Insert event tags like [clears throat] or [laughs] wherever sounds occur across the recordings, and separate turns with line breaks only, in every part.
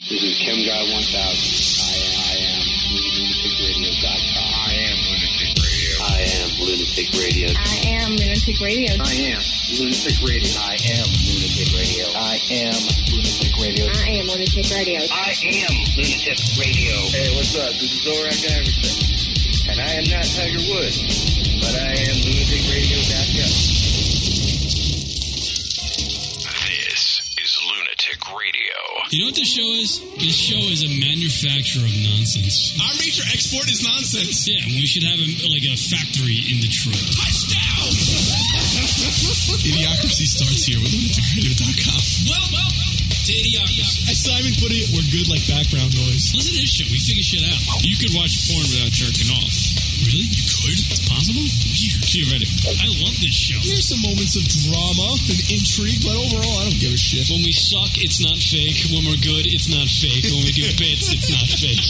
This is ChemGuy 1000. I am, I am lunaticradio.com.
I am Lunatic Radio.
I am Lunatic Radio.
I am Lunatic Radio.
I am Lunatic Radio. I am Lunatic Radio. I am Lunatic Radio.
I am Lunatic Radio.
I am Lunatic Radio.
Hey, what's up? This is Zorak Iverson. And I am not Tiger Woods, but I am lunaticradio.com.
This is Lunatic Radio.
You know what this show is? This show is a manufacturer of nonsense.
Our major export is nonsense.
Yeah, we should have a, like a factory in Detroit.
Touchdown! Idiocracy starts here with lunaticradio.com.
Well, well, to Idiocracy.
As Simon put it, we're good like background noise.
Listen to this show. We figure shit out.
You could watch porn without jerking off.
Really? You could? It's possible? Weird.
Theoretically.
I love this show.
There's some moments of drama and intrigue, but overall, I don't give a shit.
When we suck, it's not fake. When we're good, it's not fake. When we do bits, it's not
[laughs]
fake.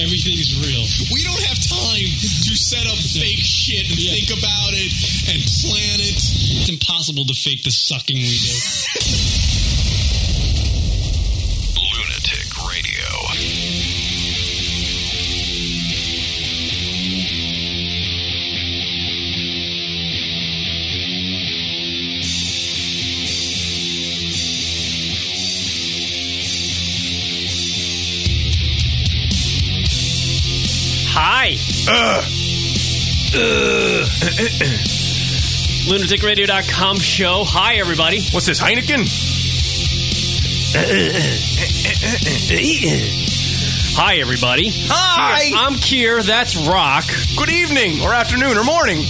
Everything's real.
We don't have time to set up fake shit and
Yeah.
think about it and plan it.
It's impossible to fake the sucking we do.
Lunatic Radio.
Hi.
Uh.
LunaticRadio.com show. Hi, everybody.
What's this,
[laughs]
Heineken?
Hi, everybody.
Hi.
I'm Kier. That's Rock.
Good evening, or afternoon, or morning.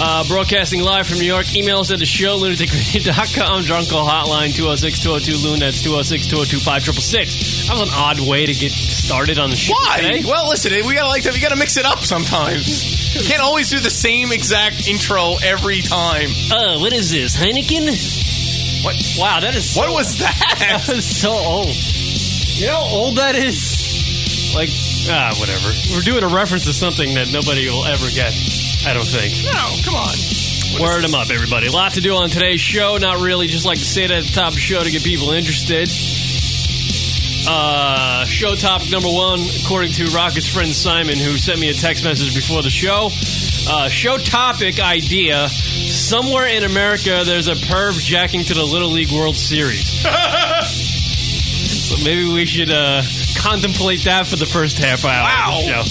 Uh, broadcasting live from New York. Email us at the show, lunaticradio.com. Drunk call hotline 206 202 Loon. That's 206 202 5666. That was an odd way to get started on the show.
Why?
today.
Well, listen, eh, we gotta like that. You gotta mix it up sometimes. You can't always do the same exact intro every time.
Uh, what is this? Heineken?
What?
Wow, that is so,
What was that?
[laughs] that is so old. You know how old that is? Like, ah, whatever. We're doing a reference to something that nobody will ever get, I don't think.
[laughs] No, come on.
Word them up, everybody. A lot to do on today's show. Not really. Just like to say it at the top of the show to get people interested. Uh, show topic number one, according to Rocket's friend Simon, who sent me a text message before the show. Uh, show topic idea: Somewhere in America, there's a perv jacking to the Little League World Series. [laughs] so maybe we should uh, contemplate that for the first half hour. of the
Wow.
show.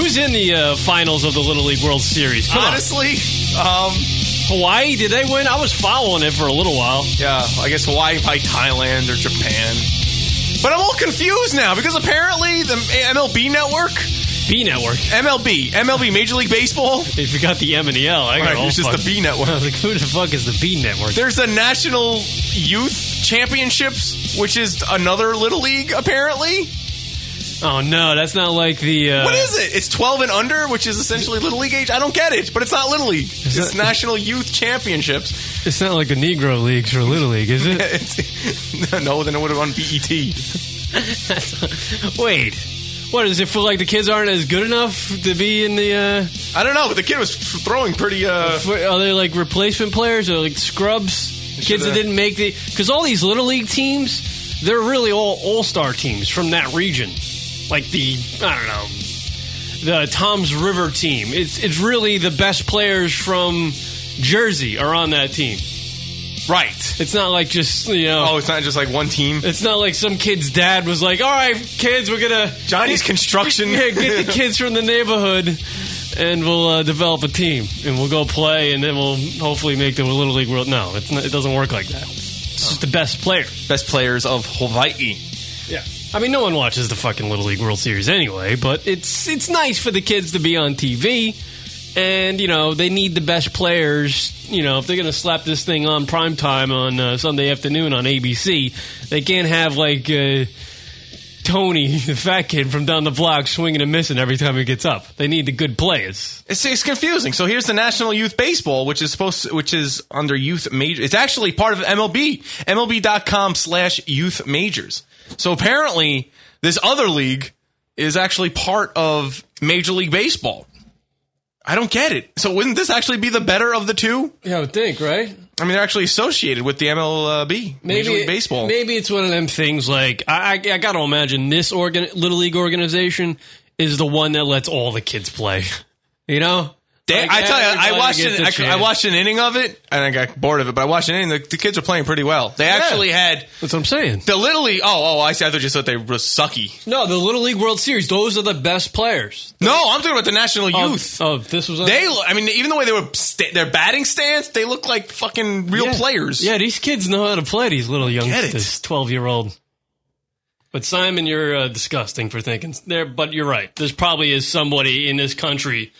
Who's in the uh, finals of the Little League World Series? Come on.
Honestly, um,
Hawaii, did they win? I was following it for a little while.
yeah, I guess Hawaii, probably Thailand or Japan. But I'm all confused now because apparently the MLB network,
B Network.
MLB, MLB Major League Baseball,
They forgot the M and E. the L. I got
right,
all
it's just
fucked.
the B network.
I was like, [laughs] who the fuck is the B Network?
There's the National Youth Championships, which is another little league, apparently.
Oh no, that's not like the. Uh,
what is it? It's 12 and under, which is essentially little league age. I don't get it, but it's not little league. It's
that-
National Youth Championships.
It's not like the Negro Leagues or Little League,
[laughs]
is it?
It's- [laughs] no, then it would have on
[laughs]
BET.
Wait, what is it for? Like the kids aren't as good enough to be in the. Uh,
I don't know, but the kid was f- throwing pretty. Uh,
for, are they like replacement players or like scrubs? Kids that
should've-
didn't make the because all these little league teams, they're really all all star teams from that region, like the I don't know the Tom's River team. It's it's really the best players from Jersey are on that team.
right.
It's not like just you know.
Oh, it's not just like one team.
It's not like some kid's dad was like, "All right, kids, we're gonna
Johnny's construction.
[laughs]
[laughs]
yeah, get the kids from the neighborhood, and we'll uh, develop a team, and we'll go play, and then we'll hopefully make the Little League World." No, it's not, it doesn't work like that. It's just the best player.
Best players of Hawaii.
Yeah, I mean, no one watches the fucking Little League World Series anyway, but it's it's nice for the kids to be on TV, and you know they need the best players. You know, if they're gonna slap this thing on primetime on uh, Sunday afternoon on ABC, they can't have like. Uh, Tony, [laughs] the fat kid from down the block, swinging and missing every time he gets up. They need the good players.
It's, it's confusing. So here's the National Youth Baseball, which is supposed, to, which is under youth major. It's actually part of MLB, MLB.com slash youth majors. So apparently, this other league is actually part of Major League Baseball. I don't get it. So wouldn't this actually be the better of the two?
Yeah, I would think, right?
I mean, they're actually associated with the MLB, Major League Baseball.
Maybe it's one of them things. Like I, I, I gotta imagine this organ, little league organization is the one that lets all the kids play. [laughs] You know,
They-
Like,
I tell you, I
everybody
watched
gets
an,
a
I, I
chance.
watched an inning of it, and I got bored of it. But I watched an inning. The, the kids are playing pretty well. They actually had
That's what I'm saying.
the little league. Oh, oh, I see. I thought you thought they were sucky.
No, the Little League World Series. Those are the best players.
No, I'm talking about the national
Of-
youth.
Of, this was on-
They, look- I mean, even the way they were sta- their batting stance, they look like fucking real
Yeah.
players.
Yeah, these kids know how to play. These little
it.
youngsters, twelve year old. But Simon, you're uh, disgusting for thinking there. But you're right. There's probably is somebody in this country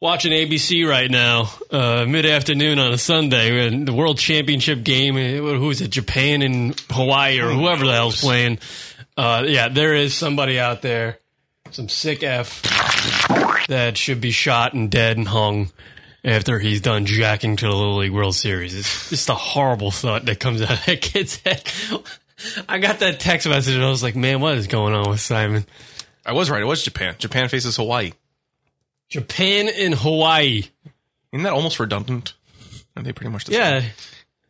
watching ABC right now, uh, mid afternoon on a Sunday, and the World Championship game. uh, Who's it? Japan and Hawaii,
Oh
or whoever the hell's playing. Uh, yeah, there is somebody out there, some sick f that should be shot and dead and hung after he's done jacking to the Little League World Series. It's just a horrible thought that comes out of that kid's head. [laughs] I got that text message and I was like, man, what is going on with Simon?
I was right. It was Japan. Japan faces Hawaii.
Japan and Hawaii.
Isn't that almost redundant? Are they pretty much the
Yeah.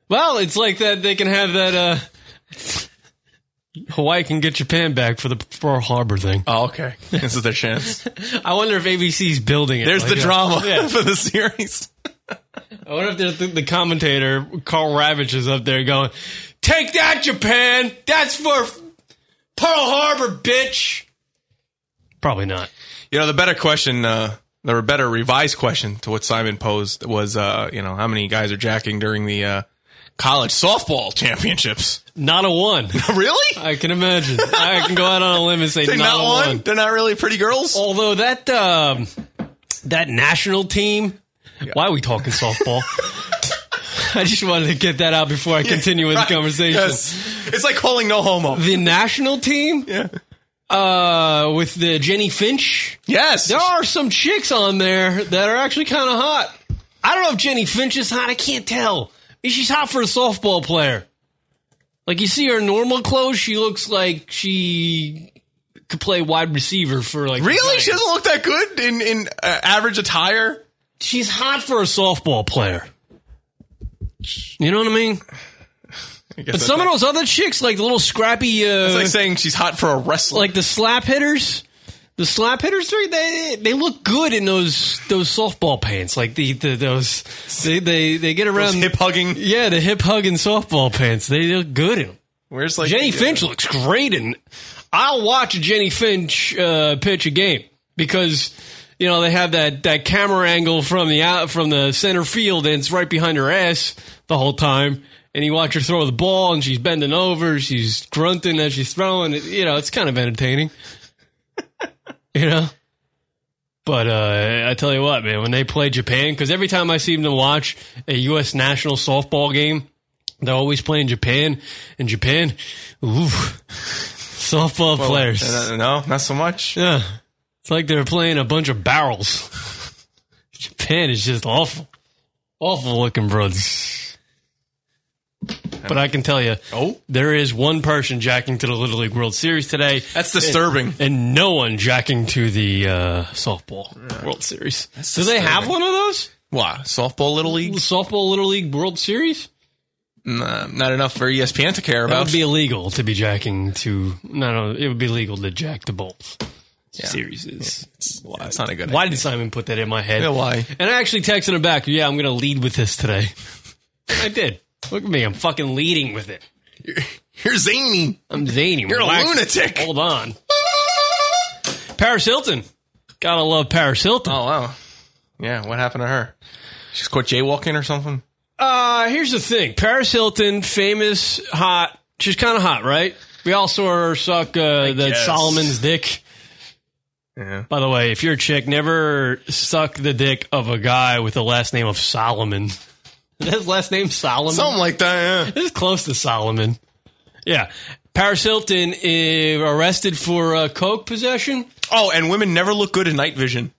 Well, it's like that they can have that uh [laughs] Hawaii can get Japan back for the Pearl Harbor thing.
Oh, okay. [laughs] this is their chance.
[laughs] I wonder if ABC's building it.
There's
like
the
a-
drama [laughs]
Yeah.
for the series.
I wonder if there's the, the commentator Carl Ravitch is up there going, "Take that, Japan! That's for Pearl Harbor, bitch." Probably not.
You know, the better question, uh, the better revised question to what Simon posed was, uh, you know, how many guys are jacking during the uh, college softball championships?
Not a one.
[laughs] really?
I can imagine. I can go out on a limb and say
They're
not,
not,
a
one?
one.
They're not really pretty girls?
Although that um, that national team, why are we talking softball? [laughs] I just wanted to get that out before I continue with
Right.
the conversation.
Yes. It's like calling no homo.
The national team,
Yeah.
uh, with the Jenny Finch.
Yes.
There are some chicks on there that are actually kind of hot. I don't know if Jenny Finch is hot. I can't tell. I mean, She's hot for a softball player. Like you see her in normal clothes, she looks like she could play wide receiver for like. the
Really?
Giants.
She doesn't look that good in, in uh, average attire?
She's hot for a softball player. You know what I mean?
I [laughs] guess
But
that's
some of
like-
those other chicks, like the little scrappy, uh,
It's like
like,
saying she's hot for a wrestler.
the slap hitters, the slap hitters, they- they they look good in those those softball pants. Like the, the those they, they they get around.
hip hugging.
yeah, the hip hugging softball pants. They look good in 'em.
Where's like
Jenny
yeah.
Finch looks great in. I'll watch Jenny Finch uh, pitch a game because you know they have that that camera angle from the out from the center field and it's right behind her ass the whole time. And you watch her throw the ball, and she's bending over, she's grunting as she's throwing it. You know, it's kind of entertaining. [laughs] you know, but uh, I tell you what, man, when they play Japan, because every time I see them to watch a U.S. national softball game, they're always playing Japan, and Japan, ooh, [laughs] softball players.
Uh, no, not so much.
yeah, it's like they're playing a bunch of barrels. [laughs] Japan is just awful, awful looking brothers. But I can tell you,
Oh?
there is one person jacking to the Little League World Series today,
That's disturbing.
and no one jacking to the uh, softball World Series. Do they have one of those?
What? Softball Little League?
Softball Little League World Series?
Nah, not enough for E ESPN to care
That
about.
would be illegal to be jacking to. No, no, it would be legal to jack the Bulls. Series is.
Why? It's not a good
Why did Simon put that in my head?
Yeah, why?
And I actually texted him back. Yeah, I'm going to lead with this today. And I did. Look at me. I'm fucking leading with it.
You're zany.
I'm zany.
You're a
Relax.
lunatic.
Hold on. Paris Hilton. Gotta love Paris Hilton.
Oh, wow. Yeah, what happened to her? She's caught jaywalking or something?
Uh, here's the thing. Paris Hilton, famous, hot. She's kind of hot, right? We all saw her suck uh, the
guess.
Solomon's dick.
Yeah.
By the way, if you're a chick, never suck the dick of a guy with the last name of Solomon. [laughs] Is that his last name Solomon?
Something like that, yeah.
This is close to Solomon. Yeah. Paris Hilton is arrested for uh, coke possession.
Oh, and women never look good in night vision.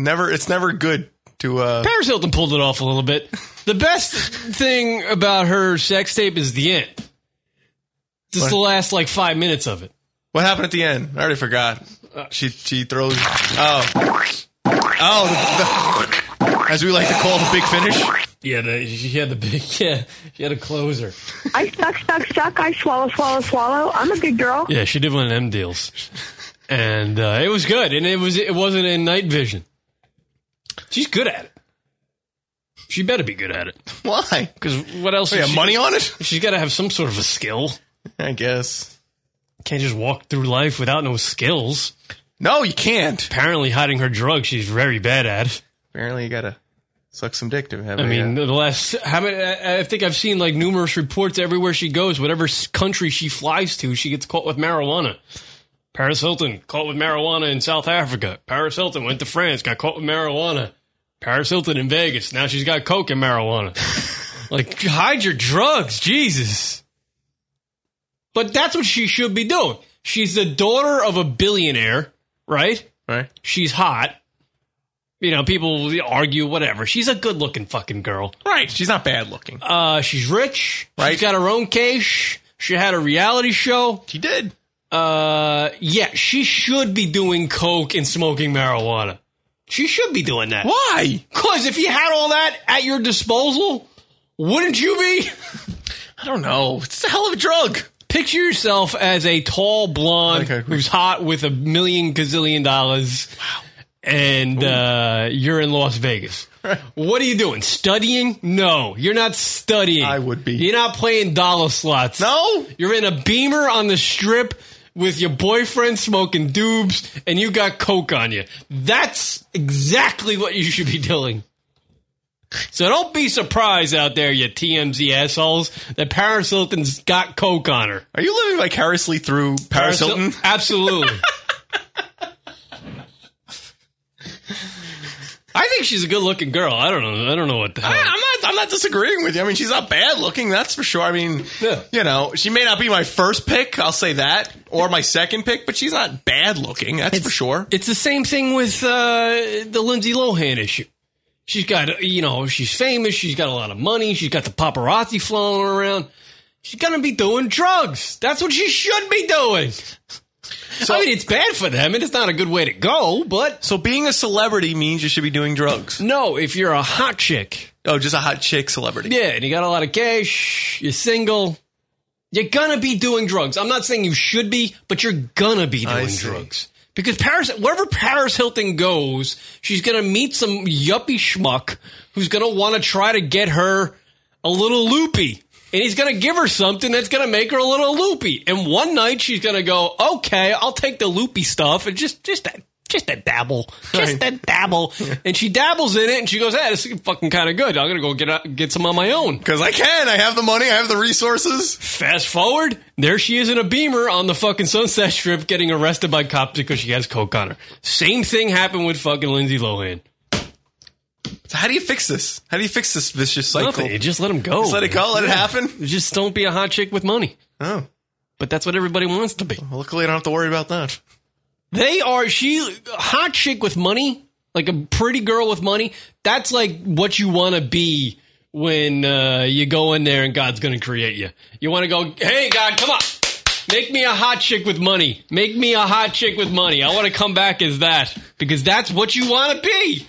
Never, it's never good to, uh,
Paris Hilton pulled it off a little bit. The best thing about her sex tape is the end. Just the last like five minutes of it. Uh,
what happened at the end? I already forgot. She, she throws, oh. Oh, the, the, as we like to call the big finish.
Yeah, the, she had the big. [laughs] Yeah, she had a closer.
I suck, suck, suck. I swallow, swallow, swallow. I'm a good girl.
Yeah, she did one of them deals, and uh, it was good. And it was it wasn't in night vision. She's good at it. She better be good at it.
Why?
Because what else?
Wait,
is
have
she-
Oh, money on it?
She's got to have some sort of a skill.
I guess.
Can't just walk through life without no skills.
No, you can't.
Apparently, hiding her drugs, she's very bad at.
Apparently, you gotta suck some dick to have.
I
a,
mean,
uh,
the last how many? I I think I've seen like numerous reports everywhere she goes, whatever s- country she flies to, she gets caught with marijuana. Paris Hilton caught with marijuana in South Africa. Paris Hilton went to France, got caught with marijuana. Paris Hilton in Vegas. Now she's got coke and
[laughs]
marijuana. like, hide your drugs, Jesus. But that's what she should be doing. She's the daughter of a billionaire, right?
right?
She's hot. You know, people argue, whatever. She's a good looking fucking girl.
Right. She's not bad looking.
Uh, she's rich.
Right.
She's got her own case. She had a reality show.
She did.
Uh, yeah, she should be doing coke and smoking marijuana. She should be doing that.
Why?
Because if you had all that at your disposal, wouldn't you be?
I don't know. It's a hell of a drug.
Picture yourself as a tall blonde
Okay.
who's hot with a million gazillion dollars. Wow. And uh, you're in Las Vegas.
[laughs]
What are you doing? Studying? No, you're not studying.
I would be.
You're not playing dollar slots.
No.
You're in a beamer on the strip with your boyfriend smoking doobs and you got coke on you. That's exactly what you should be doing. So don't be surprised out there, you TMZ assholes, that Paris Hilton's got coke on her.
Are you living vicariously through Paris
Hil-
Hilton?
Absolutely.
[laughs]
I think she's a good-looking girl. I don't know. I don't know what the hell.
I, I'm not. I'm not disagreeing with you. I mean, she's not bad looking, that's for sure. I mean,
Yeah.
you know, she may not be my first pick. I'll say that, or my second pick, but she's not bad looking. That's for sure.
It's the same thing with uh, the Lindsay Lohan issue. She's got, you know, she's famous. She's got a lot of money. She's got the paparazzi following her around. She's going to be doing drugs. That's what she should be doing. I mean, it's bad for them, and it's not a good way to go, but
So being a celebrity means you should be doing drugs.
no, if you're a hot chick,
Oh, just a hot chick celebrity.
yeah, and you got a lot of cash, you're single, you're going to be doing drugs. I'm not saying you should be, but you're going to be
I
doing
see.
drugs. Because Paris, wherever Paris Hilton goes, she's going to meet some yuppie schmuck who's going to want to try to get her a little loopy. And he's going to give her something that's going to make her a little loopy. And one night she's going to go, okay, I'll take the loopy stuff and just, just that. Just a dabble, just a
[laughs]
dabble, and she dabbles in it, and she goes, "Hey, this is fucking kind of good. I'm gonna go get a, get some on my own."
Because I can. I have the money. I have the resources.
Fast forward, there she is in a beamer on the fucking Sunset Strip getting arrested by cops because she has coke on her. Same thing happened with fucking Lindsay Lohan.
So how do you fix this? How do you fix this vicious cycle?
Nothing. You just let them go.
Just let it go. Let it happen.
Just don't be a hot chick with money.
Oh,
But that's what everybody wants to be.
well, luckily I don't have to worry about that.
They are she a hot chick with money, like a pretty girl with money. That's like what you want to be when uh, you go in there and God's going to create you. You want to go, hey God, come on, make me a hot chick with money. Make me a hot chick with money. I want to come back as that because that's what you want to be.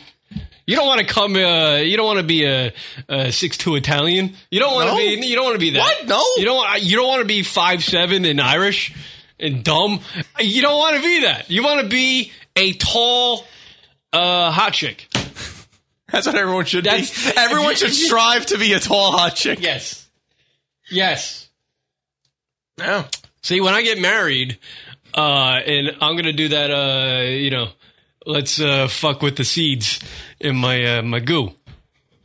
You don't want to come. Uh, you don't want to be a, a six two Italian. You don't want to
No.
be. You don't want to be that.
What? No.
You don't. I- You don't want to be five seven and Irish and dumb. You don't want to be that. You want to be a tall, uh, hot chick.
That's what everyone should
That's-
be. [laughs] Everyone
[laughs]
should strive to be a tall hot chick.
Yes. Yes.
No.
See, when I get married, uh, and I'm gonna do that. Uh, you know, let's uh, fuck with the seeds in my uh, my goo.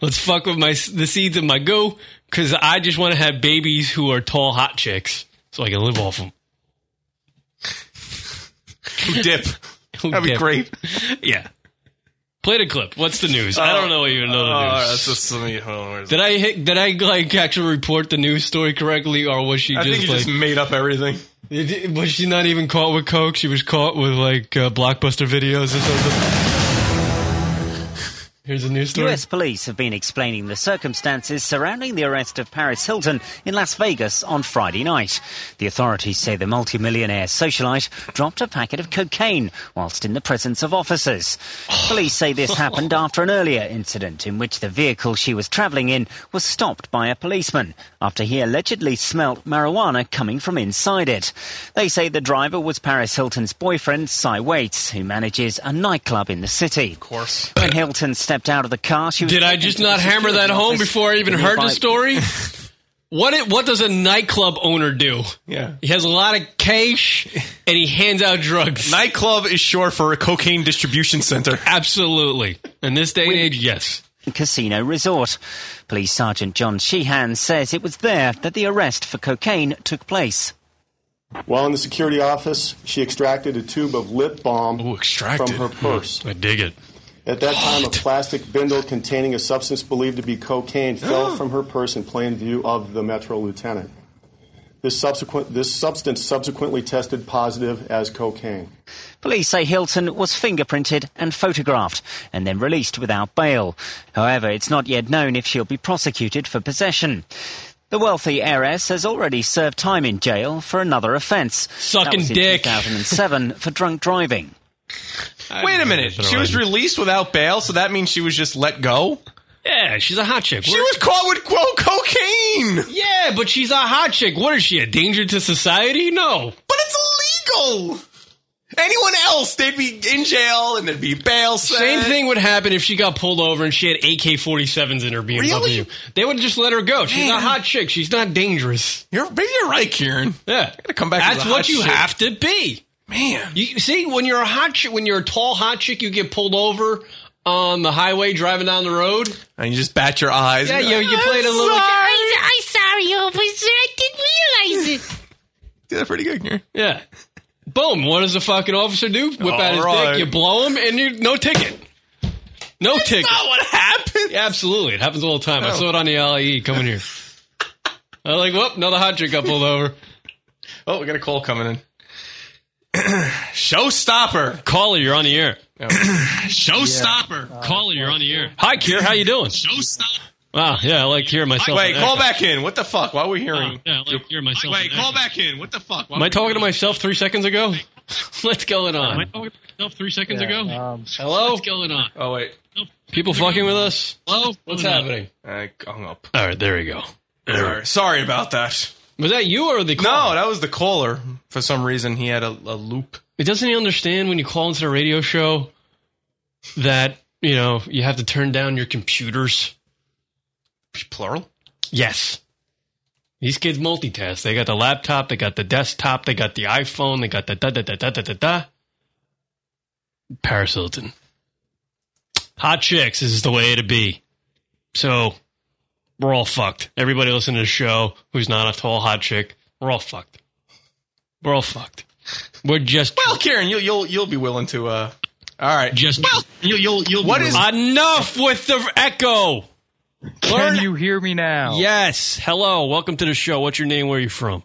Let's fuck with my the seeds in my goo because I just want to have babies who are tall, hot chicks, so I can live off them. [laughs]
Dip. That'd be great.
Yeah. Play the clip. What's the news? I don't know even know
Oh,
the news.
that's just let me- hold on, where's-
did I hit, did I like actually report the news story correctly, or was she
I think
just
you
like
just made up everything.
It- Was she not even caught with coke? She was caught with like uh, blockbuster videos or something. Here's a news story.
US police have been explaining the circumstances surrounding the arrest of Paris Hilton in Las Vegas on Friday night. The authorities say the multimillionaire socialite dropped a packet of cocaine whilst in the presence of
[sighs]
officers. Police say this happened after an earlier incident in which the vehicle she was travelling in was stopped by a policeman after he allegedly smelt marijuana coming from inside it. They say the driver was Paris Hilton's boyfriend, Cy Waits, who manages a nightclub in the city. Of
course.
When Hilton stepped out of the car, she was
Did I
taken
just
to the
not hammer
security
that home
office
before I even
in
heard the
nearby- [laughs]
story? What it, what does a nightclub owner do?
Yeah.
He has a lot of cash and he hands out drugs.
Nightclub is short for a cocaine distribution center.
Absolutely. In this day and age, yes.
Casino Resort. Police Sergeant John Sheehan says it was there that the arrest for cocaine took place.
While in the security office, she extracted a tube of lip balm from her purse.
Hmm. I dig it.
At that time, a plastic bindle containing a substance believed to
[gasps]
be cocaine fell from her purse in plain view of the Metro Lieutenant. This, subsequent, this substance subsequently tested positive as cocaine.
Police say Hilton was fingerprinted and photographed and then released without bail. However, it's not yet known if she'll be prosecuted for possession. The wealthy heiress has already served time in jail for another offence.
Sucking
that was in
dick.
2007 for drunk driving.
Wait a minute.
that's
She was
right.
released without bail, so that means she was just let go?
Yeah, she's a hot chick.
She was caught with quote cocaine.
Yeah, but she's a hot chick. What is she? A danger to society? No.
But it's illegal. Anyone else, they'd be in jail and there'd be bail. Set.
Same thing would happen if she got pulled over and she had AK 47s in her BMW.
Really?
They would just let her go. She's a hot chick. She's not dangerous.
You're, maybe you're right, Kieran.
Yeah.
Gotta come back to
That's
the
what
hot
you
shit.
have to be.
Man.
You see, when you're a hot chick, when you're a tall hot chick, you get pulled over on the highway driving down the road.
And you just bat your eyes.
Yeah, you, you played a
I'm
little.
sorry.
I'm sorry, officer. I didn't realize it.
Did that pretty good, Kieran.
Yeah. Boom. What does the fucking officer do? Whip out his
Alright.
dick, you blow him, Um, and you no ticket. No ticket.
not what happened.
Yeah, absolutely. It happens all the time. I
No.
saw it on the LAE coming here. I was like, whoop, another hot chick got pulled over.
Oh, we got a call coming in. [clears throat] Showstopper.
Caller, you're on the
[clears throat]
air.
Showstopper.
Caller, you're on the air. Uh, Hi, Kier. How you doing?
Showstopper.
Wow. Yeah, I like hearing myself.
Wait,
on
call
echo.
back in. What the fuck? Why are we hearing?
Oh, Yeah, I like hearing myself.
Wait,
on
call
echo.
back in. What the fuck? Why
Am I
would-
talking to myself three seconds ago? [laughs] What's going
Am I
on?
talking to myself
Oh, three seconds
ago?
Hello? What's
going on?
Oh wait,
People fucking with us?
Hello?
What's happening?
I hung up.
All right, there we go.
Sorry, Sorry about that.
Was that you or the caller?
No, that was the caller. For some reason, he had a, a loop.
It doesn't he understand when you call into a radio show that you know you have to turn down your computers?
Plural.
Yes. These kids multitask. They got the laptop, they got the desktop, they got the iPhone, they got the da da da da da da da. Paris Hilton. Hot chicks is the way to be. So we're all fucked. Everybody listening to the show who's not a tall hot chick, we're all fucked. We're all fucked. We're just
Well, Karen, you'll you'll you'll be willing to. uh All right.
just
You'll, you'll, you'll
What is?
Enough with the echo.
Can
Learn-
you hear me now?
Yes. Hello. Welcome to the show. What's your name? Where are you from?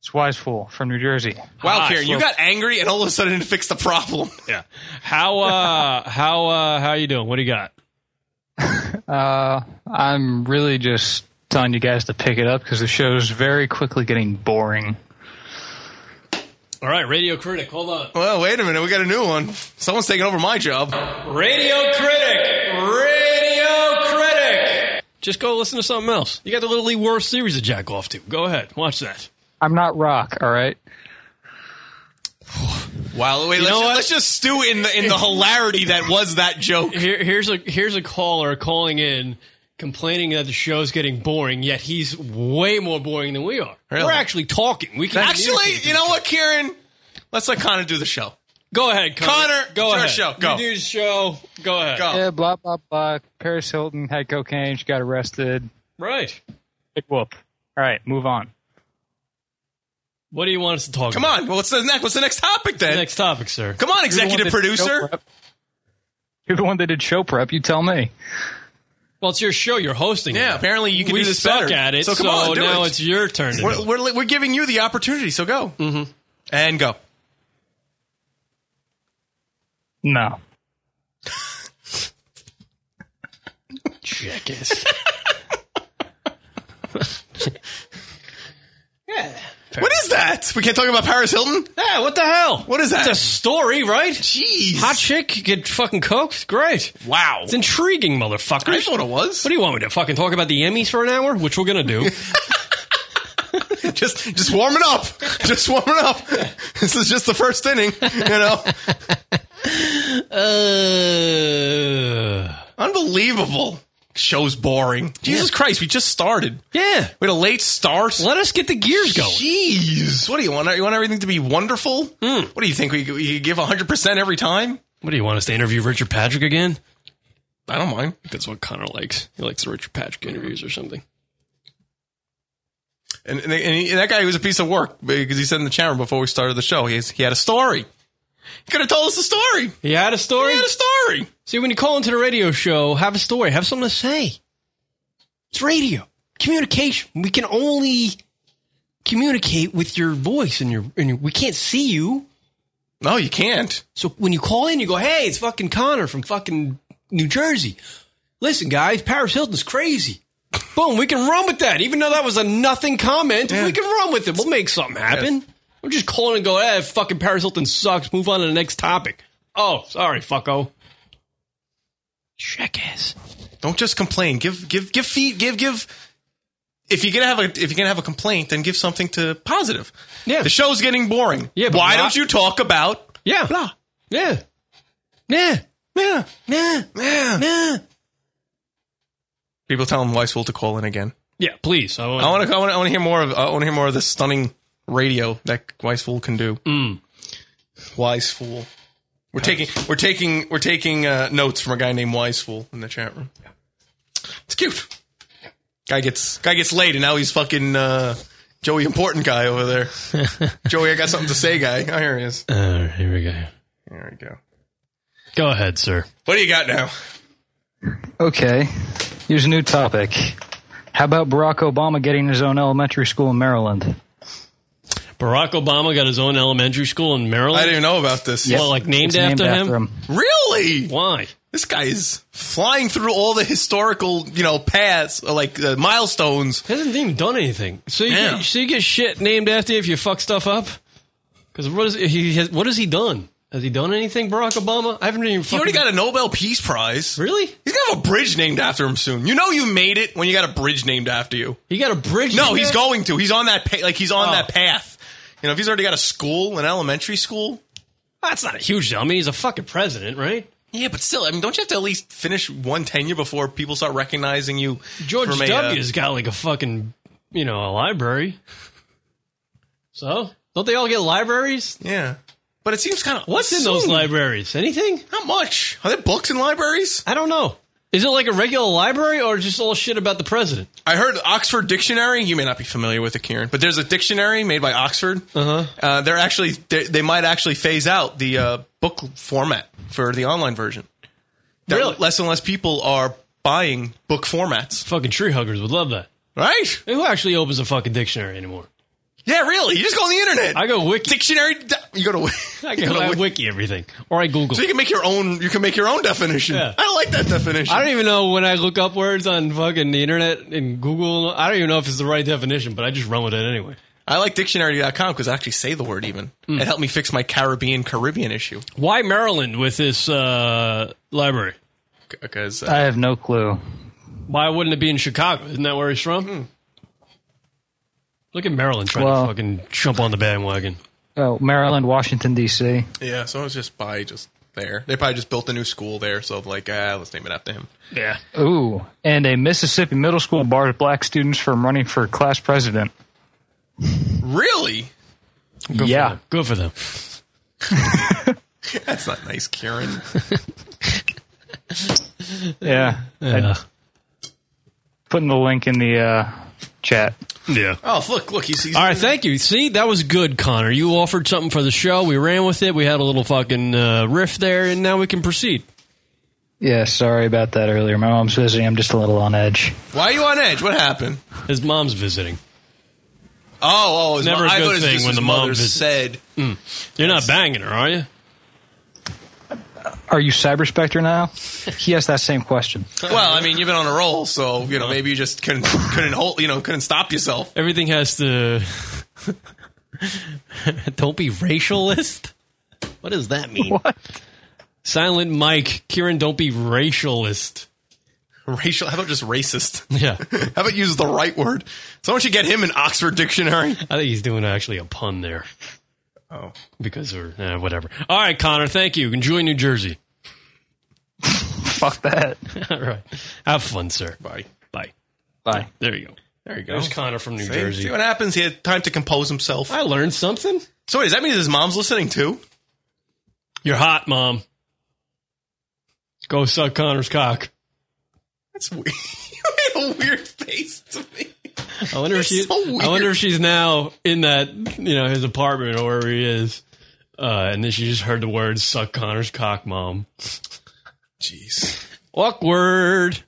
It's Wisefool from New Jersey.
Wow,
Hi,
Karen, you
so-
got angry and all of a sudden it fixed the problem.
Ah, Yeah. How uh how uh how you doing? What do you got?
[laughs] Uh, I'm really just telling you guys to pick it up because the show's very quickly getting boring.
All right, Radio Critic, hold on.
Well, wait a minute. We got a new one. Someone's taking over my job.
Radio Critic. Radio Critic. Just go listen to something else. You got the literally worst series to jack off to. Go ahead. Watch that.
I'm not rock, all right?
Wow. Wait. Let's
You know
just,
what?
let's just stew in the in the hilarity that was that joke.
Here, here's a here's a caller calling in complaining that the show's getting boring, yet he's way more boring than we are. We're
Really?
actually talking. We can
Actually,
communicate.
you know what, Karen? Let's let Connor do the show.
Go ahead, Connor.
Connor,
go
it's your show.
ahead.
Go.
You do the show. Go ahead.
Go.
Yeah, blah, blah, blah. Paris Hilton had cocaine. She got arrested.
Right.
Big whoop. All right, move on.
What do you want us to talk
Come
about?
on. What's the next? What's the next topic then?
Next topic, sir.
Come
You're the
on,
one
executive
that did show
producer.
prep. You're the one that did show prep. You tell me.
Well, it's your show. You're hosting.
Yeah,
it.
apparently you can
we
do this
suck
better.
at it.
So come on, do
now
it.
it's your turn. To
We're,
do.
we're, we're giving you the opportunity, so go. Mm-hmm. And go.
No.
Jackass.
yeah. What is that? We can't talk about Paris Hilton?
Yeah, what the hell?
What is that?
It's a story, right?
Jeez.
Hot chick, get fucking coked. Great.
Wow.
It's intriguing, motherfucker.
I thought it was.
What do you want me to fucking talk about the Emmys for an hour? Which we're gonna do.
[laughs] just just warming up. Just warming up. This is just the first inning, you know.
Uh.
Unbelievable. Show's boring. Jesus Christ, we just started.
Yeah.
We had a late start.
Let us get the gears going.
Jeez. What do you want? You want everything to be wonderful?
Hmm.
What do you think? We, we give 100% every time?
what do you want us to interview Richard Patrick again?
I don't mind.
That's what Connor likes. He likes the Richard Patrick interviews or something.
And, and, and he- that guy was a piece of work because he said in the channel before we started the show, he, he had a story. He could have told us a story.
He had a story.
He had a story.
See, when you call into the radio show, have a story, have something to say. It's radio communication. We can only communicate with your voice and your and your, we can't see you.
No, you can't.
So when you call in, you go, "Hey, it's fucking Connor from fucking New Jersey." Listen, guys, Paris Hilton's crazy. Boom, we can run with that. Even though that was a nothing comment, we can run with it. We'll make something happen. We're just calling and go, "Eh, fucking Paris Hilton sucks. Move on to the next topic." Oh, sorry, fucko. Jackass.
Don't just complain. Give give give feed give give if you're gonna have a if you're gonna have a complaint, then give something to positive.
Yeah.
The show's getting boring.
Yeah, but
Why
not-
don't you talk about
Yeah.
blah?
Yeah. Yeah.
Yeah.
Yeah.
Yeah.
Yeah.
People tell him Weisswell to call in again.
Yeah, please. I want
I want to. I want to. I want to hear more of. I want to hear more of this stunning radio that Wise Fool can do.
Mm.
Wise Fool. We're taking. We're taking. We're taking uh, notes from a guy named Wise Fool in the chat room. It's cute. Guy gets. Guy gets laid, and now he's fucking uh, Joey important guy over
[laughs]
there. Joey, I got something to say, guy. Oh, here he is.
Uh, here we go.
There we go.
Go ahead, sir.
What do you got now?
Okay, here's a new topic. How about Barack Obama getting his own elementary school in Maryland?
Barack Obama got his own elementary school in Maryland.
I didn't even know about this.
Well, like named,
It's named
after,
after
him?
him.
Really?
Why?
This guy is flying through all the historical, you know, paths, uh, like uh, milestones
Hasn't even done anything. So you,
Yeah.
get, so you get shit named after you if you fuck stuff up. Because what is he? Has, what has he done? Has he done anything, Barack Obama? I haven't even.
He
Fucking,
already got a Nobel Peace Prize.
Really?
He's gonna have a bridge named after him soon. You know you made it when you got a bridge named after you.
He got a bridge.
No,
named
he's
after-
going to. He's on that pa- like he's on
Oh.
that path. You know, if he's already got a school, an elementary school.
That's not a huge deal. I mean, he's a fucking president, right?
Yeah, but still, I mean, don't you have to at least finish one tenure before people start recognizing you?
George
from a, uh,
W's got like a fucking, you know, a library. So don't they all get libraries?
yeah, but it seems kind of
What's in those libraries? Anything?
Not much. Are there books in libraries?
I don't know. Is it like a regular library or just all shit about the president?
I heard Oxford Dictionary. You may not be familiar with it, Kieran, but there's a dictionary made by Oxford. Uh-huh. They're actually they they might actually phase out the uh, book format for the online version. That
Really?
Less and less people are buying book formats,
Fucking tree huggers would love that.
right?
Hey, Who actually opens a fucking dictionary anymore?
Yeah, really. You just go on the internet.
I go wiki.
dictionary. You go to.
[laughs] I,
you
go,
[laughs]
I
go to
wiki everything, or I Google.
so you can make your own. You can make your own definition.
Yeah.
I like that definition.
I don't even know when I look up words on fucking the internet and Google. I don't even know if it's the right definition, but I just run with it anyway.
I like dictionary.com because I actually say the word even.
Hmm.
It helped me fix my Caribbean Caribbean issue
Why Maryland with this uh, library?
because uh,
I have no clue.
Why wouldn't it be in Chicago? Isn't that where he's from? Look at Maryland trying
Well-
to fucking jump on the bandwagon.
Oh, Maryland, Washington D.C.
Yeah, so it was just by just there. They probably just built a new school there, so like, ah, let's name it after him.
Yeah.
Ooh, and a Mississippi middle school barred black students from running for class president.
Really? [laughs]
yeah,
Good for them.
That's not nice, Karen.
[laughs] yeah.
Yeah.
Putting the link in the uh, chat.
Yeah.
oh, look, look, he's, he's
All right, thank you. See, that was good, Connor. You offered something for the show. We ran with it. We had a little fucking uh, riff there, and now we can proceed.
Yeah, sorry about that earlier. My mom's visiting. I'm just a little on edge.
Why are you on edge? What happened?
His mom's visiting.
Oh, oh, his
Never
mo-
a
I
good
thought it was
thing
just
when
his
the mom Hmm.
mother
visits.
said.
You're not banging her, are you?
are you Cyber Spectre now? He asked that same question.
Well, I mean, you've been on a roll, so you know maybe you just couldn't couldn't hold, you know, couldn't stop yourself.
Everything has to. [laughs] Don't be racialist. What does that mean? What? Silent Mike, Kieran, don't be racialist.
Racial? How about just racist?
Yeah.
[laughs] How about use the right word? Someone should get him an Oxford dictionary. I
think he's doing actually a pun there.
Oh,
because or eh, whatever. All right, Connor. Thank you. Enjoy New Jersey.
Fuck that.
[laughs] All right. Have fun, sir.
Bye.
Bye.
Bye.
There you go. There you
go.
There's Connor from New
See?
Jersey.
See what happens? He had time to compose himself.
I learned something.
So wait, does that mean his mom's listening too?
You're hot, mom. Go suck Connor's cock.
That's [laughs] weird. you made a weird face to me.
I wonder if she. I wonder if she's now in that you know his apartment or wherever he is, uh, and then she just heard the words "suck Connor's cock, mom."
Jeez,
awkward.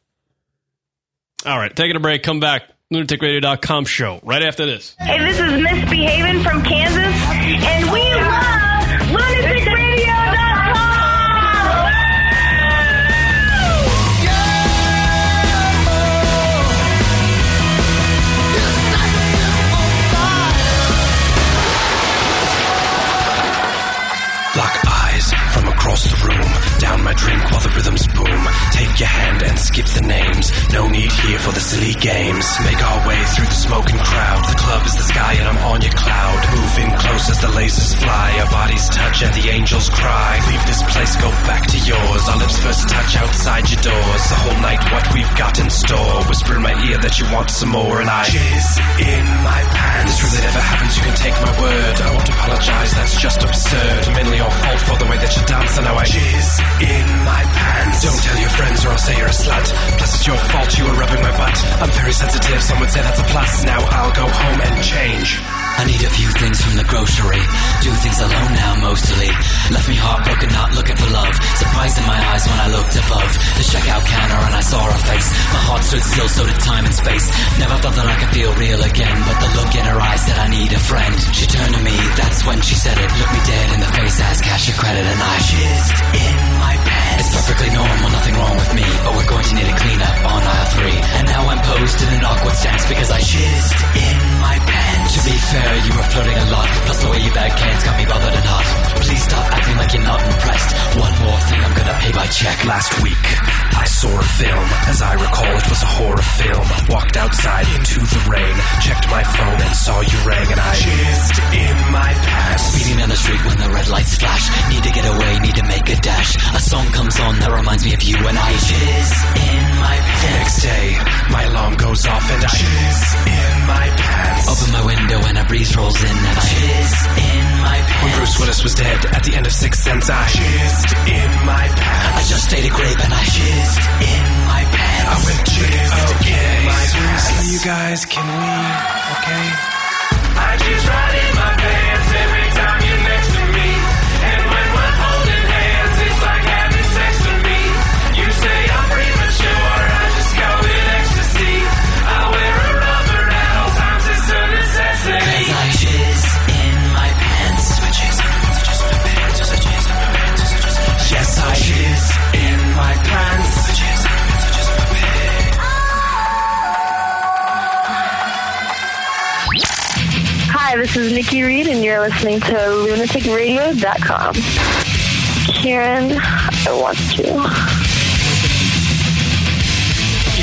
All right, taking a break. Come back. LunaticRadio.com show right after this.
Hey, this is Misbehaving from Kansas, and we love lunaticradio.com.
Lock eyes from across the room. Down my drink while the rhythms boom. Take your hand and skip the names. No need here for the silly games. Make our way through the smoking crowd. The club is the sky and I'm on your cloud. Moving close as the lasers fly. Our bodies touch and the angels cry. Leave this place, go back to yours. Our lips first touch outside your doors. The whole night, what we've got in store. Whisper in my ear that you want some more and I jizz in my pants. This really never happens. You can take my word. I won't apologize. That's just absurd. Mainly your fault for the way that you dance. And now I jizz in my pants. Don't tell your friends or I'll say you're a slut. Plus it's your fault you were rubbing my butt. I'm very sensitive. Some would say that's a plus. Now I'll go home and change.
I need a few things from the grocery. Do things alone now mostly. Left me heartbroken, not looking for love. Surprise in my eyes when I looked above. The checkout counter and I saw her face. My heart stood still, so did time and space. Never thought that I could feel real again, but the look in her eyes said I need a friend. She turned to me, that's when she said it. Looked me dead in the face, asked cash or credit, and I jizzed in my pants. It's perfectly normal, nothing wrong with me, but we're going to need a cleanup on aisle three. And now I'm posed in an awkward stance because I jizzed in my pants. To be fair, you were flirting a lot, plus the way you bag cans got me bothered and hot. Please stop acting like you're not impressed. One more thing, I'm gonna pay by check.
Last week, I saw a film. As I recall, it was a horror film. Walked outside into the rain, checked my phone and saw you rang, and I jizzed in my pants.
Speeding down the street when the red lights flash. Need to get away, need to make a dash. A song comes on that reminds me of you and I jizz in my
The
pants.
next day, my alarm goes off, and I jizz in my pants.
Open my window and a breeze rolls in and I jizz in my pants.
When Bruce Willis was dead at the end of Sixth Sense, I jizzed in my pants.
I just ate a grape and I jizzed in my pants.
I went jizzed in my pants. Seriously, you guys, can we? Okay. I jizz right in my pants every time you're next to me. And when we're holding hands, it's like having sex to me. You say I'm premature, I just go in ecstasy. I wear a rubber at all times, it's a necessity.
Cause I jizz in my pants. I jizz in my pants, I jizz in my pants, I jizz in my pants, I jizz in my pants.
Yes, I jizz in my pants. I jizz in my pants, I jizz in my pants.
Hi, this is Nikki Reed, and you're listening to lunaticradio.com. Karen, I want you.
You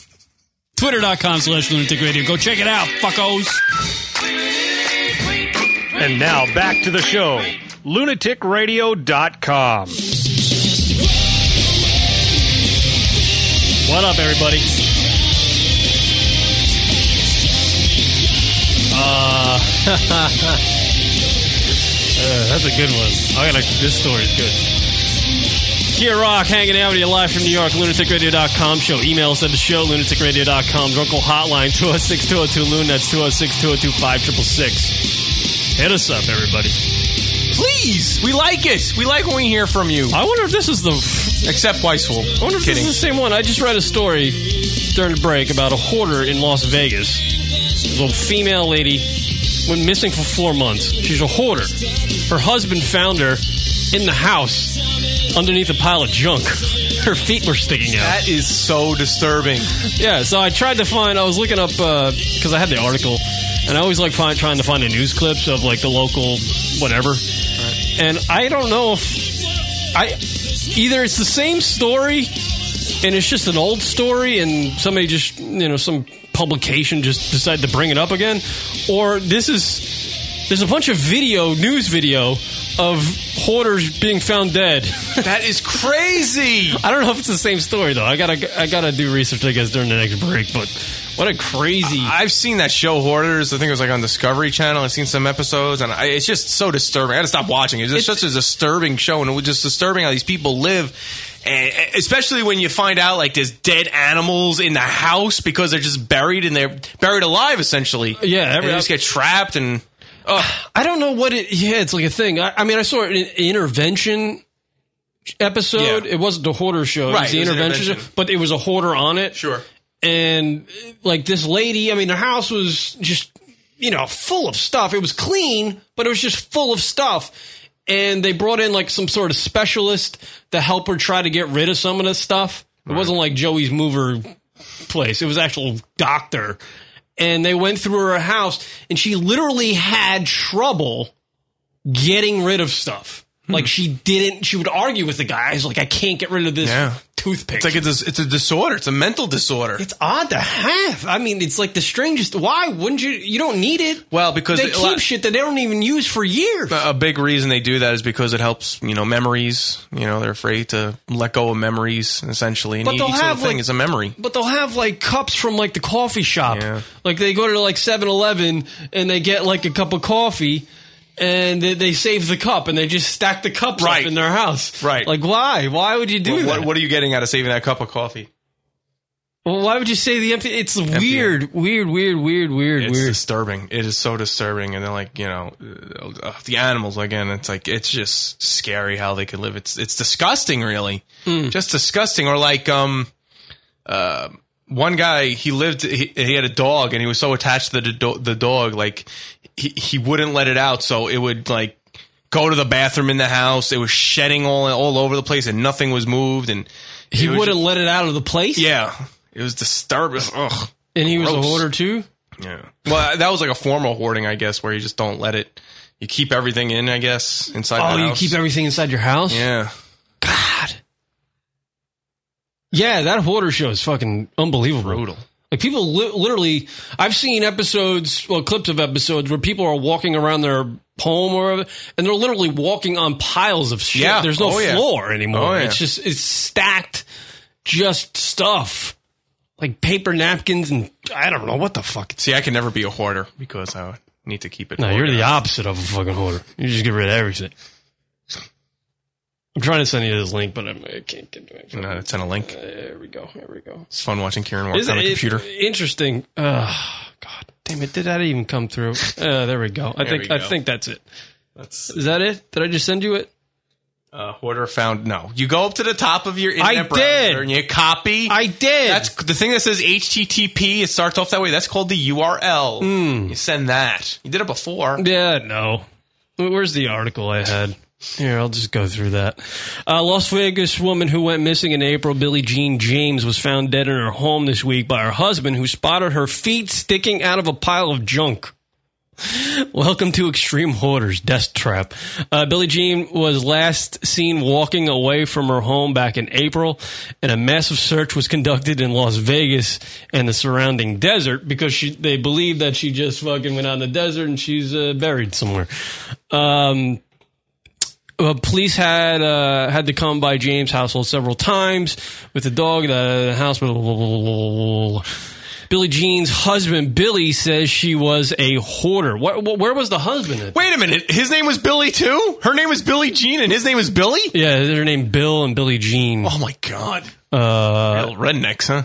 Twitter.com slash lunatic radio. Go check it out, fuckos.
And now back to the show. LunaticRadio.com.
What up, everybody? Uh, [laughs] uh, that's a good one. I gotta. This story's good. Kia Rock hanging out with you live from New York, lunaticradio.com show. Email us at the show, lunaticradio.com. Drunkle hotline, 206 202 Loon. That's 206 202 5666. Hit us up, everybody.
Please, we like it. We like when we hear from you.
I wonder if this is the
except Weissful.
I wonder if
Kidding.
this is the same one. I just read a story during the break about a hoarder in Las Vegas. This little female lady went missing for four months. She's a hoarder. Her husband found her in the house underneath a pile of junk. [laughs] Her feet were sticking out.
That is so disturbing.
Yeah, so I tried to find. I was looking up because I had the article, and I always like find, trying to find the news clips of like the local whatever. And I don't know if I either it's the same story, and it's just an old story, and somebody just you know some publication just decided to bring it up again, or this is. There's a bunch of video, news video, of hoarders being found dead.
That is crazy.
[laughs] I don't know if it's the same story though. I gotta I gotta do research I guess during the next break. But what a crazy!
I've seen that show Hoarders. I think it was like on Discovery Channel. I've seen some episodes, and I, it's just so disturbing. I had to stop watching. it. It's just such a disturbing show, and it was just disturbing how these people live. And especially when you find out like there's dead animals in the house because they're just buried and they're buried alive essentially.
Yeah, every-
and they just get trapped and. oh,
[sighs] I don't know what it. Yeah, it's like a thing. I, I mean, I saw an intervention episode. It wasn't the hoarder show. It
Right,
was the
it was
intervention,
Intervention.
show, but it was a hoarder on it.
Sure.
And like this lady, I mean, her house was just you know full of stuff. It was clean, but it was just full of stuff. And they brought in like some sort of specialist to help her try to get rid of some of this stuff. It wasn't like Joey's mover place. It was actual doctor. And they went through her house and she literally had trouble getting rid of stuff. Like she didn't she would argue with the guys like I can't get rid of this
Yeah.
toothpick.
It's like it's a, it's a disorder. It's a mental disorder.
It's odd to have. I mean, it's like the strangest. Why wouldn't you? You don't need it.
Well, because
they
a
keep
lot-
shit that they don't even use for years.
A big reason they do that is because it helps, you know, memories. You know, they're afraid to let go of memories, essentially. And
But
each
they'll
little
have,
thing
like-
is a memory.
But they'll have like cups from like the coffee shop. Like they go to like 7 Eleven and they get like a cup of coffee and they, they save the cup and they just stack the cups up in their house.
Right.
Like, why? Why would you do
What-
that?
What, what are you getting out of saving that cup of coffee?
Well, why would you say the empty? It's weird, weird, weird, weird, weird,
It's
weird.
disturbing. It is so disturbing. And then, like, you know, uh, uh, the animals, again, it's like, it's just scary how they could live. It's, it's disgusting, really.
Hmm.
Just disgusting. Or like, um, uh, one guy, he lived, he, he had a dog and he was so attached to the, do- the dog, like, he, he wouldn't let it out. So it would, like, go to the bathroom in the house. It was shedding all, all over the place and nothing was moved. And
He
was
wouldn't let it out of the place?
Yeah. It was disturbing. Ugh.
And he was a
Gross.
hoarder too.
Yeah. Well, that was like a formal hoarding, I guess, where you just don't let it. You keep everything in, I guess, inside.
Oh,
the
you
house.
keep everything inside your house.
Yeah.
Yeah, that hoarder show is fucking unbelievable. Brutal. Like people li- literally, I've seen episodes, well, clips of episodes where people are walking around their home or, and they're literally walking on piles of shit.
Yeah.
There's no
Oh, yeah.
floor anymore.
Oh, yeah.
It's just it's stacked, just stuff like paper napkins and I don't know Oh, what the fuck.
See, I can never be a hoarder because I need to keep it.
No, you're the
organized.
opposite of a fucking hoarder. You just get rid of everything. I'm trying to send you this link, but I'm, I can't get to it.
No, it's in a link.
There we go. There we go.
It's fun watching Kieran work
Isn't
on a
it
computer.
Interesting. Oh, God damn it! Did that even come through? Uh, there we go.
There
I think
we
I
go.
think that's it.
That's
Is that it? Did I just send you it?
uh, hoarder found. No, you go up to the top of your
I
internet
did.
browser and you copy. I
did.
That's the thing that says HTTP. It starts off that way. That's called the URL.
Hmm.
You send that. You did it before.
Yeah, no. Wh- Where's the article I had? Here, I'll just go through that. Uh, Las Vegas woman who went missing in April, Billie Jean James, was found dead in her home this week by her husband, who spotted her feet sticking out of a pile of junk. [laughs] Welcome to Extreme Hoarders Death Trap. Uh, Billie Jean was last seen walking away from her home back in April, and a massive search was conducted in Las Vegas and the surrounding desert because she, they believe that she just fucking went out in the desert and she's uh, buried somewhere. Um, uh, police had uh, had to come by James' household several times with the dog, the house. Blah, blah, blah, blah, blah. Billie Jean's husband Billy says she was a hoarder. Where, where was the husband? At?
Wait a minute. His name was Billy too. Her name was Billie Jean, and his name was Billy.
Yeah, their name Bill and Billie Jean.
Oh my god.
Uh,
rednecks, huh?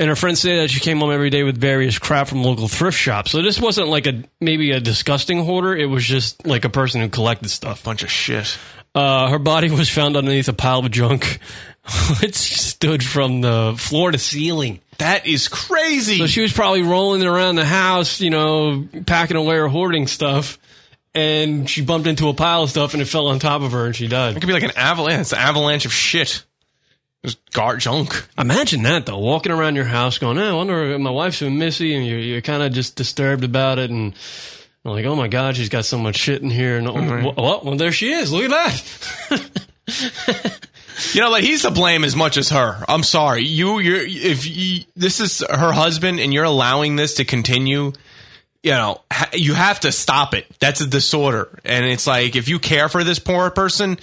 And her friends say that she came home every day with various crap from local thrift shops. So this wasn't like a maybe a disgusting hoarder. It was just like a person who collected stuff.
Bunch of shit.
Uh, her body was found underneath a pile of junk. [laughs] it stood from the floor to ceiling.
That is crazy.
So she was probably rolling around the house, you know, packing away her hoarding stuff, and she bumped into a pile of stuff and it fell on top of her and she died.
It could be like an avalanche. It's an avalanche of shit. Just gar junk.
Imagine that though, walking around your house going, "Oh, I wonder if my wife's been missy," and you're, you're kind of just disturbed about it, and I'm like, "Oh my god, she's got so much shit in here." And
Mhm.
oh, wh- what? Well, there she is. Look at that.
You know, like he's to blame as much as her. I'm sorry. You, you're if you, this is her husband and you're allowing this to continue, you know, ha- you have to stop it. That's a disorder, and it's like if you care for this poor person.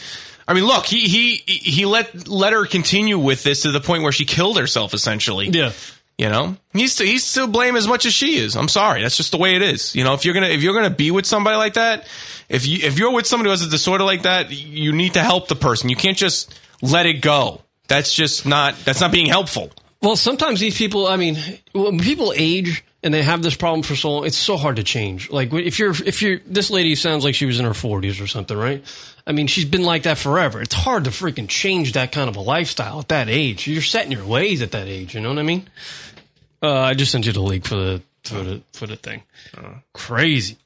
I mean, look, he he he let let her continue with this to the point where she killed herself, essentially.
Yeah.
You know, he's to, he's to blame as much as she is. I'm sorry, that's just the way it is. You know, if you're gonna if you're gonna be with somebody like that, if you if you're with somebody who has a disorder like that, you need to help the person. You can't just let it go. That's just not that's not being helpful.
Well, sometimes these people, I mean, when people age and they have this problem for so long, it's so hard to change. Like if you're, if you're, this lady sounds like she was in her forties or something, right? I mean, she's been like that forever. It's hard to freaking change that kind of a lifestyle at that age. You're set in your ways at that age. You know what I mean? Uh, I just sent you the link for the, for the, for the thing.
Uh,
Crazy.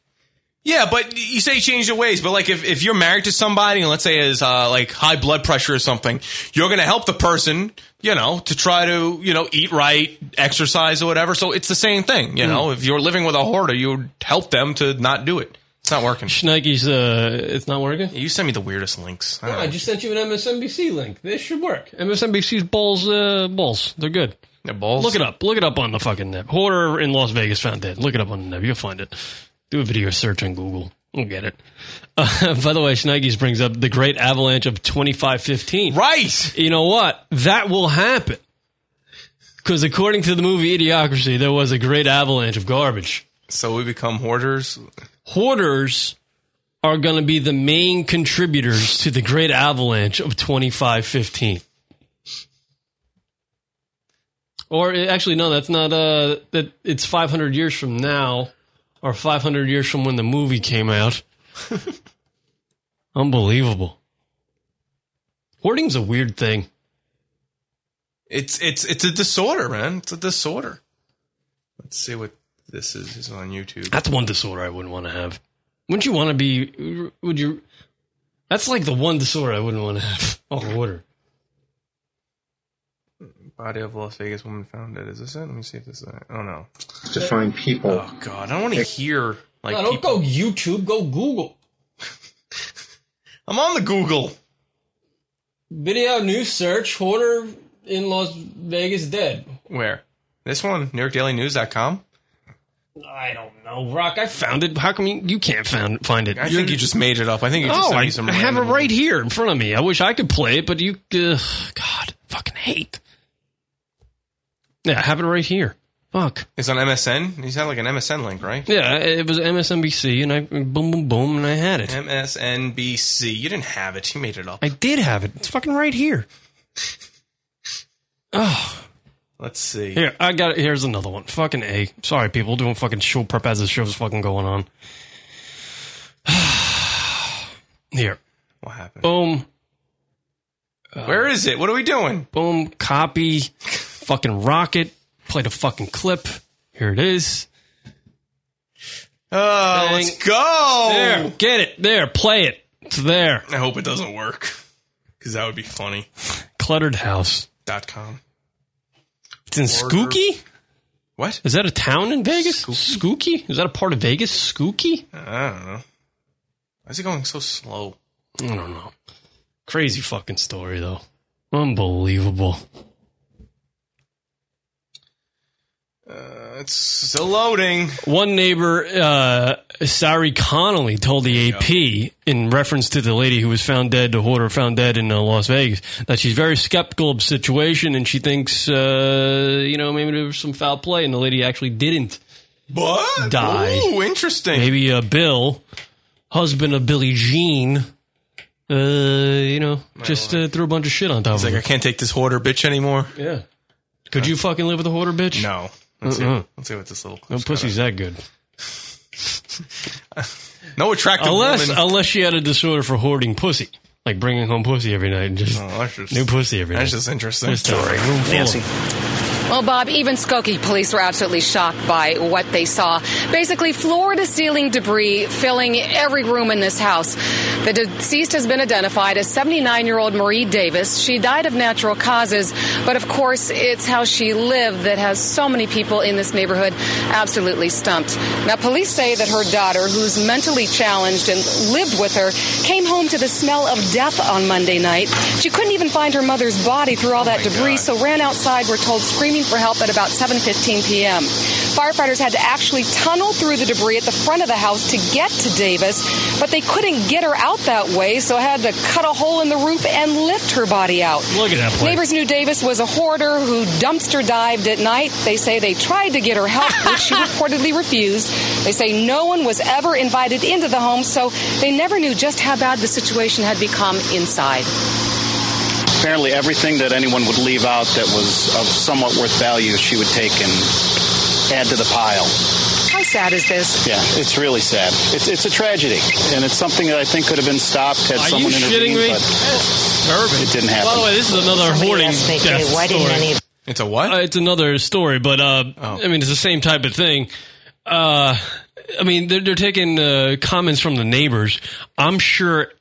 Yeah, but you say change your ways, but like if, if you're married to somebody and let's say is uh, like high blood pressure or something, you're going to help the person, you know, to try to, you know, eat right, exercise or whatever. So it's the same thing, you know.
Mm.
If you're living with a hoarder, you help them to not do it. It's not working.
Schneike's, uh, it's not working.
You send me the weirdest links. I
Yeah,
don't
I
know.
just sent you an MSNBC link. This should work. MSNBC's balls, uh, balls. They're good.
They're balls.
Look it up. Look it up on the fucking net. Hoarder in Las Vegas found dead. Look it up on the net. You'll find it. Do a video search on Google. You'll get it. [laughs] Uh, by the way, Schneigis brings up the great avalanche of 2515.
Right.
You know what? That will happen. Because according to the movie Idiocracy, there was a great avalanche of garbage.
So we become hoarders.
Hoarders are going to be the main contributors to the great avalanche of 2515. Or eh, actually, no, that's not. Uh, that it's 500 years from now, or 500 years from when the movie came out. Unbelievable. Hoarding's a weird thing.
It's it's it's a disorder, man. It's a disorder. Let's see what this is, is on YouTube.
That's one disorder I wouldn't want to have. Wouldn't you want to be? Would you? That's like the one disorder I wouldn't want to have. [laughs] Oh, A hoarder.
Body of Las Vegas woman found dead. Is this it? Let me see if this is it. Oh no.
to find people.
Oh god, I don't want to hear like
No, don't
people.
go YouTube. Go Google.
I'm on the Google.
Video news search: hoarder in Las Vegas dead.
Where? This one, NewYorkDailyNews.com.
I don't know, Oh, Rock. I found it. How come you, you can't found, find it?
I think you just made it up. I think you just
oh,
sent
I,
me some
I have it
random-
right here in front of me. I wish I could play it, but you, ugh, God, fucking hate. Yeah, I have it right here. Fuck.
It's on MSN. You sound like an MSN link, right?
Yeah, it was MSNBC, and I boom, boom, boom, and I had it.
MSNBC. You didn't have it. You made it up.
I did have it. It's fucking right here. Oh,
Let's see.
here I got it. Here's another one. Fucking a. Sorry, people, doing fucking show prep as the show's fucking going on. [sighs] here.
What happened?
Boom. Uh,
Where is it? What are we doing?
Boom. Copy. fucking rocket. Play the fucking clip. Here it is.
Oh, let's go.
There. Get it. There. Play it. It's there.
I hope it doesn't work because that would be funny.
Cluttered house.
Dot com.
It's in Skookie?
What?
Is that a town in Vegas? Skookie? Is that a part of Vegas? Skookie?
I don't know. Why is it going so slow?
I don't know. Crazy fucking story though. Unbelievable.
Uh, it's still loading.
One neighbor, uh, Sari Connolly, told the AP in reference to the lady who was found dead, the hoarder found dead in uh, Las Vegas, that she's very skeptical of the situation and she thinks, uh, you know, maybe there was some foul play and the lady actually didn't
What?
die.
Ooh, interesting.
Maybe uh, Bill, husband of Billie Jean, uh, you know, just uh, threw a bunch of shit on top
He's
of
like,
her.
I can't take this hoarder bitch anymore.
Yeah. Could you fucking live with a hoarder bitch?
No. Let's,
Uh-uh.
see, let's see what this little.
No pussy's that good.
[laughs] No attractive
unless
woman.
unless she had a disorder for hoarding pussy, like bringing home pussy every night and just, new pussy every night.
Oh, that's just interesting.
Just a room full of-
Well, Bob, even Skokie police were absolutely shocked by what they saw. Basically, floor to ceiling debris filling every room in this house. The deceased has been identified as 79 year old Marie Davis. She died of natural causes, but of course, it's how she lived that has so many people in this neighborhood absolutely stumped. Now, police say that her daughter, who's mentally challenged and lived with her, came home to the smell of death on Monday night. She couldn't even find her mother's body through all that debris, so ran outside. We're told screaming for help at about 7:15 p.m. Firefighters had to actually tunnel through the debris at the front of the house to get to Davis, but they couldn't get her out that way, so had to cut a hole in the roof and lift her body out.
Look at that place.
Neighbors knew Davis was a hoarder who dumpster dived at night. They say they tried to get her
[laughs]
help, which she reportedly refused. They say no one was ever invited into the home, so they never knew just how bad the situation had become inside.
Apparently, everything that anyone would leave out that was of somewhat worth value, she would take and add to the pile.
How sad is this?
Yeah, it's really sad. It's, it's a tragedy, and it's something that I think could have been stopped had
Are
someone
you
intervened.
shitting me?
But It didn't happen.
By the way, this is another hoarding death story.
it's a what? Oh.
Uh, it's another story, but uh, I mean, it's the same type of thing. Uh, I mean, they're, they're taking uh, comments from the neighbors. I'm sure.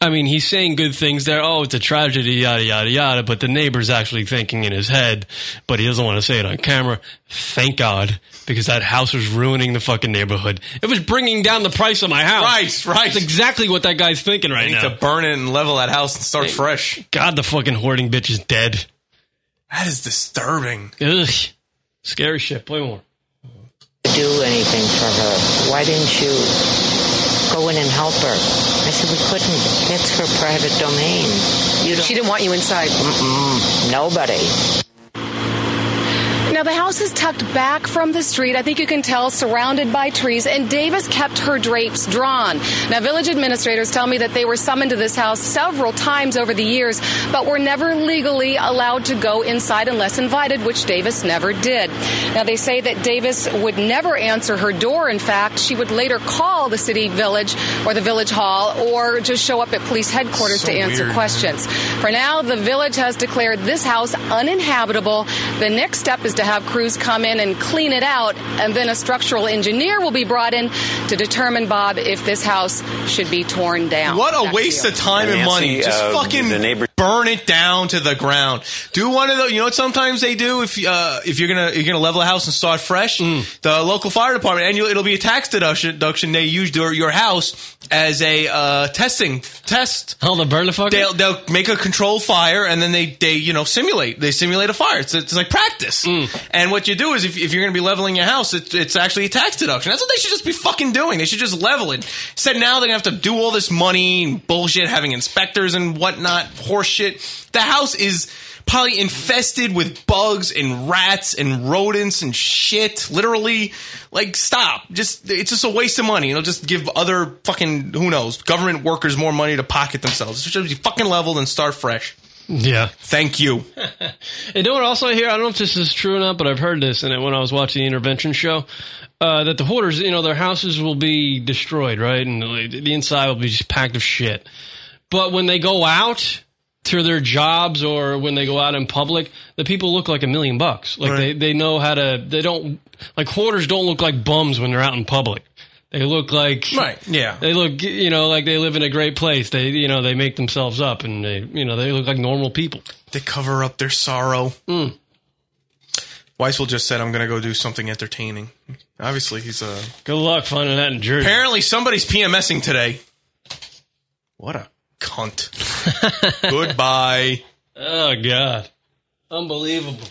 I mean, he's saying good things there. Oh, it's a tragedy, yada yada yada. But the neighbor's actually thinking in his head, but he doesn't want to say it on camera. Thank God, because that house was ruining the fucking neighborhood. It was bringing down the price of my house.
Right, right.
That's exactly what that guy's thinking right
need
now.
to burn it and level that house and start
Hey,
fresh.
God, the fucking hoarding bitch is dead.
That is disturbing.
Ugh, scary shit. Play more.
do anything for her. Why didn't you go in and help her? I said, we couldn't. That's her private domain. You don't-
She didn't want you inside.
Mm-mm, nobody.
Now, the house is tucked back from the street. I think you can tell, surrounded by trees, and Davis kept her drapes drawn. Now, village administrators tell me that they were summoned to this house several times over the years, but were never legally allowed to go inside unless invited, which Davis never did. Now, they say that Davis would never answer her door. In fact, she would later call the city village or the village hall or just show up at police headquarters
So
to answer
weird.
questions questions. For now, the village has declared this house uninhabitable. The next step is to have crews come in and clean it out, and then a structural engineer will be brought in to determine, Bob, if this house should be torn down.
What
Back
a
to
waste
you.
of time and
Nancy,
money. Just
uh,
fucking
the neighbor-
burn it down to the ground. Do one of those. You know what? Sometimes they do. If uh, if you're gonna you're gonna level a house and start fresh, the local fire department and you, it'll be a tax deduction. deduction they use your, your house as a uh, testing test.
Oh, the burn the fucker.
They'll, they'll make a controlled fire and then they they you know simulate they simulate a fire. It's, it's like practice. And what you do is if, if you're gonna be leveling your house, it's it's actually a tax deduction. That's what they should just be fucking doing. They should just level it. Said now they're gonna have to do all this money and bullshit, having inspectors and whatnot, horseshit. The house is probably infested with bugs and rats and rodents and shit. Literally, like stop. Just it's just a waste of money. It'll just give other fucking who knows government workers more money to pocket themselves. It should be fucking leveled and start fresh.
Yeah.
Thank you.
You know what also I hear? I don't know if this is true or not, but I've heard this and when I was watching the intervention show. Uh, that the hoarders, you know, their houses will be destroyed, right? And the the inside will be just packed of shit. But when they go out to their jobs or when they go out in public, the people look like a million bucks. Like they, they know how to, they don't, like hoarders don't look like bums when they're out in public. They look like,
Right, yeah.
They look, you know, like they live in a great place. They, you know, they make themselves up and they, you know, they look like normal people.
They cover up their sorrow. Weisel just said, "I'm going to go do something entertaining." Obviously, he's a
Good luck finding that in Jersey.
Apparently, somebody's PMSing today. What a
[laughs]
cunt. Goodbye.
Oh God, unbelievable!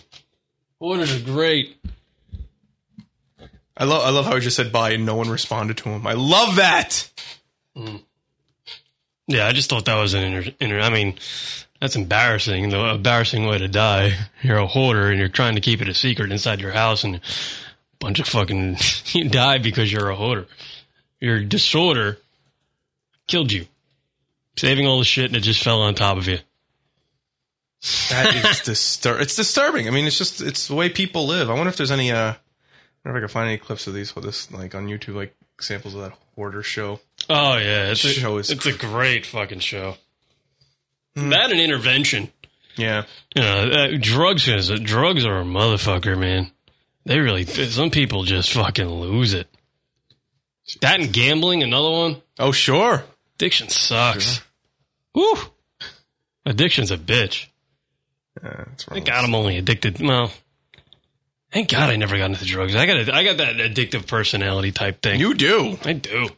Orders are great.
I love I love how he just said bye and no one responded to him. I love that.
Yeah, I just thought that was an inter. inter- I mean, that's embarrassing. The embarrassing way to die. You're a hoarder and you're trying to keep it a secret inside your house, and a bunch of fucking [laughs] you die because you're a hoarder. Your disorder killed you. Saving all the shit that just fell on top of you.
That is distur- It's disturbing. I mean, it's just it's the way people live. I wonder if there's any. uh I wonder if I can find any clips of these. Well, this like on YouTube, like examples of that hoarder show.
Oh yeah, it's a,
Show is
it's a great fucking show. That an intervention.
Yeah,
you know, uh, drugs is drugs are a motherfucker, man. They really some people just fucking lose it. That and gambling, another one.
Oh sure,
addiction sucks. Woo, addiction's a bitch. Thank God I'm only addicted. Well, thank God I never got into drugs. I got a, I got that addictive personality type thing.
You do.
I do.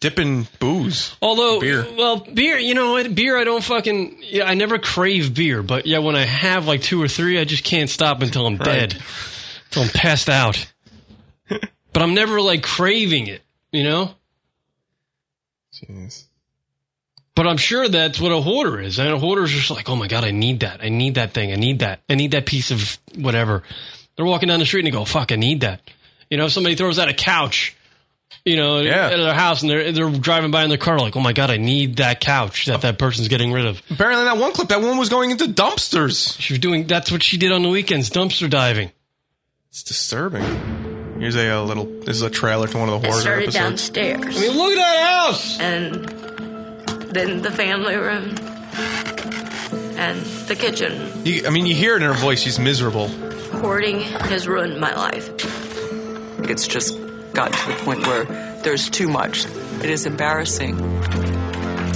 Dipping booze.
Although,
Beer.
well, beer, you know what? Beer, I don't fucking, yeah, I never crave beer, but yeah, when I have like two or three, I just can't stop until I'm dead, until I'm
[laughs]
passed out. but I'm never like craving it, you know?
Jeez.
But I'm sure that's what a hoarder is. And a hoarder is just like, oh my God, I need that. I need that thing. I need that. I need that piece of whatever. They're walking down the street and they go, fuck, I need that. You know, if somebody throws out a couch, you know, at their house and they're, they're driving by in their car like, oh my God, I need that couch that that person's getting rid of.
Apparently, in that one clip, that woman was going into dumpsters.
She was doing, that's what she did on the weekends, dumpster diving.
It's disturbing. Here's a, uh, little. This is a trailer to one of the
I
horror
started
episodes.
downstairs. I
mean, look at that house!
And then the family room and the kitchen.
You, I mean, you hear it in her voice. She's miserable.
Hoarding has ruined my life.
It's just gotten to the point where there's too much. It is embarrassing.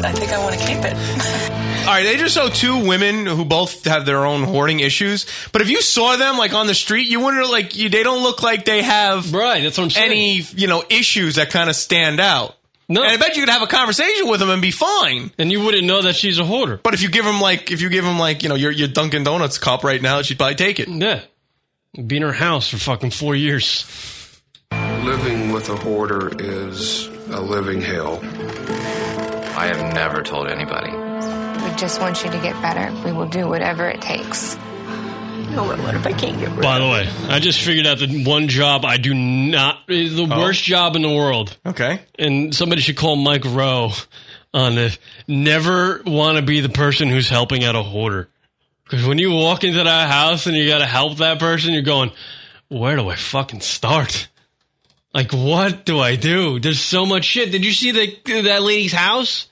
I think I want to keep it.
All right, they just show two women who both have their own hoarding issues. But if you saw them like on the street, you wouldn't like you, they don't look like they have
right. That's what I'm
saying. Any you know issues that kind of stand out. No, and I bet you could have a conversation with them and be fine.
And you wouldn't know that she's a hoarder.
But if you give them like if you give them like you know your your Dunkin' Donuts cup right now, she'd probably take it.
Yeah, be in her house for fucking four years.
Living with a hoarder is a living hell. I have never told anybody.
We just want you to get better. We will do whatever it takes.
No, but what if I can't get rid
By the way, I just figured out the one job I do not is the
Oh.
worst job in the world.
Okay.
And somebody should call Mike Rowe on this. Never want to be the person who's helping out a hoarder. Because when you walk into that house and you got to help that person, you're going, where do I fucking start? Like, what do I do? There's so much shit. Did you see the, that lady's house?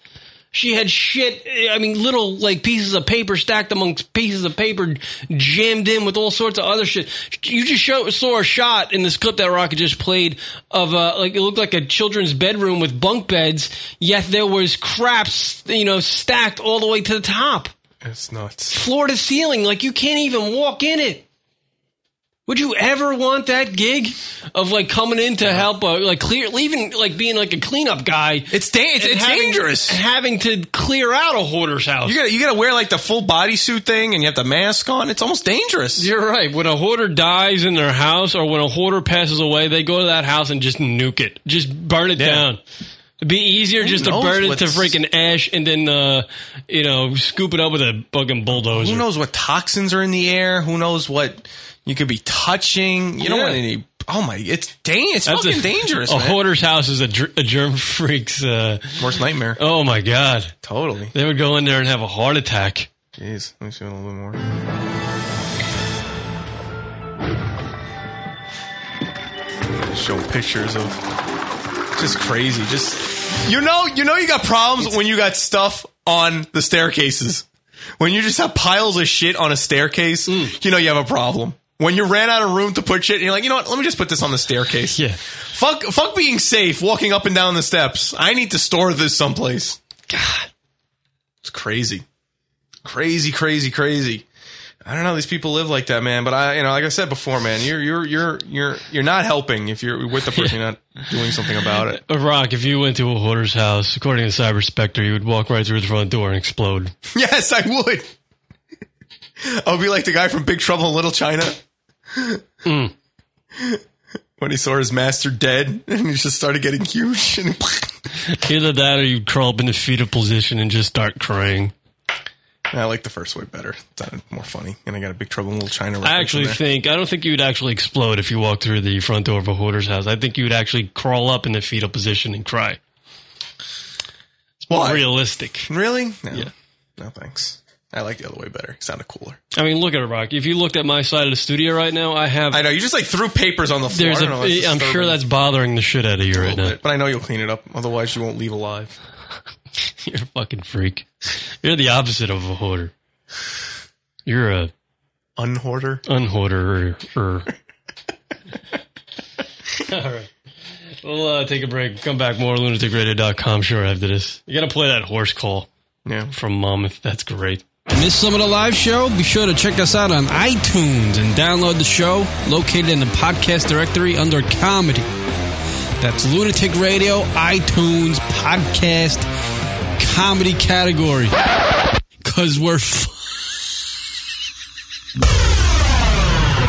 She had shit. I mean, little like pieces of paper stacked amongst pieces of paper, jammed in with all sorts of other shit. You just show, saw a shot in this clip that Rocket just played of uh, like it looked like a children's bedroom with bunk beds. Yet there was craps, you know, stacked all the way to the top,
It's nuts.
floor to ceiling. Like you can't even walk in it. Would you ever want that gig of like coming in to help, uh, like clear, even like being like a cleanup guy?
It's da- it's-
and
it's
having-
dangerous.
having to clear out a hoarder's house.
You gotta you gotta wear like the full bodysuit thing and you have the mask on. It's almost dangerous.
You're right. When a hoarder dies in their house, or when a hoarder passes away, they go to that house and just nuke it, just burn it down. It'd be easier
Who
just to
knows
burn it to
what's-
freaking ash and then, uh, you know, scoop it up with a fucking bulldozer.
Who knows what toxins are in the air? Who knows what you could be touching? You don't
Yeah.
want any. Oh my! It's dang! It's
That's
fucking
a- [laughs] Oh,
dangerous.
A
man.
hoarder's house is a, dr- a germ freak's uh,
worst nightmare.
Oh my god!
Totally.
They would go in there and have a heart attack.
Jeez, let me see a little bit more. Show pictures of just crazy. Just you know, you know, you got problems when you got stuff on the staircases. When you just have piles of shit on a staircase, you know you have a problem. When you ran out of room to put shit, and you're like, you know what? Let me just put this on the staircase.
yeah.
Fuck, fuck being safe, walking up and down the steps. I need to store this someplace. God, it's crazy, crazy, crazy, crazy. I don't know. These people live like that, man. But I, you know, like I said before, man, you're you're you're you're you're not helping if you're with the person. You're not doing something about it.
Uh, Rock, if you went to a hoarder's house, according to Cyber Spectre, you would walk right through the front door and explode.
[laughs]
[laughs]
Yes, I would. [laughs] I would be like the guy from Big Trouble in Little China Mm. [laughs] when he saw his master dead, and he just started getting huge. And [laughs]
Either that or you'd crawl up in a fetal position and just start crying.
I like the first way better. It sounded more funny. And I got a Big Trouble in Little China. reference
I
in
actually
there.
think I don't think you'd actually explode if you walked through the front door of a hoarder's house. I think you would actually crawl up in the fetal position and cry. It's more
Why?
realistic.
Really? No.
Yeah.
No thanks. I like the other way better. It sounded cooler.
I mean, look at it, Rock. If you looked at my side of the studio right now, I have.
I know you just like threw papers on the floor.
There's
I
a,
don't know, it's
I'm sure
disturbing.
that's bothering the shit out of you right now.
But I know you'll clean it up. Otherwise, you won't leave alive.
[laughs] You're a fucking freak. You're the opposite of a hoarder. You're a
unhoarder.
Unhoarder. All right. We'll uh, take a break. Come back more lunaticradio.com. Sure, after this, you got to play that horse call.
Yeah,
from Monmouth. That's great.
Miss some of the live show? Be sure to check us out on iTunes and download the show located in the podcast directory under comedy. That's Lunatic Radio, iTunes, podcast, comedy category. Because we're f-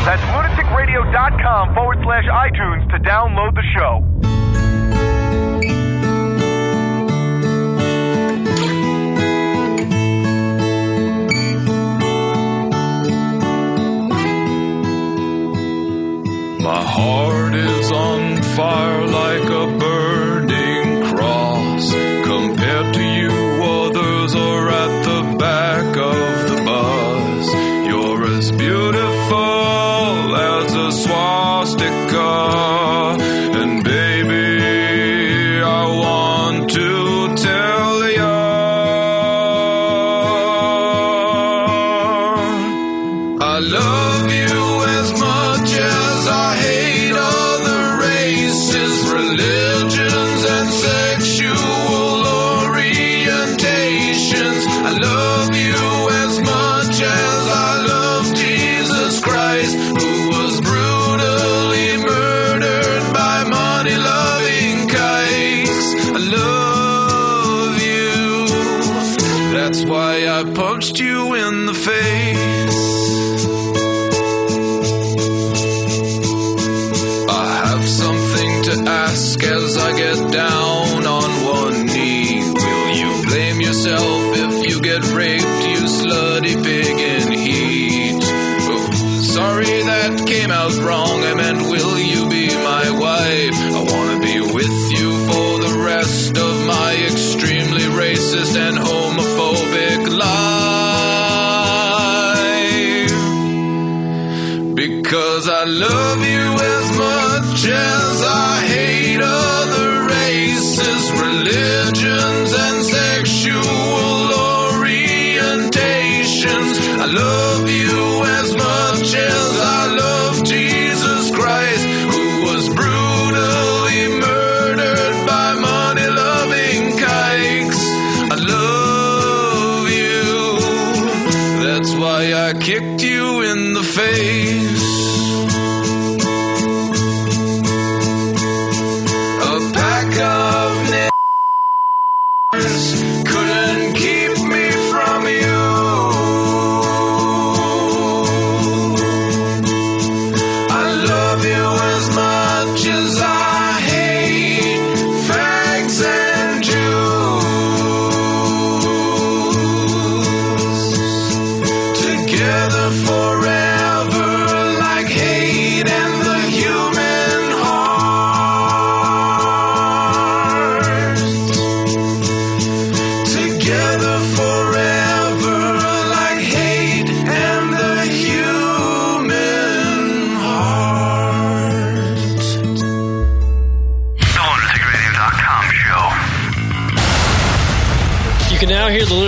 That's lunaticradio.com forward slash iTunes to download the show.
My heart is on fire like a burning cross. Compared to you, others are at the back of the bus. You're as beautiful as a swastika. And baby, I want to tell you. I love you as much as I hate other races, religions, and sexual orientations. I love you as much as I love Jesus Christ, who was brutally murdered by money loving kites. I love you. That's why I punched you in the face. I have something to ask as I get down on one knee. Will you blame yourself if you get raped, you slutty pig in heat? Oh, sorry that came out wrong. I meant, will you be my wife? I wanna be with you for the rest of my extremely racist and homophobic life. Because I love you as much as I hate other races, religions, and sexual orientations. I love you as much as I love Jesus Christ, who was brutally murdered by money loving kikes. I love you. That's why I kicked you in the face. A pack of n- couldn't
can now hear the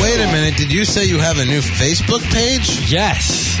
Wait a minute. Did you say you have a new Facebook page?
Yes.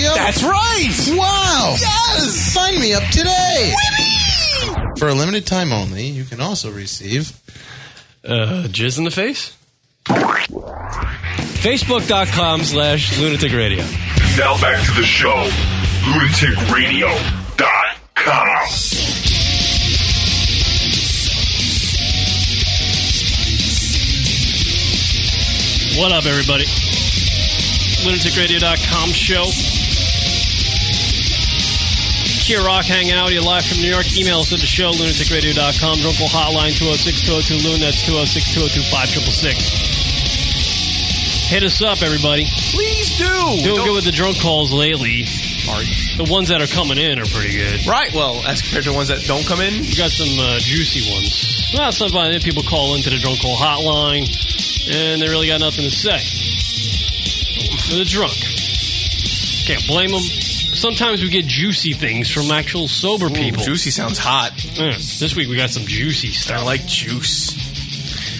That's right.
Wow. Yes. Sign me up today. For a limited time only, you can also receive.
Uh, jizz in the face? Facebook.com slash lunatic radio.
Now back to the show. LunaticRadio.com.
What up, everybody? LunaticRadio.com show. Here, Rock hanging out with you live from New York. Email us at the show, lunaticradio.com. Drunkle hotline 206 202 Loon. oh That's 206 202 5666. Hit us up, everybody.
Please do.
Doing
Don't-
good with the drunk calls lately. The ones that are coming in are pretty good.
Right. Well, as compared to ones that don't come in,
you got some uh, juicy ones. Well, sometimes people call into the drunk call hotline and they really got nothing to say. They're drunk. Can't blame them. Sometimes we get juicy things from actual sober people.
juicy sounds hot.
Yeah, this week we got some juicy stuff. I
like juice.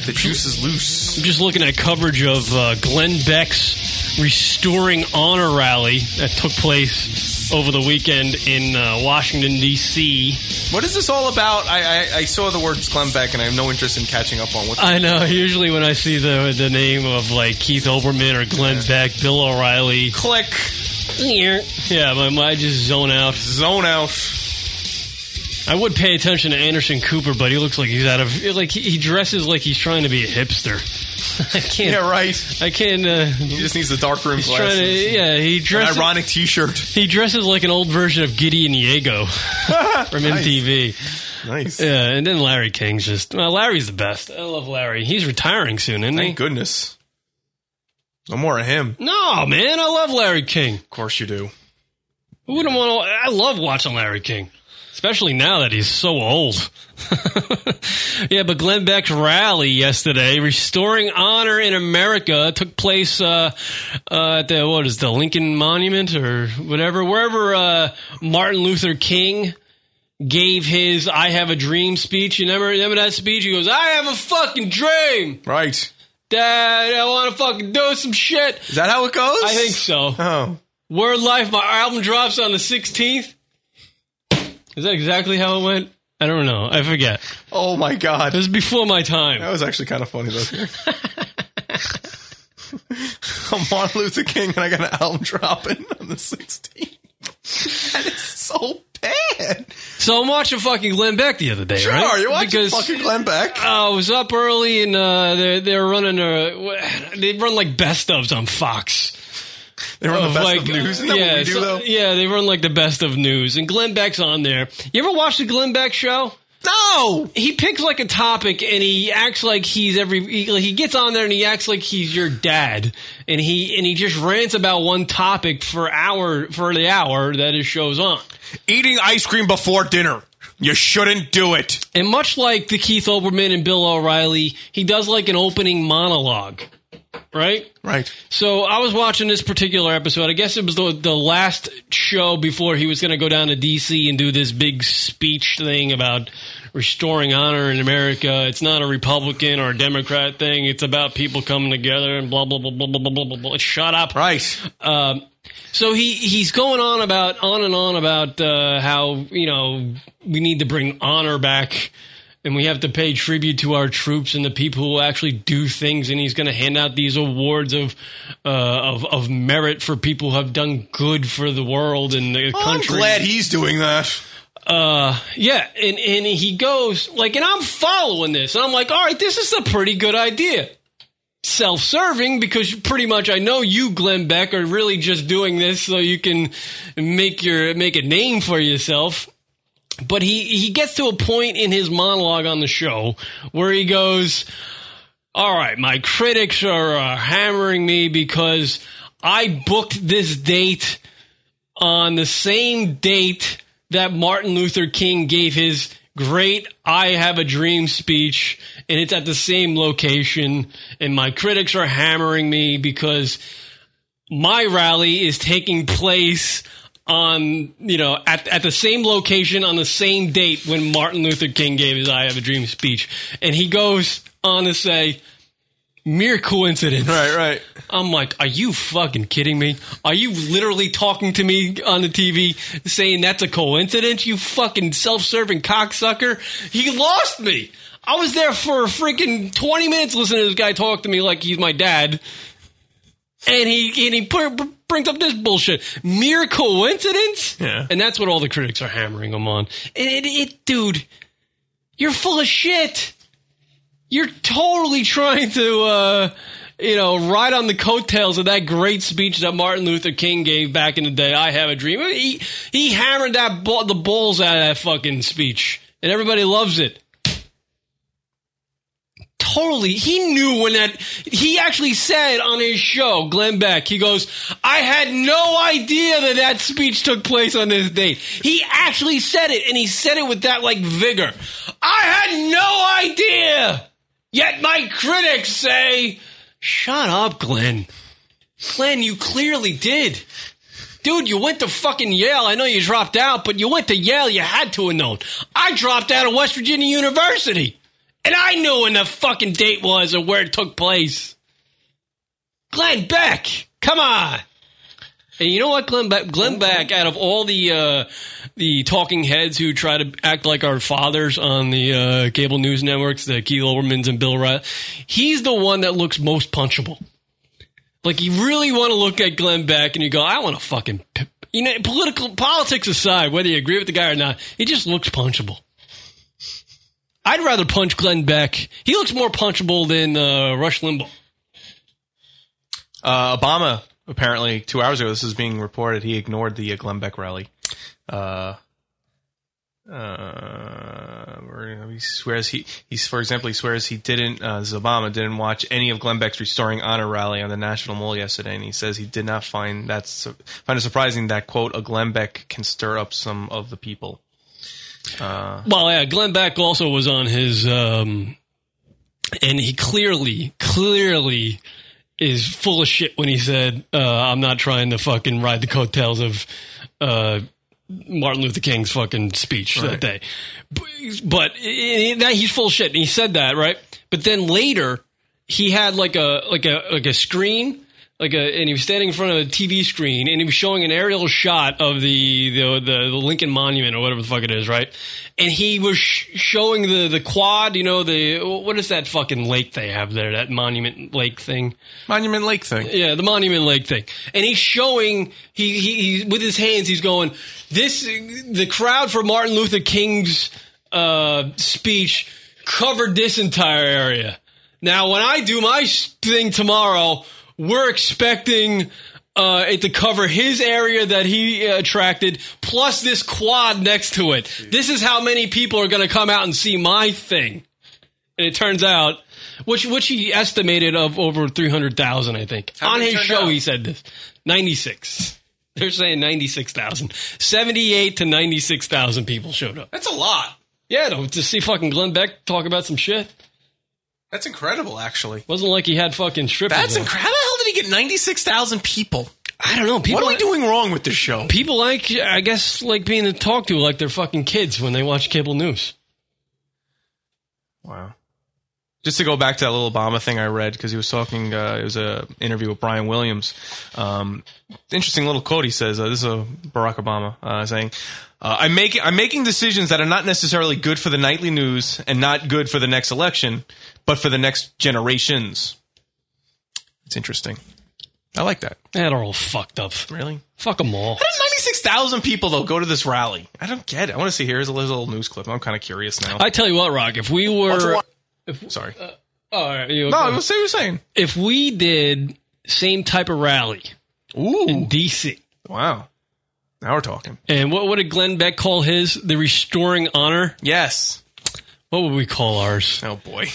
The juice is loose.
I'm just looking at coverage of uh, Glenn Beck's Restoring Honor rally that took place over the weekend in uh, Washington, D.C.
What is this all about? I, I, I saw the words Clem Beck, and I have no interest in catching up on what.
I know. [laughs] Usually, when I see the the name of like Keith Olbermann or Glenn Beck, Bill O'Reilly,
click.
Yeah, my my just zone out.
Zone out.
I would pay attention to Anderson Cooper, but he looks like he's out of like he, he dresses like he's trying to be a hipster. I can't.
Yeah, right.
I can't. Uh, he
just needs the dark room
He's
glasses.
trying to. Yeah, he
An
dresses.
ironic T-shirt.
[laughs] He dresses like an old version of
[laughs]
Gideon Yego from
Nice.
MTV.
Nice.
Yeah, and then Larry King's just. Well, Larry's the best. I love Larry. He's retiring soon, isn't he?
Thank goodness. No more of him.
No, man. I love Larry King. Of
course you do.
Who wouldn't want to? I love watching Larry King, especially now that he's so old. yeah, but Glenn Beck's rally yesterday, restoring honor in America, took place uh, uh, at the what is the Lincoln Monument or whatever, wherever uh, Martin Luther King gave his "I Have a Dream" speech. You remember, remember that speech? He goes, "I have a fucking dream."
Right.
Dad, I want to fucking do some shit.
Is that how it goes?
I think so.
Oh.
Word Life, my album drops on the 16th. Is that exactly how it went? I don't know. I forget.
Oh my god. It
was before my time.
That was actually kind of funny
[laughs]
though. I'm Martin Luther King, and I got an album dropping on the 16th. That is so bad.
So I'm watching fucking Glenn Beck the other day,
Sure,
right?
you're watching
Because,
fucking Glenn Beck.
uh, I was up early and uh, they they were running a they run like best ofs on Fox.
They run the
Of,
best of news? Isn't that what
yeah,
we do,
so-
though?
yeah, they run like the best of news, and Glenn Beck's on there. You ever watch the Glenn Beck show?
No.
He picks like a topic and he acts like he's every. He, like, he gets on there and he acts like he's your dad, and he and he just rants about one topic for hour for the hour that his show's on.
Eating ice cream before dinner. You shouldn't do it.
And much like the Keith Olbermann and Bill O'Reilly, he does like an opening monologue, right?
Right.
So I was watching this particular episode. I guess it was the, the last show before he was going to go down to D.C. and do this big speech thing about restoring honor in America. It's not a Republican or a Democrat thing. It's about people coming together and blah blah blah blah blah blah blah blah. Shut up.
Right.
Um, so he he's going on about on and on about uh, how you know we need to bring honor back and we have to pay tribute to our troops and the people who actually do things. And he's going to hand out these awards of, uh, of of merit for people who have done good for the world and the
I'm
country.
glad he's doing that.
Uh, yeah, and and he goes like, and I'm following this, and I'm like, all right, this is a pretty good idea. Self-serving because pretty much I know you, Glenn Beck, are really just doing this so you can make your make a name for yourself. But he he gets to a point in his monologue on the show where he goes, all right, my critics are uh, hammering me because I booked this date on the same date that Martin Luther King gave his great I Have a Dream speech, and it's at the same location. And my critics are hammering me because my rally is taking place on you know at, at the same location on the same date when martin luther king gave his i have a dream speech and he goes on to say mere coincidence right
right
i'm like are you fucking kidding me are you literally talking to me on the tv saying that's a coincidence you fucking self-serving cocksucker he lost me i was there for a freaking 20 minutes listening to this guy talk to me like he's my dad and he and he put, brings up this bullshit. Mere coincidence. Yeah. And that's what all the critics are hammering him on. And it, it, dude, you're full of shit. You're totally trying to, uh, you know, ride on the coattails of that great speech that Martin Luther King gave back in the day. I have a dream. He he hammered that ball, the balls out of that fucking speech, and everybody loves it totally he knew when that he actually said on his show glenn beck he goes i had no idea that that speech took place on this date he actually said it and he said it with that like vigor i had no idea yet my critics say shut up glenn glenn you clearly did Dude, you went to fucking Yale. I know you dropped out, but you went to Yale. You had to have known. I dropped out of West Virginia University. And I knew when the fucking date was and where it took place. Glenn Beck, come on. And you know what, Glenn Beck? Glenn Beck, out of all the uh, the talking heads who try to act like our fathers on the uh, cable news networks, the Keith Olbermans and Bill Riley, he's the one that looks most punchable. Like you really want to look at Glenn Beck and you go, I want to fucking, p-" you know, political politics aside, whether you agree with the guy or not, he just looks punchable. I'd rather punch Glenn Beck. He looks more punchable than uh, Rush Limbaugh.
Uh, Obama apparently two hours ago. This is being reported. He ignored the uh, Glenn Beck rally. Uh, uh, where he swears he he's for example he swears he didn't uh, Obama didn't watch any of Glenn Beck's restoring honor rally on the National Mall yesterday, and he says he did not find that su- find it surprising that quote a Glenn Beck can stir up some of the people. Uh,
Well, yeah, Glenn Beck also was on his, um, and he clearly, clearly is full of shit when he said, uh, "I'm not trying to fucking ride the coattails of uh, Martin Luther King's fucking speech that
Right.
day." But, but i- i- that he's full of shit, and he said that right. But then later, he had like a like a like a screen. Like a, and he was standing in front of a TV screen, and he was showing an aerial shot of the the, the, the Lincoln Monument or whatever the fuck it is, right? And he was sh- showing the the quad, you know, the what is that fucking lake they have there? That Monument Lake thing.
Monument Lake thing.
Yeah, the Monument Lake thing. And he's showing he, he, he with his hands. He's going this. The crowd for Martin Luther King's uh, speech covered this entire area. Now, when I do my s- thing tomorrow, we're expecting. Uh, it to cover his area that he uh, attracted, plus this quad next to it. This is how many people are going to come out and see my thing. And it turns out, which which he estimated of over three hundred thousand, I think.
How
On
many
his
turned
show,
out?
he said this ninety six. They're saying ninety six thousand. Seventy eight to ninety six thousand people showed up.
That's a lot.
Yeah, to, to see fucking Glenn Beck talk about some shit.
That's incredible, actually.
Wasn't like he had fucking strippers.
That's
there.
incredible. How the hell did he get ninety six thousand people?
I don't know. People
what are we doing wrong with this show?
People like, I guess, like being talked to like they're fucking kids when they watch cable news.
Wow. Just to go back to that little Obama thing I read because he was talking. Uh, it was a interview with Brian Williams. Um, interesting little quote he says. Uh, this is a Barack Obama uh, saying, uh, "I'm making I'm making decisions that are not necessarily good for the nightly news and not good for the next election, but for the next generations." It's interesting. I like that.
That are all fucked up.
Really?
Fuck them all.
How did 96,000 people, though, go to this rally? I don't get it. I want to see here's a little news clip. I'm kind of curious now.
I tell you what, Rock. If we
Watch
were,
what- Sorry.
all right, you
No,
okay?
let's see what you're saying.
If we did same type of rally,
ooh,
in DC.
Wow. Now we're talking.
And what, what did Glenn Beck call his? The restoring honor.
Yes.
What would we call ours?
Oh boy.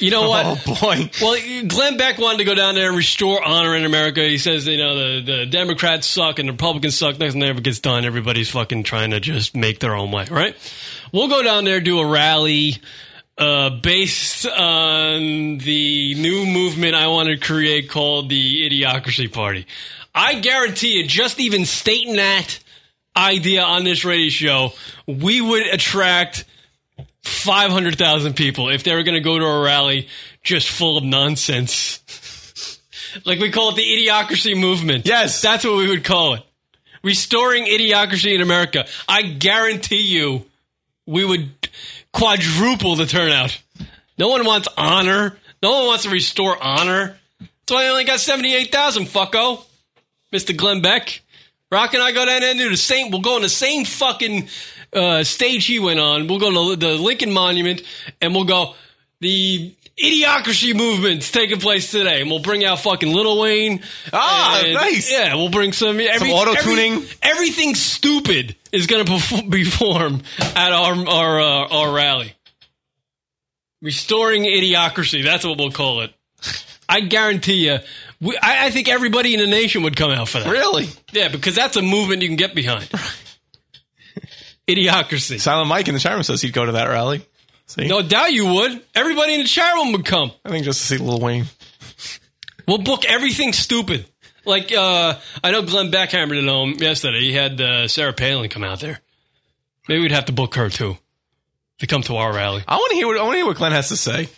You know
[laughs]
what?
Oh, boy.
Well, Glenn Beck wanted to go down there and restore honor in America. He says, you know, the, the Democrats suck and the Republicans suck. Nothing ever gets done. Everybody's fucking trying to just make their own way, right? We'll go down there, do a rally uh, based on the new movement I want to create called the Idiocracy Party. I guarantee you, just even stating that idea on this radio show, we would attract – 500,000 people if they were going to go to a rally just full of nonsense. [laughs] like we call it the idiocracy movement.
Yes.
That's what we would call it. Restoring idiocracy in America. I guarantee you we would quadruple the turnout. No one wants honor. No one wants to restore honor. That's why I only got 78,000, fucko. Mr. Glenn Beck. Rock and I go down there and do the same. We'll go on the same fucking uh, stage he went on. We'll go to the Lincoln Monument and we'll go, the idiocracy movement's taking place today. And we'll bring out fucking Little Wayne.
Ah,
And,
nice.
Yeah, we'll bring some, every,
auto-tuning.
every- everything stupid is going to [laughs] perf- perform at our, our, uh, our rally. Restoring idiocracy. That's what we'll call it. I guarantee you, we, I, I think everybody in the nation would come out for that.
Really?
Yeah, because that's a movement you can get behind. Idiocracy.
Silent Mike in the chat room says he'd go to that rally. See?
No doubt you would. Everybody in the chat room would come.
I think just to see Lil Wayne.
We'll book everything stupid. Like, uh, I know Glenn Beck hammered it home yesterday. He had uh, Sarah Palin come out there. Maybe we'd have to book her too to come to our rally.
I want to hear what I want to hear what Glenn has to say.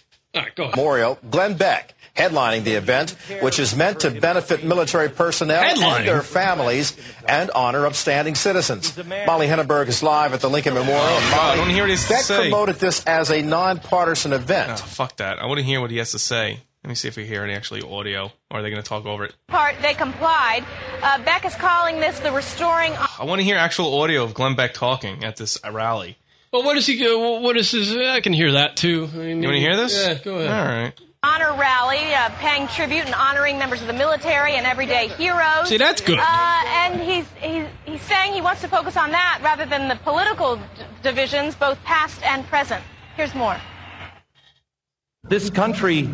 Memorial, Glenn Beck, headlining the event, which is meant to benefit military personnel
Headlining?
and their families and honor upstanding citizens. Molly Hennenberg is live at the Lincoln Memorial.
I wanna hear what he has to
Beck
say.
promoted this as a nonpartisan event.
Fuck that. I want to hear what he has to say. Let me see if we hear any actually audio. Or are they going to talk over it?
part, they complied. Uh, Beck is calling this the restoring.
I want to hear actual audio of Glenn Beck talking at this rally.
Well, what is he? uh, What is his? I can hear that too. I mean,
You want to hear this?
Yeah, go ahead.
All right.
Honor rally, uh, paying tribute and honoring members of the military and everyday heroes.
See, that's good.
Uh, and he's, he's he's saying he wants to focus on that rather than the political d- divisions, both past and present. Here's more.
This country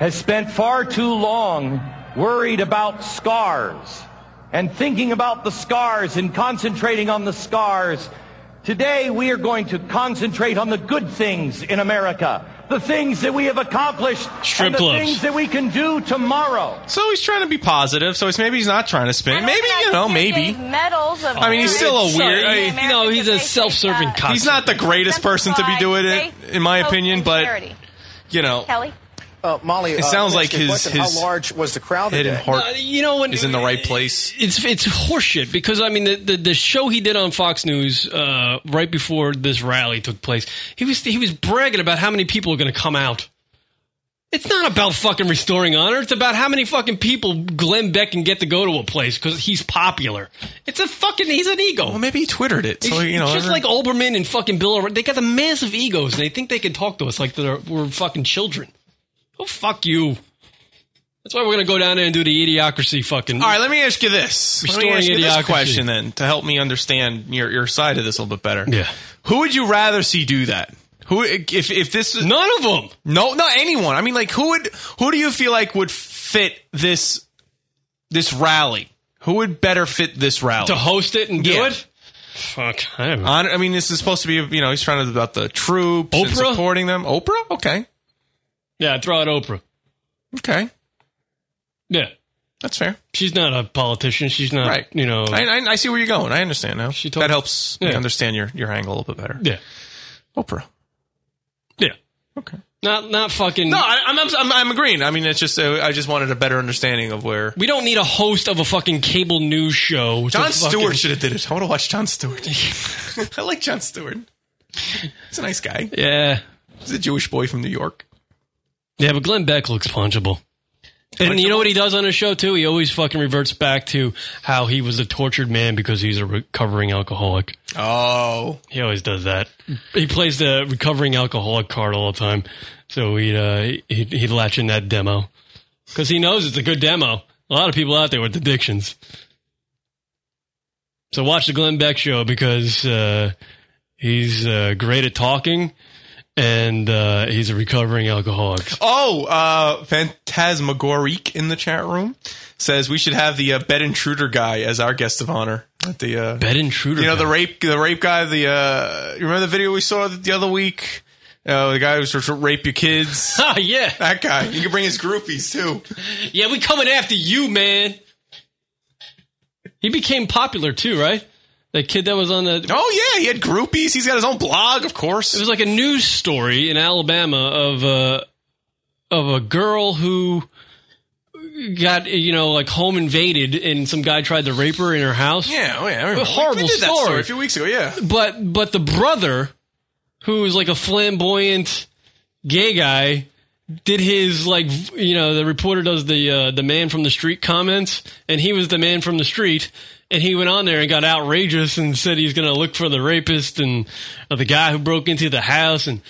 has spent far too long worried about scars and thinking about the scars and concentrating on the scars. Today we are going to concentrate on the good things in America, the things that we have accomplished,
Strip
and the
clubs.
things that we can do tomorrow.
So he's trying to be positive. So he's maybe he's not trying to spin. Maybe you know, maybe.
Medals of.
I mean, he's still a
American
weird.
American
I-
American
self-serving cock.
He's not the greatest person to be doing it, in my
hope,
opinion.
Oh, and
But
charity.
you know,
Kelly.
Uh, Molly,
It
uh,
sounds
let me
like
ask
his-
you a question.
his
how large was the crowd
head and
today?
heart
Uh, you know when
is in the right place.
it's it's horseshit because I mean the, the, the show he did on Fox News uh, right before this rally took place, he was he was bragging about how many people are going to come out. It's not about fucking restoring honor. It's about how many fucking people Glenn Beck can get to go to a place because he's popular. It's a fucking he's an ego. Well,
maybe he twittered it.
So,
you know,
just like Olbermann and fucking Bill, O'Reilly, they got the massive egos and they think they can talk to us like they're, we're fucking children. Oh fuck you. That's why we're gonna go down there and do the idiocracy fucking.
All right, let me ask you this. Let me
Restoring
ask you
idiocracy.
this question then to help me understand your, your side of this a little bit better.
Yeah.
Who would you rather see do that? Who if if this
none of them?
No, not anyone. I mean, like who would who do you feel like would fit this this rally? Who would better fit this rally
to host it and do
Yeah.
it. Fuck, I don't know.
Hon- I mean, this is supposed to be you know he's trying to about the troops and
Oprah?
supporting them. Oprah, okay,
Yeah, throw out Oprah.
okay,
Yeah,
that's fair.
She's not a politician. She's not.
Right.
You know.
I, I, I see where you're going. I understand now. that helps me
Yeah.
understand your your angle a little bit better.
Yeah.
Oprah.
Yeah.
Okay.
Not not fucking.
No, I, I'm, I'm I'm agreeing. I mean, it's just uh, I just wanted a better understanding of where [laughs]
We don't need a host of a fucking cable news show. to
John
fucking-
Stewart should have did it. I want to watch John Stewart. I like John Stewart. He's a nice guy.
[laughs] Yeah,
he's a Jewish boy from New York.
Yeah, but Glenn Beck looks punchable. And you know what he does on his show too? He always fucking reverts back to how he was a tortured man because he's a recovering alcoholic.
Oh,
he always does that. He plays the recovering alcoholic card all the time. So he'd uh, he'd, he'd latch in that demo because he knows it's a good demo. A lot of people out there with addictions. So watch the Glenn Beck show because uh, he's uh, great at talking, and uh, he's a recovering alcoholic.
Oh, uh, Phantasmagoric in the chat room says we should have the uh, bed intruder guy as our guest of honor. At the uh,
bed intruder,
you know the rape, the rape guy. The uh, you remember the video we saw the other week? Uh, the guy who's supposed to rape your kids.
[laughs] Ah, yeah,
that guy. You can bring his groupies too.
Yeah, we coming after you, man. He became popular too, right? That kid that was on the
Oh yeah, he had groupies. He's got his own blog, of course.
It was like a news story in Alabama of a of a girl who got you know like home invaded and some guy tried to rape her in her house.
Yeah, oh yeah, I remember.
A horrible
we did that
story.
a few weeks ago. Yeah,
But but the brother, who's like a flamboyant gay guy, did his like v- you know the reporter does the uh, the man from the street comments, and he was the man from the street, and he went on there and got outrageous and said he's going to look for the rapist and uh, the guy who broke into the house and.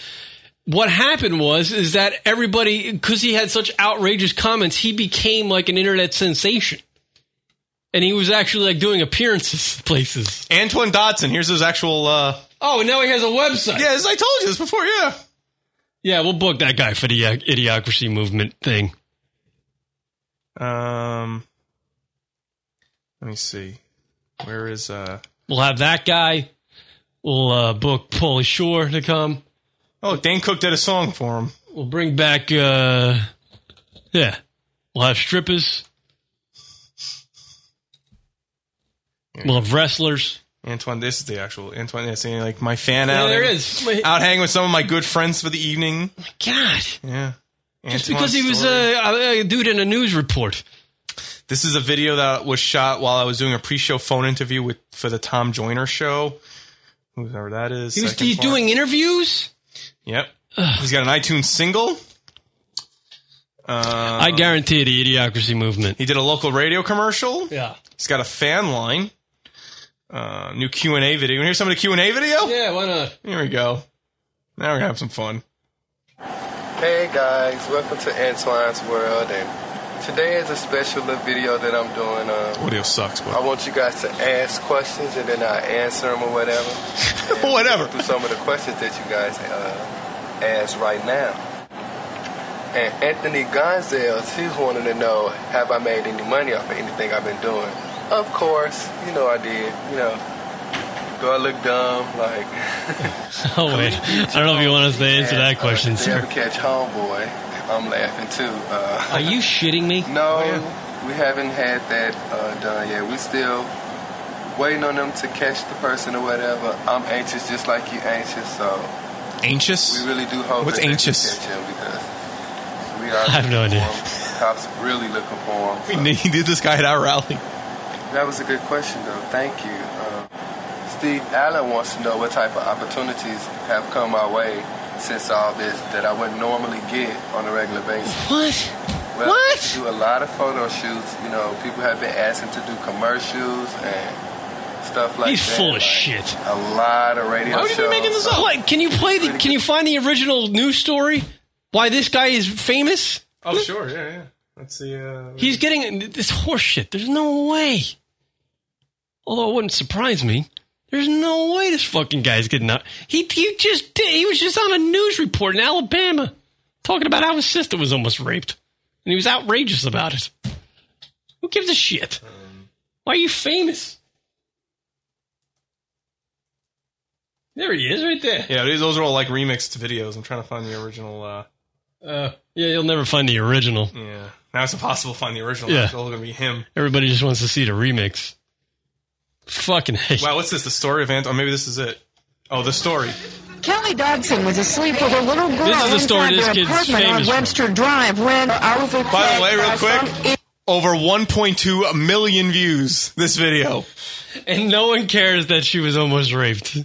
What happened was is that everybody because he had such outrageous comments, he became like an internet sensation. And he was actually like doing appearances places.
Antoine Dodson. Here's his actual. Uh,
oh, now he has a website.
Yeah, as I told you this before. Yeah,
Yeah, we'll book that guy for the uh, idiocracy movement thing.
Um, let me see. Where is uh?
We'll have that guy. We'll uh, book Paulie Shore to come.
Oh, Dan Cook did a song for him.
We'll bring back. uh Yeah, we'll have strippers. [laughs] We'll have wrestlers.
Antoine, this is the actual Antoine. That's in, like my fan
Yeah,
out.
there is. Wait.
out hanging with some of my good friends for the evening.
God,
yeah. Antoine's
just because he was
story.
a, a dude in a news report.
This is a video that was shot while I was doing a pre-show phone interview with for the Tom Joyner show. Whoever that is.
He was
second
he's
part.
doing interviews.
Yep. He's got an iTunes single. Uh,
I guarantee the idiocracy movement.
He did a local radio commercial.
Yeah.
He's got a fan line. Uh, new Q and A video. You want to hear some of the Q and A video?
Yeah, why not?
Here we go. Now we're gonna have some fun.
Hey guys, welcome to Antoine's World, and today is a special little video that I'm doing. Um,
Audio sucks, but
I want you guys to ask questions, and then I answer them or whatever. And
whatever.
Through some of the questions that you guys uh, ask right now. And Anthony Gonzalez, he's wanting to know, have I made any money off of anything I've been doing? Of course, you know I did. You know, do I look dumb? Like. [laughs]
Oh wait, I don't know if you want us to answer that question,
Did you ever
sir.
catch Homeboy? I'm laughing too. Uh,
Are you shitting me?
No,
Oh,
we haven't had that uh, done yet. We still waiting on them to catch the person or whatever. I'm anxious, just like you anxious. So
Anxious?
We really do hope.
What's
that they do
anxious?
catch him because we are.
I have no
looking
idea.
for him. Cops really looking for him.
we needed this guy at our rally.
That was a good question, though. Thank you. Uh, Steve Allen wants to know what type of opportunities have come my way since all this that I wouldn't normally get on a regular basis.
What?
Well, I Do a lot of photo shoots. You know, people have been asking to do commercials and stuff like
He's
that.
full of
like,
shit.
A lot of radio
Why would you
shows.
be making this up? Play- can you play the? Can you find the original news story? Why this guy is famous?
Oh sure, yeah, yeah. Let's see. Uh,
He's getting this horseshit. There's no way. Although it wouldn't surprise me. There's no way this fucking guy's getting out. He he just did, he was just on a news report in Alabama talking about how his sister was almost raped, and he was outrageous about it. Who gives a shit? Why are you famous? There he is, right there.
Yeah, these- those are all like remixed videos. I'm trying to find the original. Uh,
Uh, yeah, you'll never find the original.
yeah, now it's impossible to find the original.
Yeah.
It's all gonna be him.
Everybody just wants to see the remix. Fucking hate.
Wow, what's this? The story of Antoine? Maybe this is it. Oh, the story.
Kelly Dodson was asleep with a little girl
This is the story
inside
this
their
kid's
apartment
famous
on
for.
Webster Drive when overfed
By the way, real
by some
quick, over 1.2 million views this video.
And no one cares that she was almost raped.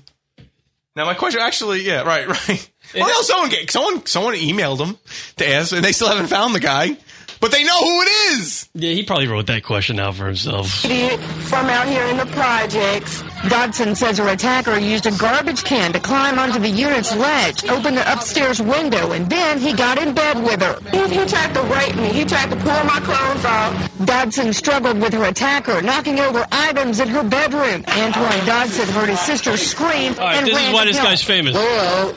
Now my question, actually, yeah, right, [laughs] right. Well, no, someone get someone someone emailed them to ask, and they still haven't found the guy, but they know who it is.
Yeah, he probably wrote that question out for himself.
idiot from out here in the projects. Dodson says her attacker used a garbage can to climb onto the unit's ledge, opened the upstairs window, and then he got in bed with her. He, he tried to rape me. He tried to pull my clothes off. Dodson struggled with her attacker, knocking over items in her bedroom. Antoine Dodson heard his sister scream
All right,
and
this is
ran
why
to
this
help.
guy's famous.
Well,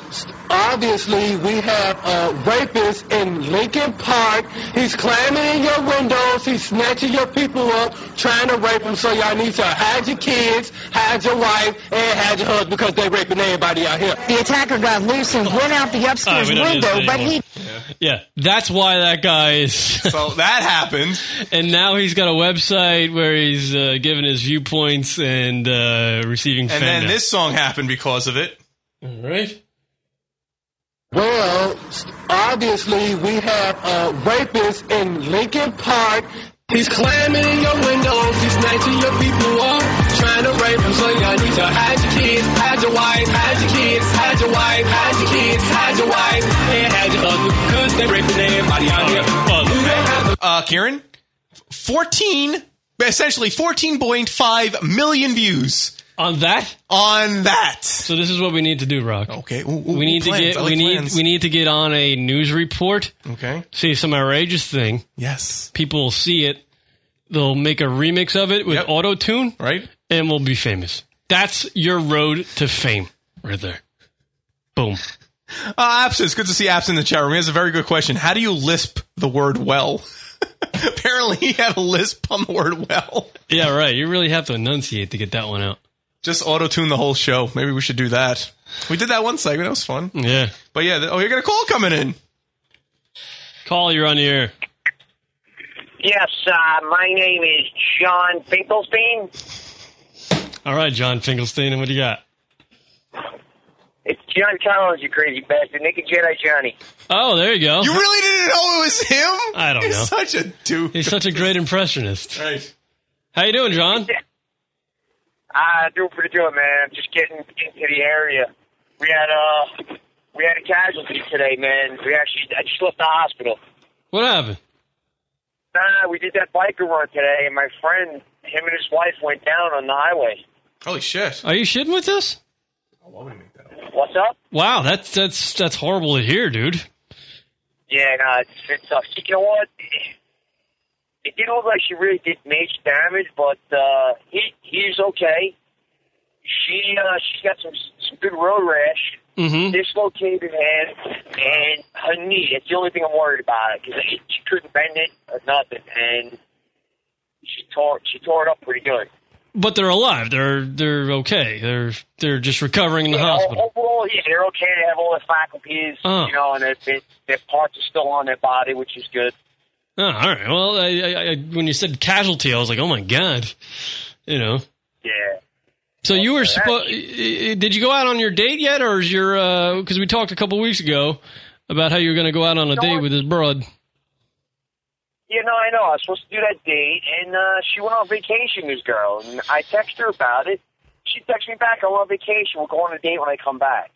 obviously, we have a rapist in Lincoln Park. He's climbing in your windows. He's snatching your people up, trying to rape them. So y'all need to hide your kids, hide your wife, and hide your husband because they raping everybody out here.
The attacker got loose and went out the upstairs
All right, we don't do this
window, but he
anymore. Yeah, that's why that guy
[laughs]
is. so
that happened,
and now he's got a website where he's uh, giving his viewpoints and uh, receiving.
and then this song happened because of it.
All right.
Well, obviously, we have a rapist in Lincoln Park. He's climbing in your windows, he's snatching your people up, trying to rape them. So y'all need to hide your kids, hide your wife, hide your kids, hide your wife, hide your kids, hide your wife, and hide your husband, cause they raping everybody out here.
Uh, Kieran, fourteen, essentially fourteen point five million views
on that.
On that. So
this is what we need to do, Rock.
Okay.
we need to get. we need. We need to get on a news report.
Okay.
See some outrageous thing.
Yes.
People will see it. They'll make a remix of it with auto tune.
Right.
And we'll be famous. That's your road to fame, right there. Boom.
Uh, Abs, it's good to see Abs in the chat room. He has a very good question. How do you lisp the word well? [laughs] Apparently, he had a lisp on the word well.
Yeah, right. You really have to enunciate to get that one out.
Just auto tune the whole show. Maybe we should do that. We did that one segment. That was fun.
Yeah.
But yeah, th- oh, you got a call coming in.
Call, you're on the air.
Yes, uh, my name is John Finkelstein.
All right, John Finkelstein, and what do you got?
It's John Collins, you crazy bastard. Nick and Jedi Johnny.
Oh, there you go.
You
really didn't know it was him?
[laughs] I don't
He's
know.
Such a dude.
He's such a great impressionist.
Right.
How you doing, John?
Uh, doing pretty good, man. Just getting into the area. We had uh, we had a casualty today, man. We actually, I just left the hospital.
What happened?
Nah, we did that biker run today, and my friend, him and his wife went down on the highway.
Holy shit!
Are you shitting with us?
What's up?
Wow, that's that's that's horrible to hear, dude.
Yeah, no, it's, it's tough. You know what? It didn't look like she really did major damage, but uh, he he's okay. She uh, she's got some some good road rash,
Mm-hmm.
dislocated hand, and her knee. That's the only thing I'm worried about because she couldn't bend it or nothing, and she tore she tore it up pretty good.
But they're alive. They're they're okay. They're they're just recovering in the
Yeah,
hospital.
Overall, yeah, they're okay. They have all their faculties,
Oh.
you know, and their- their their parts are still on their body, which is good.
Oh, all right. Well, I, I, I, when you said casualty, I was like, oh my god, you know.
Yeah.
So you were supposed? Did you go out on your date yet, or is your? Because we talked a couple weeks ago about how you were going to go out on a date with this broad.
Yeah, no, I know. I was supposed to do that date, and uh, she went on vacation, this girl. And I text her about it. She texts me back, I'm on vacation. We'll go on a date when I come back.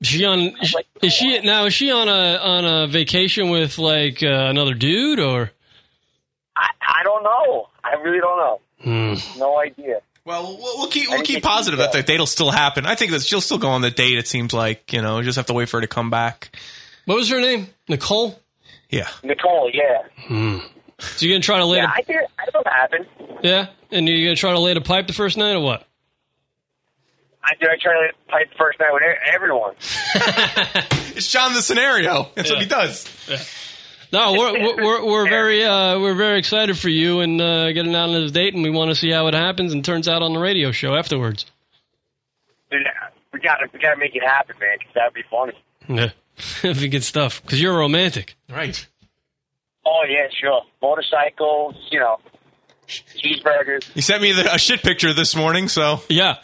Is She on? Is she now? Is she on a on a vacation with like uh, another dude or?
I, I don't know. I really don't know.
Hmm.
No idea.
Well, we'll, we'll keep we'll keep Positive that the date'll still happen. I think that she'll still go on the date. It seems like you know, just have to wait for her to come back.
What was her name? Nicole.
Yeah.
Nicole, yeah.
Hmm. So you gonna try to lay?
Yeah, I think I don't happen.
the, yeah. And you gonna try to lay the pipe the first night or what?
I did. I tried to pipe first night with e- everyone.
It's John the scenario. That's what he does.
No, we're we're we're, we're very uh, we're very excited for you and uh, getting out on this date, and we want to see how it happens and turns out on the radio show afterwards.
Dude, we got to we got to make it happen, man, 'cause that'd be funny.
[laughs] Yeah, that'd be good stuff. Because you're romantic.
Right.
Oh yeah, sure. Motorcycles, you know, cheeseburgers.
He sent me the, a shit picture this morning. So
yeah,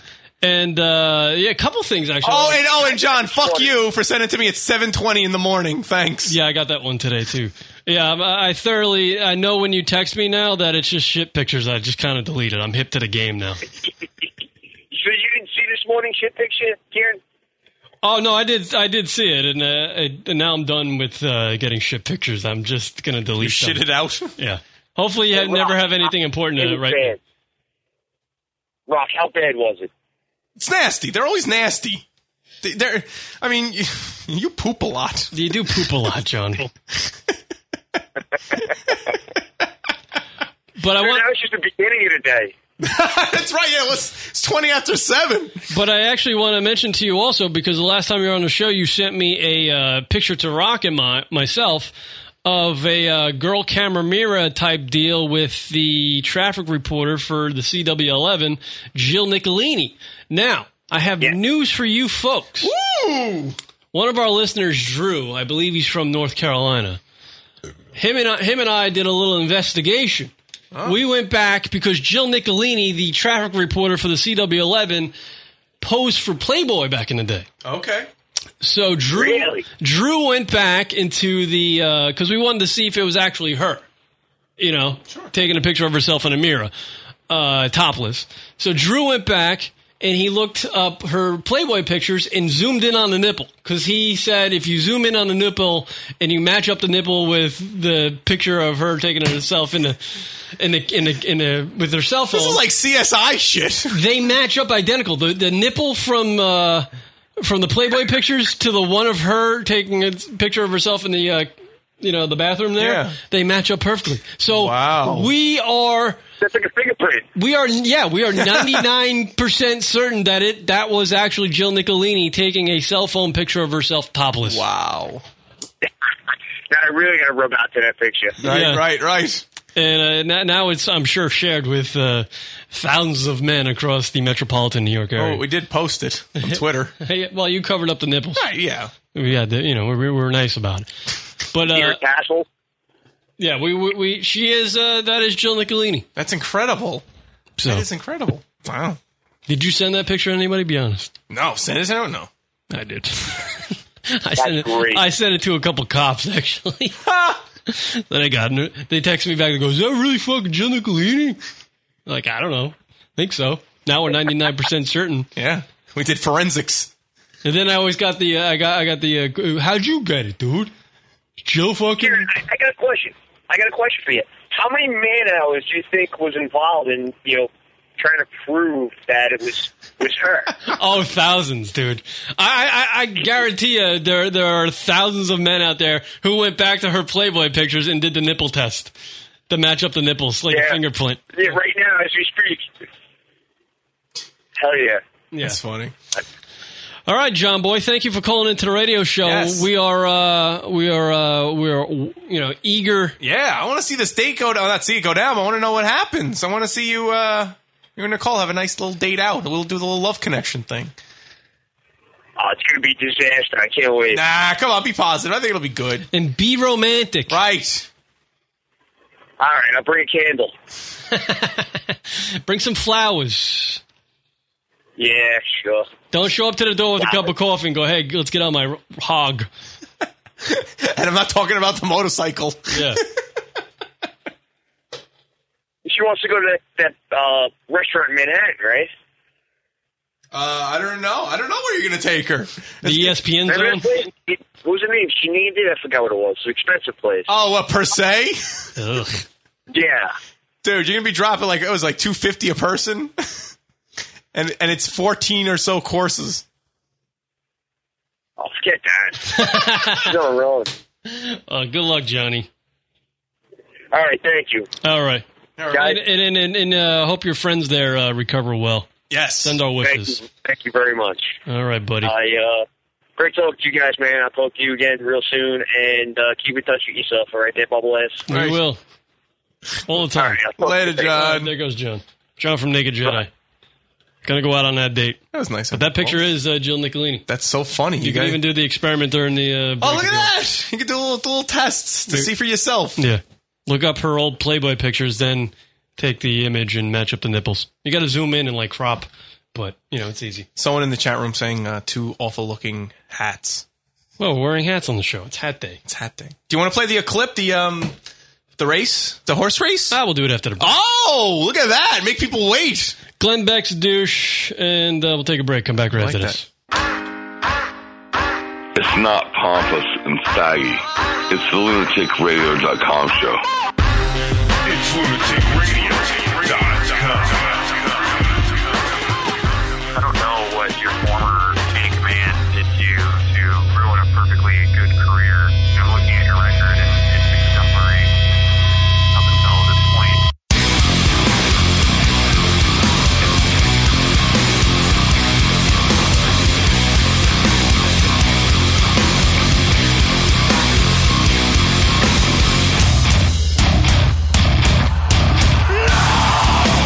And uh, yeah, a couple things actually.
Oh, and oh, and John, fuck you for sending it to me at 7:20 in the morning. Thanks.
Yeah, I got that one today too. Yeah, I'm- I I thoroughly I know when you text me now that it's just shit pictures. I just kind of deleted. I'm hip to the game now.
So you didn't see this morning shit picture, Karen?
Oh no, I did I did see it, and uh, I, and now I'm done with uh, getting shit pictures. I'm just gonna delete.
You shit
them.
it out?
Yeah. Hopefully, you have, never have anything important in it, [laughs] right?
bad. Rock, how bad was it?
It's nasty. They're always nasty. They- They're. I mean, [laughs] you, you poop a lot.
You do poop a lot, John. But I
want. That was just the beginning of the day.
[laughs] That's right. Yeah, let's, it's twenty after seven.
But I actually want to mention to you also because the last time you were on the show, you sent me a uh, picture to Rock and my, myself of a uh, girl camera mirror type deal with the traffic reporter for the CW11, Jill Nicolini. Now, I have news for you folks. One of our listeners, Drew, I believe he's from North Carolina. Him and I, him and I did a little investigation. We went back because Jill Nicolini, the traffic reporter for the CW11, posed for Playboy back in the day.
Okay.
So Drew Drew went back into the because we wanted to see if it was actually her, you know, taking a picture of herself in a mirror, uh, topless. So Drew went back and he looked up her Playboy pictures and zoomed in on the nipple because he said if you zoom in on the nipple and you match up the nipple with the picture of her taking herself in the in the in the, in the with her cell phone,
This is like CSI shit.
they match up identical. The the nipple from uh, from the Playboy pictures to the one of her taking a picture of herself in the uh, you know the bathroom there.
Yeah.
They match up perfectly. So we are
that's like a fingerprint.
We are
[laughs]
yeah we are ninety nine percent certain that it that was actually Jill Nicolini taking a cell phone picture of herself topless.
Wow.
Now I really got to rub out to that picture.
right.
And uh, n- now it's, I'm sure, shared with uh, thousands of men across the metropolitan New York area.
Oh, we did post it on Twitter.
[laughs] Hey, well, you covered up the nipples.
Right, yeah.
We had the, you know, we, we were nice about it. But uh, yeah, we, we we she is uh, that is Jill Nicolini.
That's incredible.
So
That is incredible. Wow.
did you send that picture to anybody? Be honest.
No, send it out. No,
I did. [laughs] I sent it. I sent it to a couple cops [laughs] actually. then I got in it. They text me back and go, "Is that really fucking Jill Nicolini?" Like I don't know. think so. Now we're ninety nine percent certain.
Yeah, we did forensics.
And then I always got the uh, I got I got the uh, how'd you get it, dude? Jill fucking.
I got a question. I got a question for you. How many man hours do you think was involved in you know trying to prove that it was [laughs] was her?
[laughs] Oh, thousands, dude! I, I, I guarantee you, there there are thousands of men out there who went back to her Playboy pictures and did the nipple test, to match up the nipples like a fingerprint.
yeah, right now as we speak. Hell yeah!
Yeah. That's
funny.
All right, John Boy, thank you for calling into the radio show.
Yes.
We are uh, we are uh, we are you know eager.
Yeah, I want to see this date go down. Not see it go down. but I want to know what happens. I want to see you. uh You and Nicole have a nice little date out. We'll do the little love connection thing.
Oh, it's gonna be a disaster. I can't wait.
Nah, Ah, come on, be positive. I think it'll be good.
And be romantic.
Right. [laughs]
All right, I'll bring a candle.
Bring some flowers.
Yeah, sure.
Don't show up to the door with a cup of coffee and go, "Hey, let's get on my r- hog."
and I'm not talking about the motorcycle.
Yeah.
She wants to go to that, that uh, restaurant in Manhattan, right?
Uh, I don't know. I don't know where you're going to take her.
The E ESPN
Remember that place? It, what was the name? She named it. I forgot what it was. It's an expensive place.
[laughs] Oh, what per se?
Yeah.
Dude, you're gonna be dropping like it was like two fifty a person, [laughs] and and it's fourteen or so courses.
Oh, forget that. She's on her own.
Uh, good luck, Johnny.
All right, thank you.
All right.
All right.
And and and, and uh, hope your friends there uh, recover well.
Yes.
Send our wishes.
Thank you, thank you very much.
All right, buddy.
I uh, great talk to you guys, man. I'll talk to you again real soon, and uh, keep in touch with yourself. All right, there, bubble ass.
we will. All the time.
All right, I'll talk to you later.
Uh, there goes John. John from Naked Jedi. Gonna go out on that date.
That was nice.
But that picture is uh, Jill Nicolini.
That's so funny.
You,
You
can
guys-
even do the experiment during the. Uh,
Oh,
break
look at
if you want.
that! You can do little little tests to
Dude.
see for yourself.
Yeah. Look up her old Playboy pictures, then take the image and match up the nipples. You got to zoom in and like crop but you know it's easy.
Someone in the chat room saying uh, two awful looking hats.
Well, we're wearing hats on the show. It's hat day.
It's hat day. Do you want to play the clip? The um, the race, the horse race. I
will Ah, do it after the.
Oh, look at that! Make people wait.
Glenn Beck's douche, and uh, we'll take a break. Come back right after this.
It's not pompous and staggy. It's the lunaticradio.com show. It's
I don't know what your former tank man did to you to ruin a perfectly good career. I'm looking at your record, and it's exemplary up until this point.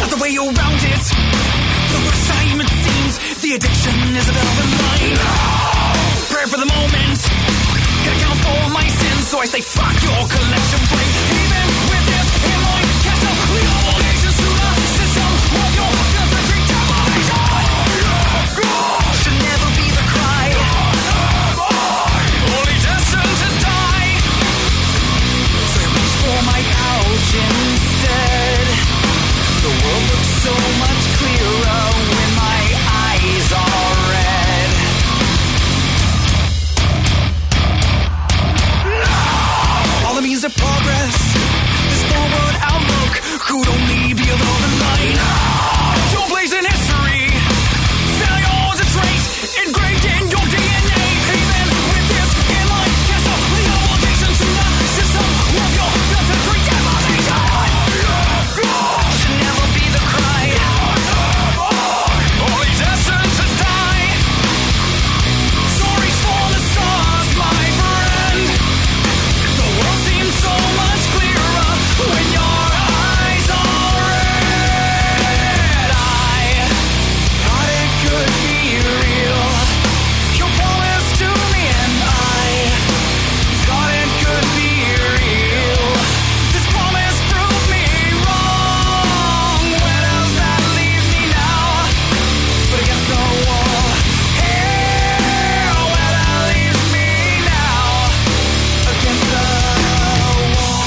The way around it, the worst time it seems, the addiction is a velvet line. Prayer for the moment, can account for my sins, so I say fuck your collection plate. Even with this in my castle, the obligations to the system of your filtering deprivation. Should never be the cry. Only destined to die. So I reach for my couch instead. The world looks so much clearer when my eyes are red. All the means of progress, this forward outlook could only be a velvet line. Your place in history, failure's a trait engraved in your DNA. Even with this in life, yes, the obligation to the system of your filtered deprivation. Should never be the cry. Only destined to die. So reach for the stars, my friend. The world seems so much clearer when your eyes are red. I thought it could be real. You promised to me, and I thought it could be real. This promise proved me wrong. Where does that leave me now? But I guess so. Here, where that leaves me now? Against the wall.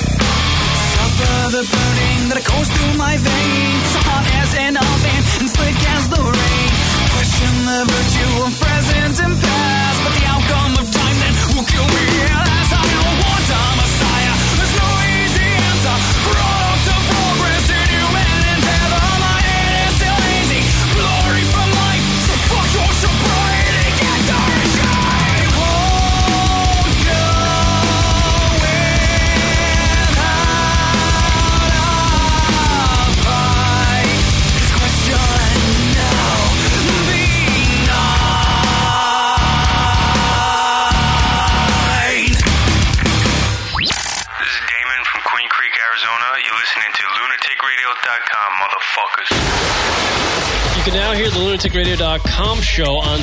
Suffer the burning that goes through my veins, hot as an oven and slick as the rain. Question the virtue of present and past, but the outcome of time then will kill me. As I don't want a messiah, there's no easy answer. Product of progress in human endeavor, my head is still hazy. Glory from life, so fuck your sobriety. Get the I won't go
This is Damon from Queen Creek, Arizona. You're listening to lunaticradio.com, motherfuckers.
You can now hear the lunaticradio.com show on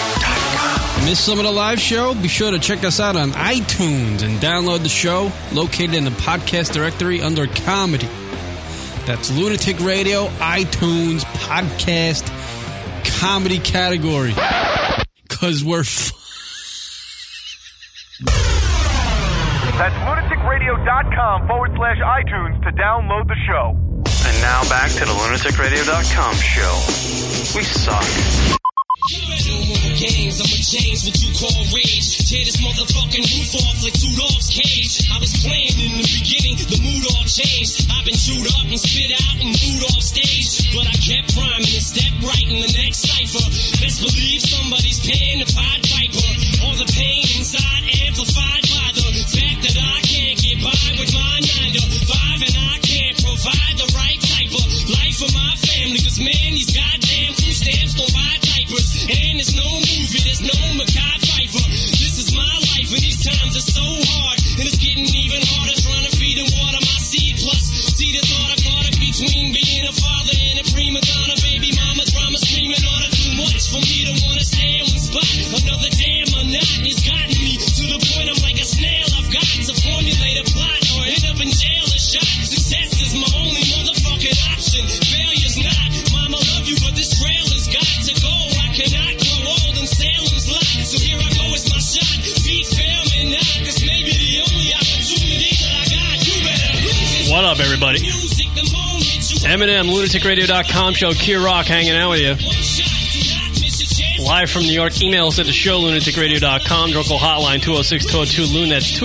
Miss some of the live show? Be sure to check us out on iTunes and download the show located in the podcast directory under comedy. That's Lunatic Radio, iTunes, podcast, comedy category. Because we're f-
That's lunaticradio.com forward slash iTunes to download the show.
And now back to the lunaticradio.com show. We suck.
No more games, I'ma change what you call rage. Tear this motherfucking roof off like two dogs cage. I was playing in the beginning, the mood all changed. I've been chewed up and spit out and booed off stage. But I kept rhyming and stepped right in the next cipher. Best believe somebody's paying the Pied Piper. All the pain inside amplified by the fact that I can't get by with my 9 to 5 and I can't provide the right type of life for my family. Cause man, these goddamn food stamps don't buy diapers. And there's no movie, there's no Mackay Pfeiffer. This is my life and these times are so hard. And it's getting even harder trying to feed and water my seed. Plus, see the thought I caught it between being a father and a prima donna. Baby mama drama screaming on it too much for me to wanna stay in one spot. Another damn monotony's gotten me to the point I'm like a snail. I've got to formulate a plot or end up in jail or shot. Success is my only motherfucking option. Failure's not. Mama love you, but this trail has got to go. I cannot grow old in Salem's lot. So here I go, it's my shot. Feet fail me not, cause maybe the only opportunity that I got. You better lose it.
What up, everybody? Eminem, lunaticradio.com show, Kier Rock hanging out with you. Live from New York, email us at the show, lunaticradio.com, Drunkle Hotline, 206-202-LUN, that's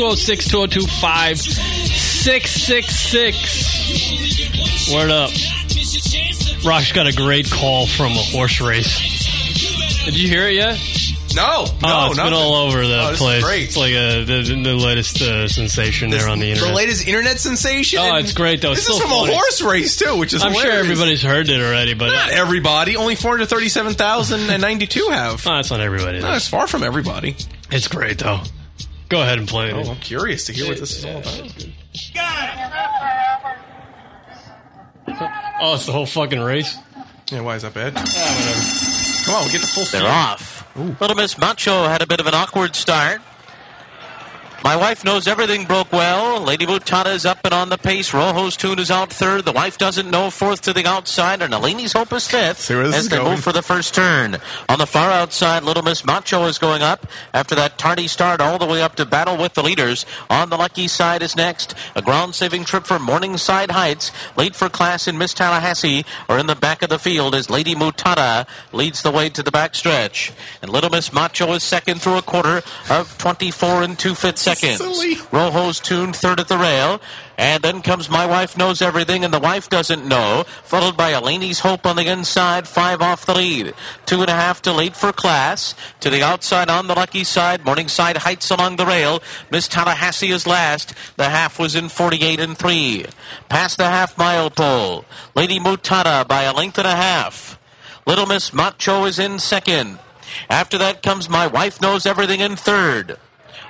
206-202-5666. Word up. Rock's got a great call from a horse race. Did you hear it yet?
No, no,
oh, it's
nothing.
been all over the
Oh, this is
place.
great.
It's like uh the, the latest uh, sensation there on the internet.
The latest internet sensation.
Oh,
and-
it's great though. It's
This is
so
from
funny.
a horse race too, which is
I'm sure
hilarious.
everybody's heard it already, but
Not everybody. Only 437,092 have.
Oh, that's not everybody.
No, it's far from everybody.
It's great though. Go ahead and play it.
Oh, I'm curious to hear what this is all about.
Oh, it's the whole fucking race.
Yeah, why is that bad? Come on, we get the full.
They're
field.
off. Little Miss Macho had a bit of an awkward start. My wife knows everything broke well. Lady Butata is up and on the pace. Rojo's tune is out third. The wife doesn't know fourth to the outside, and Alini's hope is fifth where this as is they going. move for the first turn. On the far outside, Little Miss Macho is going up after that tardy start all the way up to battle with the leaders. On the lucky side is next. A ground saving trip for Morningside Heights. Late for class in Miss Tallahassee or in the back of the field as Lady Mutata leads the way to the backstretch. And Little Miss Macho is second through a quarter of 24 and 2 fifths seconds. Rojo's tuned third at the rail. And then comes My Wife Knows Everything and The Wife Doesn't Know, followed by Elaine's Hope on the inside, five off the lead. Two and a half to late for class. To the outside on the lucky side, Morningside Heights along the rail. Miss Tallahassee is last. The half was in 48 and 3. Past the half mile pole, Lady Mutata by a length and a half. Little Miss Macho is in second. After that comes My Wife Knows Everything in third.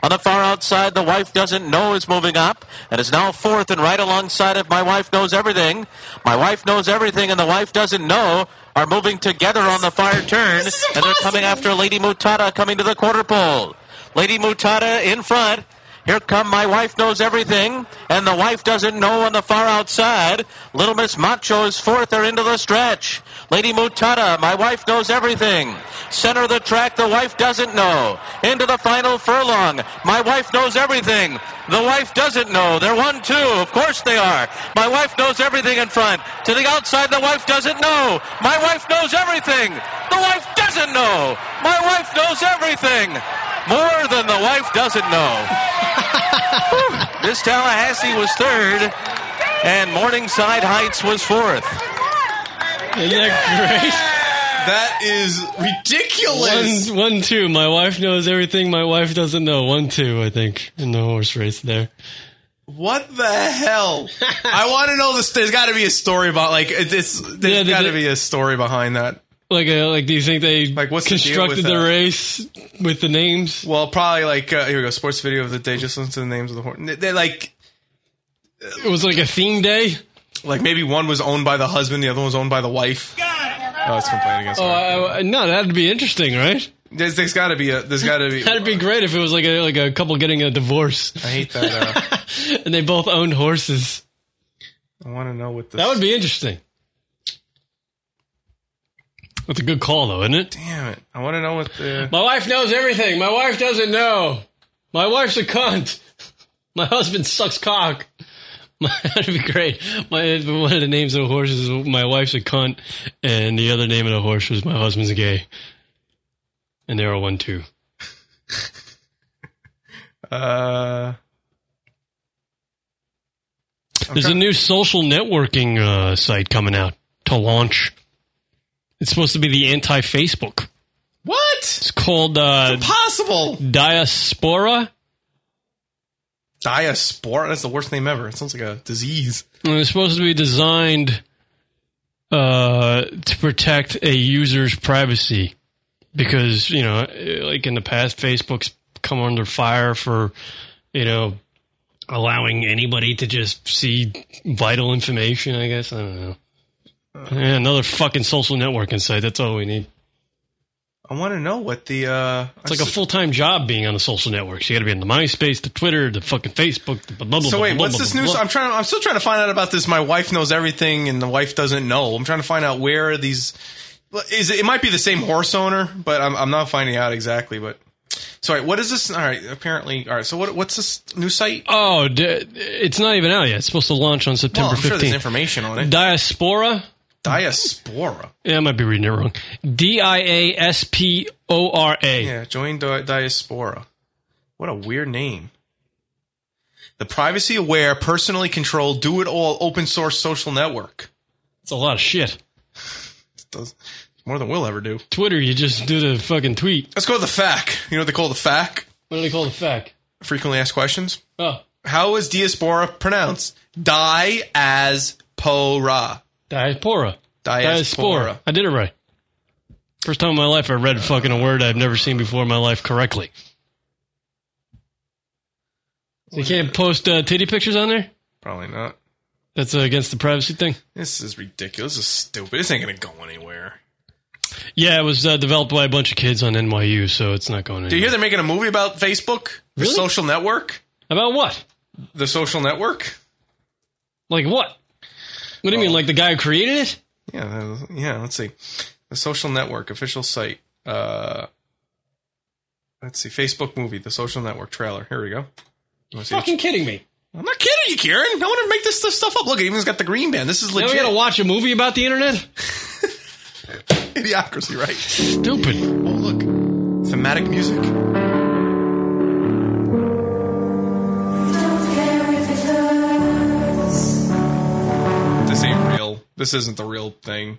On the far outside, the wife doesn't know is moving up and is now fourth and right alongside of My Wife Knows Everything. My Wife Knows Everything and the wife doesn't know are moving together on the far turn and they're coming after Lady Mutata coming to the quarter pole. Lady Mutata in front. Here come My Wife Knows Everything and the wife doesn't know on the far outside. Little Miss Macho is fourth or into the stretch. Lady Mutata, My Wife Knows Everything. Center of the track, the wife doesn't know. Into the final furlong. My wife knows everything. The wife doesn't know. They're one, two. Of course they are. My wife knows everything in front. To the outside, the wife doesn't know. My wife knows everything. The wife doesn't know. My wife knows everything. More than the wife doesn't know. Miss Tallahassee was third, and Morningside Heights was fourth.
Isn't that great?
That is ridiculous.
One, one, two. My wife knows everything my wife doesn't know. One, two, I think, in the horse race there.
What the
[laughs]
hell? I want to know this. There's got to be a story about like this. There's
they
got to
did-
be a story behind that.
Like, uh, like, do you think they like
what's the deal
constructed
with
the,
that?
race with the names?
Well, probably like uh, here we go. Sports video of the day. Just listen to the names of the horse. They, they, like
it was like a theme day.
Like maybe one was owned by the husband, the other one was owned by the wife. Oh, it's complaining against.
Oh,
her.
I, I- no, that'd be interesting, right?
There's, there's got to be a. There's got to
[laughs]
be.
That'd be great if it was like a like a couple getting a divorce. I
hate that.
Uh, [laughs] and they both owned horses.
I want to know what this.
That would be interesting. That's a good call, though, isn't it?
Damn it! I want to know what the.
My wife knows everything. My wife doesn't know. My wife's a cunt. My husband sucks cock. [laughs] My- That'd be great. My one of the names of the horses. My wife's a cunt, and the other name of the horse was my husband's gay. and arrow one two.
Uh,
There's a new social networking uh, site coming out to launch. It's supposed to be the anti Facebook.
What?
It's called uh,
Possible.
Diaspora.
Diaspora? That's the worst name ever. It sounds like a disease.
And It's supposed to be designed uh, to protect a user's privacy because you know, like in the past, Facebook's come under fire for you know allowing anybody to just see vital information. I guess I don't know. Yeah, another fucking social networking site. That's all we need.
I want to know what the. Uh,
It's like a full time job being on the social networks. You got to be on the MySpace, the Twitter, the fucking Facebook. The blah, blah,
so
blah,
wait,
blah,
what's
blah,
this
blah,
news?
blah.
I'm trying. I'm still trying to find out about this. My wife knows everything, and the wife doesn't know. I'm trying to find out where these. Is it, it might be the same horse owner, but I'm, I'm not finding out exactly. But sorry, what is this? All right, apparently, all right. So what what's this new site?
Oh, d- it's not even out yet. It's supposed to launch on September
Well, I'm sure
15th.
there's information on it.
Diaspora.
Diaspora.
Yeah, I might be reading it wrong. D I A S P O R A.
Yeah, join Di- Diaspora. What a weird name. The privacy aware, personally controlled, do it all open source social network.
It's a lot of shit.
Does more than we'll ever do.
Twitter, you just do the fucking tweet.
Let's go to the FAQ. You know what they call the FAQ?
What do they call the FAQ?
Frequently asked questions.
Oh.
How is diaspora pronounced? Die as pora.
Diaspora.
Diaspora.
I did it right. First time in my life I read fucking a word I've never seen before in my life correctly. So you can't post uh, titty pictures on there?
Probably not.
That's uh, against the privacy thing?
This is ridiculous. This is stupid. This ain't gonna go anywhere.
Yeah, it was uh, developed by a bunch of kids on NYU, so it's not going
Do you
anywhere.
hear they're making a movie about Facebook? The
Really?
social network?
About what?
The social network?
Like what? What do you mean? Like the guy who created it?
Yeah, uh, yeah. Let's see. The social network official site. Uh, let's see. Facebook movie. The social network trailer. Here we go. You wanna see
Fucking
it?
kidding me.
I'm not kidding you, Kieran. No one would make this, this stuff up. Look, it even's got the green band. This is
Now
legit.
we gotta watch a movie about the internet?
[laughs] Idiocracy, right?
Stupid.
Oh, look. Thematic music. This ain't real. This isn't the real thing.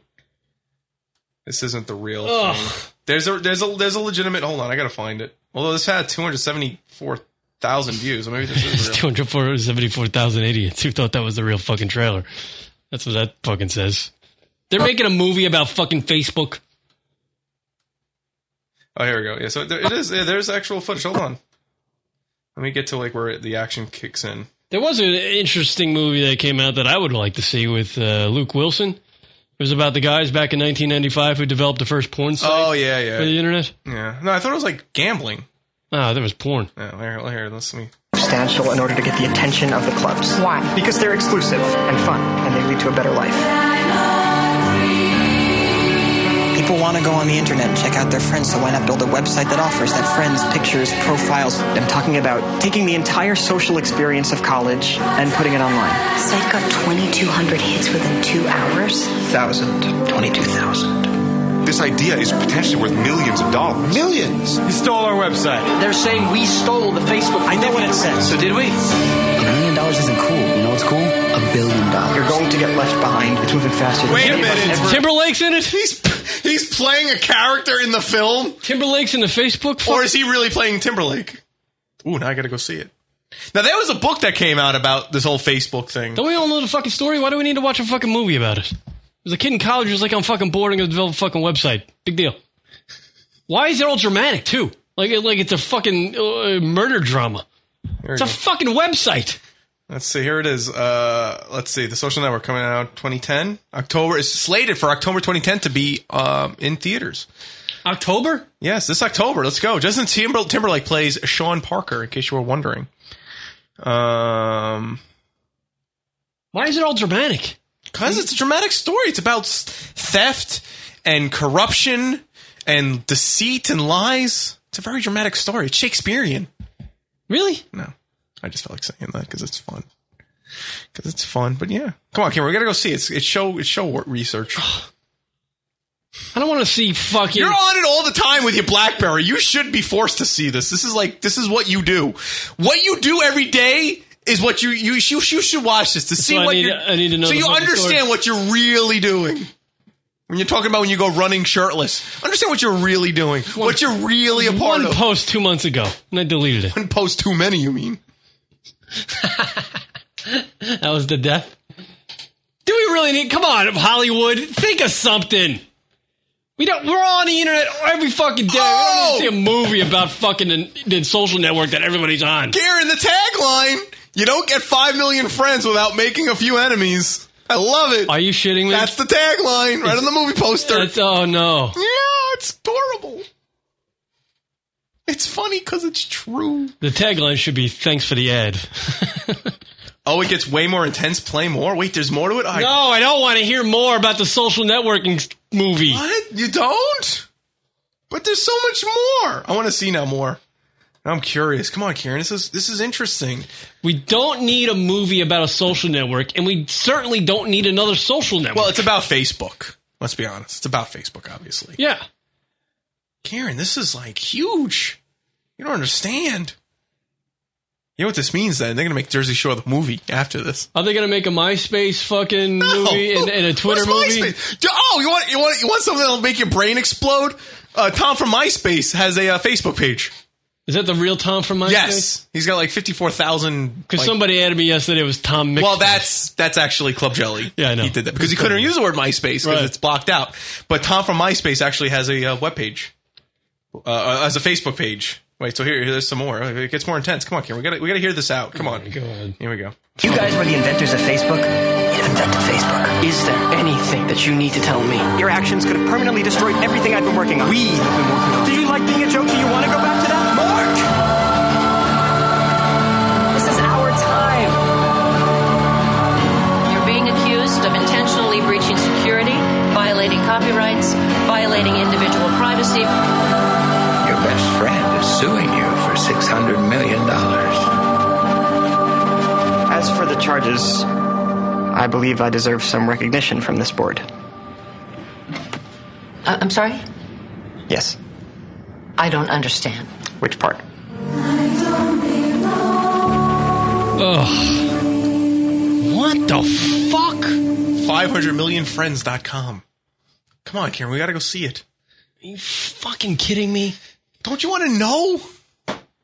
This isn't the real
Ugh.
thing. There's a there's a there's a legitimate. Hold on, I gotta find it. Although this had 274,000 views, so maybe this is
It's [laughs]
real.
274,000 idiots who thought that was the real fucking trailer. That's what that fucking says. They're making a movie about fucking Facebook.
Oh, here we go. Yeah, so there, it is. Yeah, there's actual footage. Hold on. Let me get to like where the action kicks in.
There was an interesting movie that came out that I would like to see with uh, Luke Wilson. It was about the guys back in 1995 who developed the first porn site.
Oh yeah, yeah.
For the internet?
Yeah. No, I thought it was like gambling.
Ah, there was porn.
Oh, here, here, let's let me.
Substantial in order to get the attention of the clubs. Why? Because they're exclusive and fun, and they lead to a better life. People want to go on the internet and check out their friends, so why not build a website that offers that friends, pictures, profiles? I'm talking about taking the entire social experience of college and putting it online.
Site got 2,200 hits within two hours.
Thousand. Twenty-two thousand.
This idea is potentially worth millions of dollars. Millions? You stole our website.
They're saying we stole the Facebook. I know what it says. So did we? A million dollars isn't cool. You know what's cool? A billion dollars. You're going to get left behind. It's moving faster. than
Wait a
any of us
minute.
ever-
Timberlake's in it.
He's he's playing a character in the film.
Timberlake's in the Facebook.
Or is he really playing Timberlake? Ooh, now I gotta go see it. Now there was a book that came out about this whole Facebook thing.
Don't we all know the fucking story? Why do we need to watch a fucking movie about it? There's a kid in college who's like, I'm fucking bored. I'm gonna develop a fucking website. Big deal. Why is it all dramatic too? Like, like it's a fucking uh, murder drama.
Here we
It's a
go.
fucking website.
Let's see. Here it is. Uh, let's see. The Social Network coming out 2010. October is slated for October 2010 to be um, in theaters.
October?
Yes, this October. Let's go. Justin Timber- Timberlake plays Sean Parker. In case you were wondering. Um,
why is it all dramatic?
Because it's a dramatic story. It's about s- theft and corruption and deceit and lies. It's a very dramatic story. It's Shakespearean.
Really?
No, I just felt like saying that because it's fun. Because it's fun. But yeah, come on, Cameron. We gotta go see it. It's, it's show. It's show wor- research.
[sighs] I don't want to see fucking.
You're on it all the time with your BlackBerry. You should be forced to see this. This is like this is what you do. What you do every day is what you you you, you should watch this to see
why I
what
need-
you
I need to know
So
the
you
fucking
understand
story.
what you're really doing. When you're talking about when you go running shirtless, understand what you're really doing. what you're really a part
one
of.
post two months ago, and I deleted it.
One post too many, you mean?
[laughs] that was the death. Do we really need? Come on, Hollywood, think of something. We don't. We're on the internet every fucking day.
Oh!
We don't need to see a movie about fucking the, the social network that everybody's on.
Karen, the tagline: "You don't get five million friends without making a few enemies." I love it. Are
you shitting me?
That's the tagline right on the movie poster.
That's- oh no.
Yeah, it's adorable. It's funny because it's true.
The tagline should be "Thanks for the ad." [laughs]
Oh, it gets way more intense. Play more. Wait, there's more to it. I,
no, I don't want to hear more about the social networking s- movie.
What? You don't? But there's so much more. I want to see now more. I'm curious. Come on, Karen. This is this is interesting.
We don't need a movie about a social network, and we certainly don't need another social network.
Well, it's about Facebook. Let's be honest. It's about Facebook, obviously.
Yeah.
Karen, this is like huge. You don't understand. You know what this means then? They're gonna make Jersey Shore the movie after this.
Are they going to make a MySpace fucking movie and, and a Twitter
What's
movie?
MySpace? Do- Oh, you want you want you want something that'll make your brain explode? Uh, Tom from MySpace has a uh, Facebook page.
Is that the real Tom from MySpace?
Yes, he's got like fifty four thousand.
Because somebody added me yesterday. It was Tom. Mix.
Well, that's that's actually Club Jelly. Yeah, I know. He did that because he couldn't use the word MySpace because
Right.
it's blocked out. But Tom from MySpace actually has a uh, web page, uh, uh, as a Facebook page. Wait, so here, there's some more. It gets more intense. Come on, Karen, we gotta we gotta hear this out. Come on, go on. Here we go.
You guys were the inventors of Facebook. You invented Facebook. Is there anything that you need to tell me?
Your actions could have permanently destroyed everything I've been working on. We have been working on. Do you like being a joke? Do you want to go back to that? Mark!
This is our time. You're being accused of intentionally breaching security, violating copyrights, violating individual privacy.
Your best friend is suing you for $600 million.
As for the charges, I believe I deserve some recognition from this board.
Uh, I'm sorry?
Yes.
I don't understand.
Which part?
Ugh. What the fuck?
500millionfriends.com. Come on, Karen, we gotta go see it.
Are you fucking kidding me?
Don't you want to know?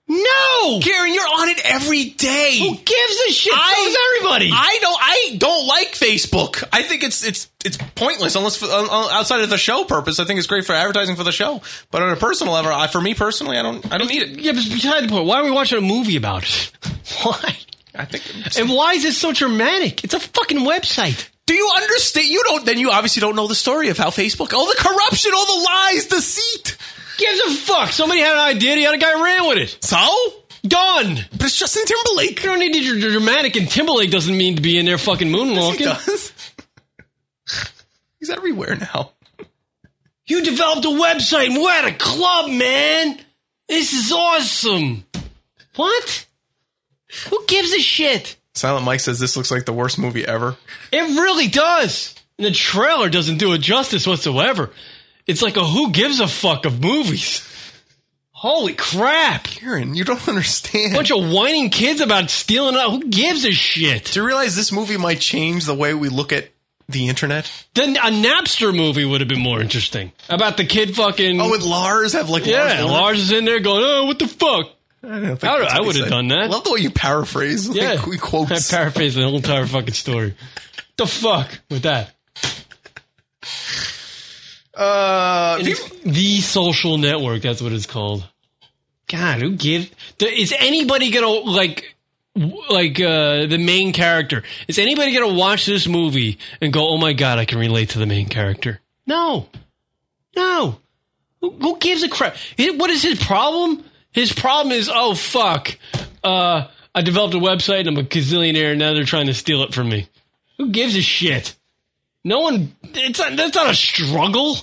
No,
Karen, you're on it every day. Who
gives a shit? So does everybody.
I don't. I don't like Facebook. I think it's it's it's pointless unless for, uh, uh, outside of the show purpose. I think it's great for advertising for the show, but on a personal level, I, for me personally, I don't I don't need it.
Yeah, but it's beside the point. Why are we watching a movie about it? [laughs] Why?
I think.
And why is it so dramatic? It's a fucking website.
Do you understand? You don't. Then you obviously don't know the story of how Facebook, all the corruption, all the lies, deceit.
Gives a fuck. Somebody had an idea. The other guy ran with it.
So
done.
But it's Justin Timberlake.
You don't need to dr- dramatic, and Timberlake doesn't mean to be in there fucking moonwalking.
[laughs] He's everywhere now.
You developed a website and we're at a club, man. This is awesome. What? Who gives a shit?
Silent Mike says this looks like the worst movie ever.
It really does. And the trailer doesn't do it justice whatsoever. It's like a who gives a fuck of movies. Holy crap.
Karen, you don't understand.
Bunch of whining kids about stealing out. Who gives a shit?
Do you realize this movie might change the way we look at the internet?
Then a Napster movie would have been more interesting. About the kid fucking.
Oh, would Lars have like
Yeah,
Lars Ulrich?
Lars is in there going, oh, what the fuck?
I don't
I, would- I would have done that.
Love the way you paraphrase. Like,
Yeah.
we
[laughs]
quote.
I paraphrased the whole entire fucking story. the fuck with that?
Uh,
And it's the social network. That's what it's called. God, who give? Th- Is anybody gonna like? w- Like uh, the main character, is anybody gonna watch this movie and go, "Oh my god, I can relate to the main character"? No, no. Who, who gives a crap? He- What is his problem? His problem is, oh fuck, uh, I developed a website and I'm a gazillionaire, and now they're trying to steal it from me. Who gives a shit? No one. It's not, that's not a struggle.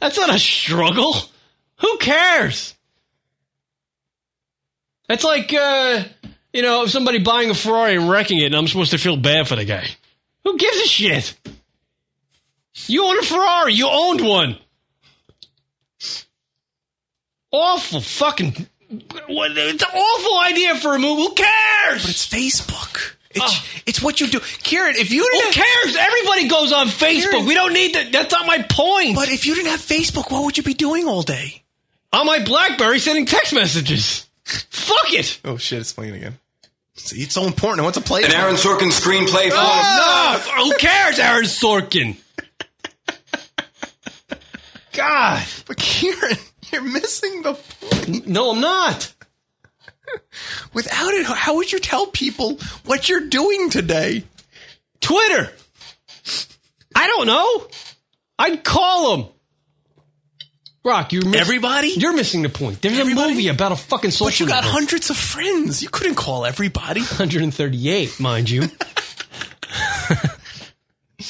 That's not a struggle. Who cares? That's like, uh, you know, somebody buying a Ferrari and wrecking it, and I'm supposed to feel bad for the guy. Who gives a shit? You own a Ferrari. You owned one. Awful fucking. What, it's an awful idea for a movie. Who cares? But it's Facebook. It's, it's what you do, Kieran. If you didn't, who cares? Everybody goes on Facebook.
Kieran-
we don't need that. That's not my point.
But if you didn't have Facebook, what would you be doing all day?
on my BlackBerry, sending text messages. Fuck it.
Oh shit! It's playing again. It's, it's so important. I want to play.
An Aaron Sorkin screenplay film.
Oh, no! Who cares, Aaron Sorkin? God.
But Kieran, you're missing the point.
No, I'm not.
Without it, how would you tell people what you're doing today?
Twitter. I don't know. I'd call them. Rock, you're miss-
everybody.
You're missing the point. There's a movie about a fucking social.
But you got
network.
hundreds of friends. You couldn't call everybody.
[laughs] 138,
[laughs]
mind you. [laughs]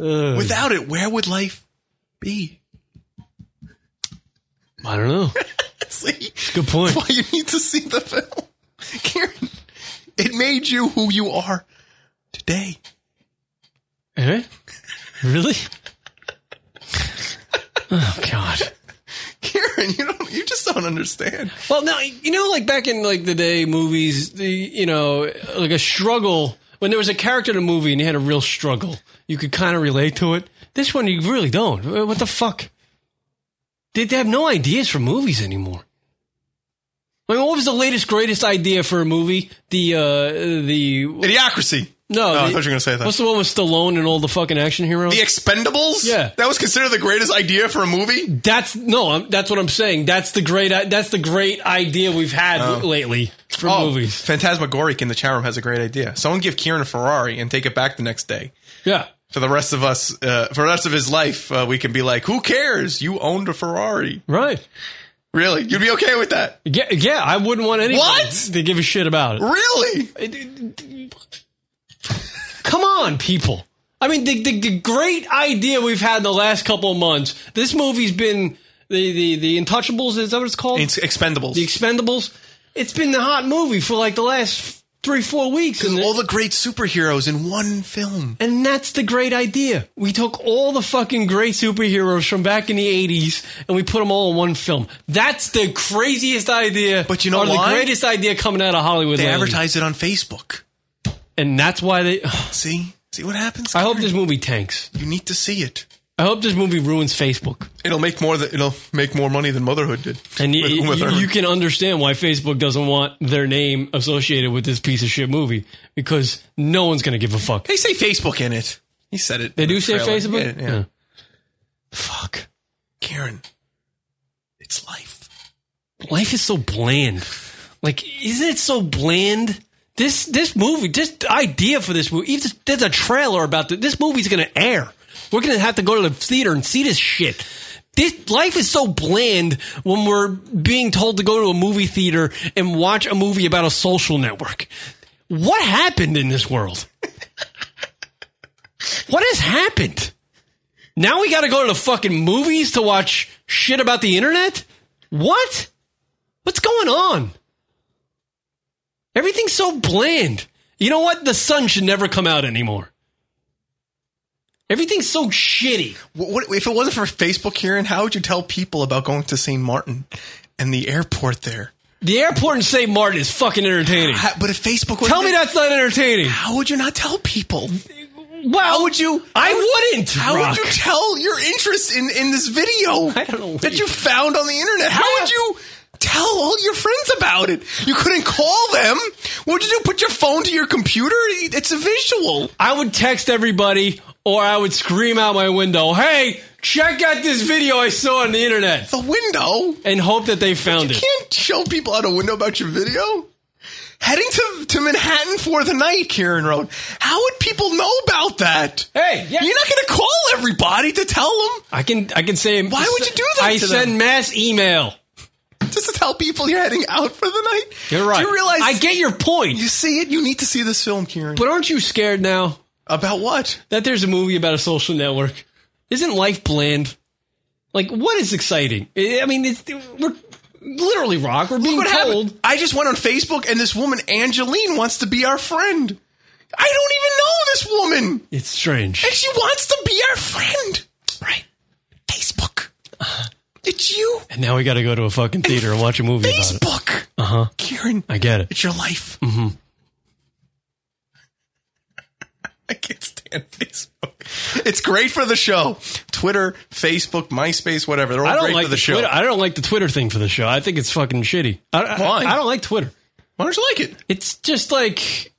Ugh.
Without it, where would life be?
I don't know.
See,
Good point.
That's why you need to see the film, Karen. It made you who you are today.
Eh? Really? Oh God.
Karen, you don't. [laughs] You just don't understand.
Well, no, you know, like back in like the day, movies, the you know, like a struggle when there was a character in a movie and they had a real struggle, you could kind of relate to it. This one, you really don't. Uh, What the fuck? They, they have no ideas for movies anymore. I mean, what was the latest greatest idea for a movie? The uh the
Idiocracy.
No,
Oh, I thought
the-
you were gonna say that.
What's the one with Stallone and all the fucking action heroes?
The Expendables.
Yeah.
that was considered the greatest idea for a movie.
That's no, I'm, that's what I'm saying. That's the great. That's the great idea we've had
Oh.
lately for
oh,
movies.
Phantasmagoric in the chat room has a great idea. Someone give Kieran a Ferrari and take it back the next day.
Yeah.
For the rest of us, uh, for the rest of his life, uh, we can be like, "Who cares? You owned a Ferrari,
right?
Really? You'd be okay with that?
Yeah, yeah. I wouldn't want anybody
What?
to give a shit about it.
Really?
Come on, people. I mean, the, the, the great idea we've had in the last couple of months. This movie's been the the the Untouchables. Is that what it's called?
It's Expendables.
the Expendables. It's been the hot movie for like the last three four weeks.
Because all the great superheroes in one film.
And that's the great idea. We took all the fucking great superheroes from back in the 80s and we put them all in one film. That's the craziest idea. But you
know
or
why?
the greatest idea coming out of Hollywood.
They
lately.
advertised it on Facebook.
And that's why they
See? See what happens?
I hope this movie tanks.
You need to see it.
I hope this movie ruins Facebook.
It'll make more than it'll make more money than Motherhood did.
And
With
[sighs] you,
[laughs] Uma
you,
Thurman.
you can understand why Facebook doesn't want their name associated with this piece of shit movie because no one's going to give a fuck.
They say Facebook in it. He said it.
They
in
do
the
say
trailer.
Facebook? Hmm.
Yeah, yeah.
Yeah. Fuck.
Karen. It's life.
life is so bland. Like, isn't it so bland? This this movie, this idea for this movie. Even there's a trailer about this. This movie's gonna air. We're gonna have to go to the theater and see this shit. This life is so bland when we're being told to go to a movie theater and watch a movie about a social network. What happened in this world? what has happened? Now we got to go to the fucking movies to watch shit about the internet? What? What's going on? Everything's so bland. You know what? The sun should never come out anymore. Everything's so shitty.
What, what, if it wasn't for Facebook, Karen, how would you tell people about going to St. Martin and the airport there?
The airport in St. Martin is fucking entertaining.
Ha- But if Facebook was
Tell me that's not entertaining.
How would you not tell people?
Well, how would you? I wouldn't.
How
Rock.
would you tell your interest in, in this video that you found on the internet? How would you tell all your friends about it? You couldn't call them. What would you do? Put your phone to your computer? It's a visual.
I would text everybody, or I would scream out my window, "Hey, check out this video I saw on the internet."
The window,
and hope that they found
You
it.
can't show people out a window about your video. Heading to, to Manhattan for the night, Karen Road. How would people know about that?
Hey, yeah.
you're not going to call everybody to tell them.
I can I can say
Why would you do that
I
to
send
them?
mass email.
just to tell people you're heading out for the night.
You're right.
Do you realize
I get your point.
you see it? You need to see this film, Kieran.
But aren't you scared now
About what?
that there's a movie about a social network? Isn't life bland? Like, what is exciting? I I mean, it's, we're literally rock. We're being
What
told.
happened? I just went on Facebook and this woman Angeline wants to be our friend. I don't even know this woman.
It's strange.
And she wants to be our friend. Right. Facebook.
Uh-huh.
It's you.
And now we got to go to a fucking theater and watch a movie about
Facebook.
it. Uh huh.
Karen.
I get it.
It's your life.
hmm
[laughs] I can't stand Facebook. It's great for the show. Twitter, Facebook, MySpace, whatever. They're all
I don't
great
like
for the, show.
Twitter. I don't like the Twitter thing for the show. I think it's fucking shitty. I, I-
Why?
I don't like Twitter.
Why don't you like it?
It's just like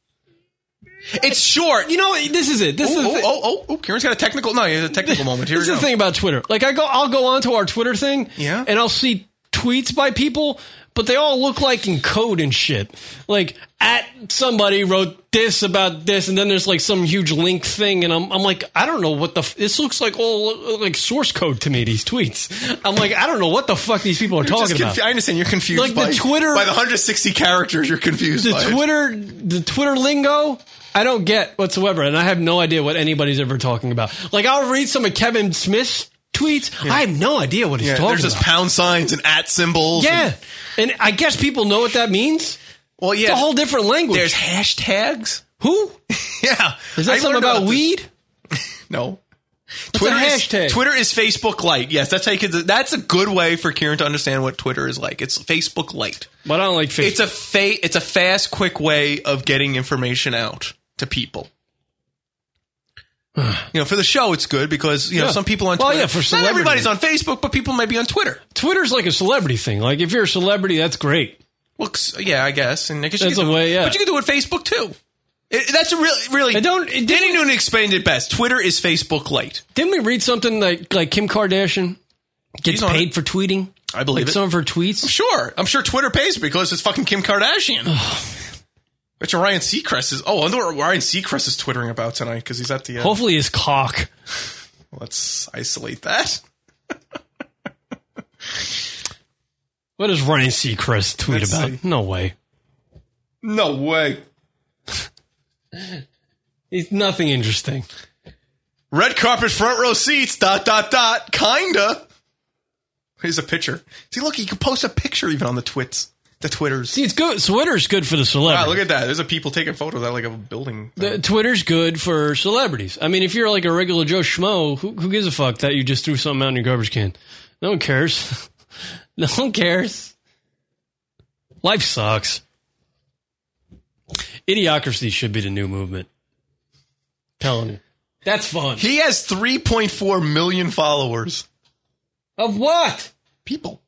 It's short.
You know, this is it. This
oh,
is
oh,
the-
oh, oh, oh, Karen's got a technical. No, here's a technical moment. Here
this
we
is
go.
the thing about Twitter. Like I go, I'll go onto our Twitter thing,
Yeah.
and I'll see tweets by people, but they all look like in code and shit. Like at somebody wrote this about this, and then there's like some huge link thing, and I'm I'm like, I don't know what the f- this looks like all like source code to me. These tweets, I'm like, I don't know what the fuck these people are
You're just
talking about.
confu- I understand you're confused
Like the
by
Twitter-
by the 160 characters. You're confused
the
by it.
Twitter the Twitter lingo I don't get whatsoever, and I have no idea what anybody's ever talking about. Like I'll read some of Kevin Smith's tweets. I have no idea what he's
Yeah,
talking
there's just
about.
pound signs and at symbols.
yeah,
and-
and I guess people know what that means.
well, yeah,
It's a whole different language.
There's hashtags.
Who
[laughs] Yeah,
is that?
I
something
learned
about
this.
weed?
[laughs] No.
What's a hashtag?
Is, Twitter is Facebook Lite. Yes, that's how you could. That's a good way for Kieran to understand what Twitter is like. It's Facebook Lite.
But I don't like Facebook.
It's a fa- It's a fast, quick way of getting information out to people. you know, for the show, it's good because you know
Yeah.
some people on
Well,
Twitter.
yeah, for
not everybody's
celebrities.
on Facebook, but people might be on Twitter.
Twitter's like a celebrity thing. Like if you're a celebrity, that's great.
Well, c- yeah, I guess, and I guess
That's
you could
a
do-
way, yeah.
But you can do it with Facebook too. It, that's a really, really. I
don't. It
Danny Noonan explained it best. Twitter is Facebook Lite.
Didn't we read something like like Kim Kardashian gets
She's on
paid
it.
for tweeting?
I believe
like
it.
some of her tweets.
Sure, I'm sure Twitter pays because it's fucking Kim Kardashian. Which Ryan Seacrest is. Oh, I wonder what Ryan Seacrest is twittering about tonight because he's at the. Uh,
Hopefully, his cock.
Let's isolate that.
What does Ryan Seacrest tweet
Let's
about?
see.
No way.
No way.
It's nothing interesting.
Red carpet front row seats. Dot dot dot. Kinda. Here's a picture. See, look, you can post a picture even on the twits, the twitters.
See, it's good. Twitter's good for the
Wow,
celebrity.
look at that. There's a people taking photos out like of a building.
The- Twitter's good for celebrities. I mean, if you're like a regular Joe Schmo, who, who gives a fuck that you just threw something out in your garbage can? No one cares. [laughs] no one cares. Life sucks. Idiocracy should be the new movement. Telling you. That's fun.
He has 3.4 million followers.
Of what?
People.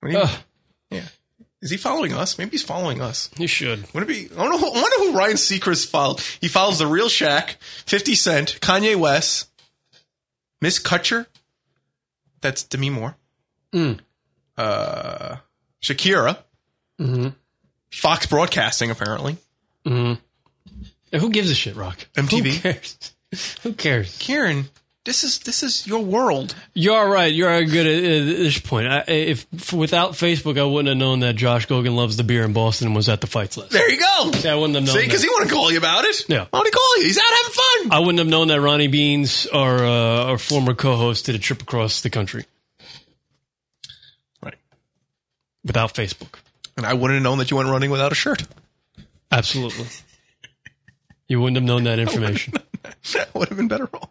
What do you-
Ugh,
Is he following us? Maybe he's following us.
you should.
Wouldn't it be? I don't know. I wonder who Ryan Seacrest followed. He follows the Real Shaq, Fifty Cent, Kanye West, Miss Kutcher. That's Demi Moore.
Mm.
Uh, Shakira.
Mm-hmm.
Fox Broadcasting, apparently.
Mm-hmm. Who gives a shit, Rock?
MTV.
Who cares? [laughs] who cares?
Kieran, this is this is your world.
You're right. You're good at, at this point. I, if without Facebook, I wouldn't have known that Josh Gogan loves the beer in Boston and was at the fights last.
There you go.
See, I wouldn't have known.
See, because
that.
he want to call you about it.
Yeah.
I want to call you. He's out having fun.
I wouldn't have known that Ronnie Beans, our uh, our former co-host, did a trip across the country
Right.
without Facebook.
And I wouldn't have known that you went running without a shirt.
Absolutely. you wouldn't have
[laughs]
known that information.
that would have been better off.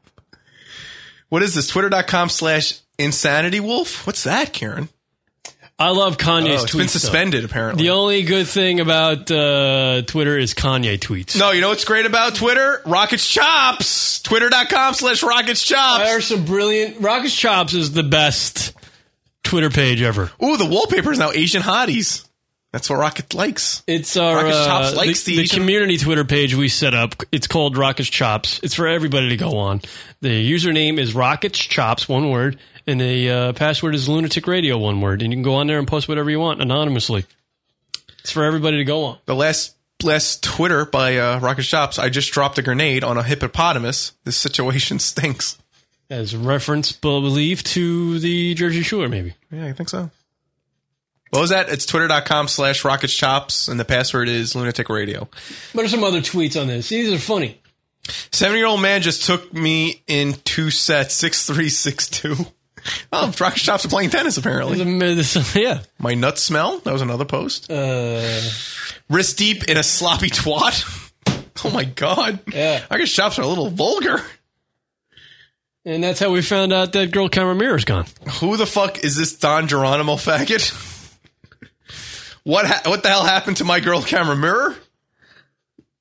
What is this? Twitter.com slash insanity wolf? What's that, Karen?
I love
Oh, it's
Kanye's tweets.
been
though.
suspended, apparently.
The only good thing about uh, Twitter is Kanye tweets.
no, you know what's great about Twitter? Rockets Chops. Twitter.com slash Rockets
There are
Chops.
some brilliant. Rockets Chops is the best Twitter page ever.
Ooh, the wallpaper is now Asian hotties. That's what Rocket likes.
It's our
Rockets
uh,
Chops
the-
likes
the,
the Asian-
community Twitter page we set up. It's called Rockets Chops. It's for everybody to go on. The username is Rockets Chops, one word, and the uh, password is Lunatic Radio, one word. And you can go on there and post whatever you want anonymously. It's for everybody to go on.
The last last Twitter by uh, Rocket Chops, I just dropped a grenade on a hippopotamus. This situation [laughs] stinks.
As reference, believe to the Jersey Shore, maybe.
Yeah, I think so. What was that? It's twitter.com slash rockets chops, and the password is lunatic radio.
What are some other tweets on this? These are funny.
Seven year old man just took me in two sets, six three, six two. Oh, rocket shops are playing tennis apparently.
yeah.
My nuts smell. That was another post.
Uh,
Wrist deep in a sloppy twat. [laughs] Oh my god. Yeah. I guess shops are a little vulgar.
And that's how we found out that girl camera mirror's gone.
Who the fuck is this Don Geronimo faggot? what ha- what the hell happened to my girl camera mirror?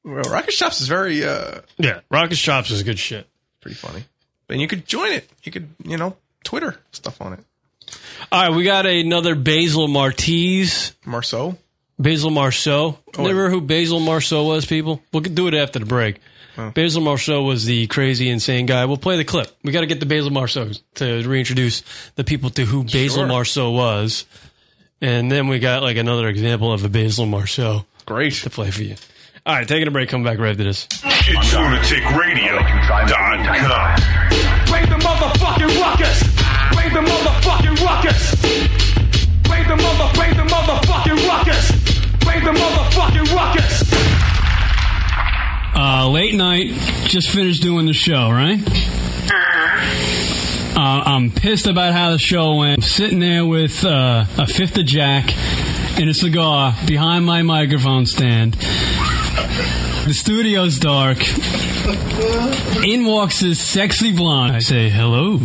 Well, Rocket Shops is very uh
Yeah, Rocket Shops is good shit.
Pretty funny. And you could join it. You could, you know, Twitter stuff on it.
All right, we got another Basil Martiz.
Marceau?
Basil Marceau.
Oh, wait.
Remember who Basil Marceau was, people? We'll do it after the break.
Oh.
Basil Marceau was the crazy, insane guy. We'll play the clip. We got to get the Basil Marceau to reintroduce the people to who Basil
Sure.
Marceau was. And then we got like another example of a Basil Marceau.
Great.
To play for you. All right, taking a break. Come back right after this.
It's lunaticradio.com.
Wave the motherfucking ruckus! Wave the motherfucking ruckus! Wave the mother, wave the motherfucking ruckus! Wave the motherfucking ruckus!
Uh, late night, just finished doing the show, right? Uh, I'm pissed about how the show went. I'm sitting there with uh, a fifth of Jack and a cigar behind my microphone stand. The studio's dark. In walks this sexy blonde. I say, hello.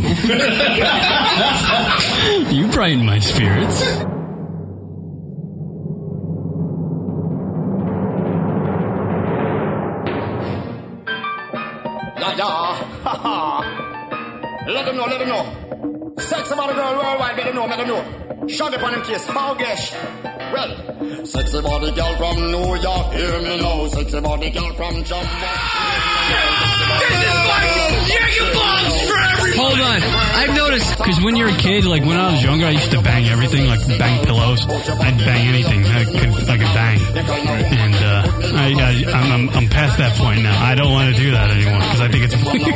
you brighten my spirits.
Yeah, yeah. Ha ha. Let them know, let them know. Sex about a girl worldwide, let them know, let them know. Shut up on them case, how gesh. Well, sexy body girl from New York, hear me now. Sexy body girl from Jumbo. This is Michael Jacobs for
Hold on. I've noticed because when you're a kid, like when I was younger, I used to bang everything, like bang pillows. I'd bang anything I could, I could bang. And uh, I, I, I'm, I'm, I'm past that point now. I don't want to do that anymore because I think it's [laughs] weird.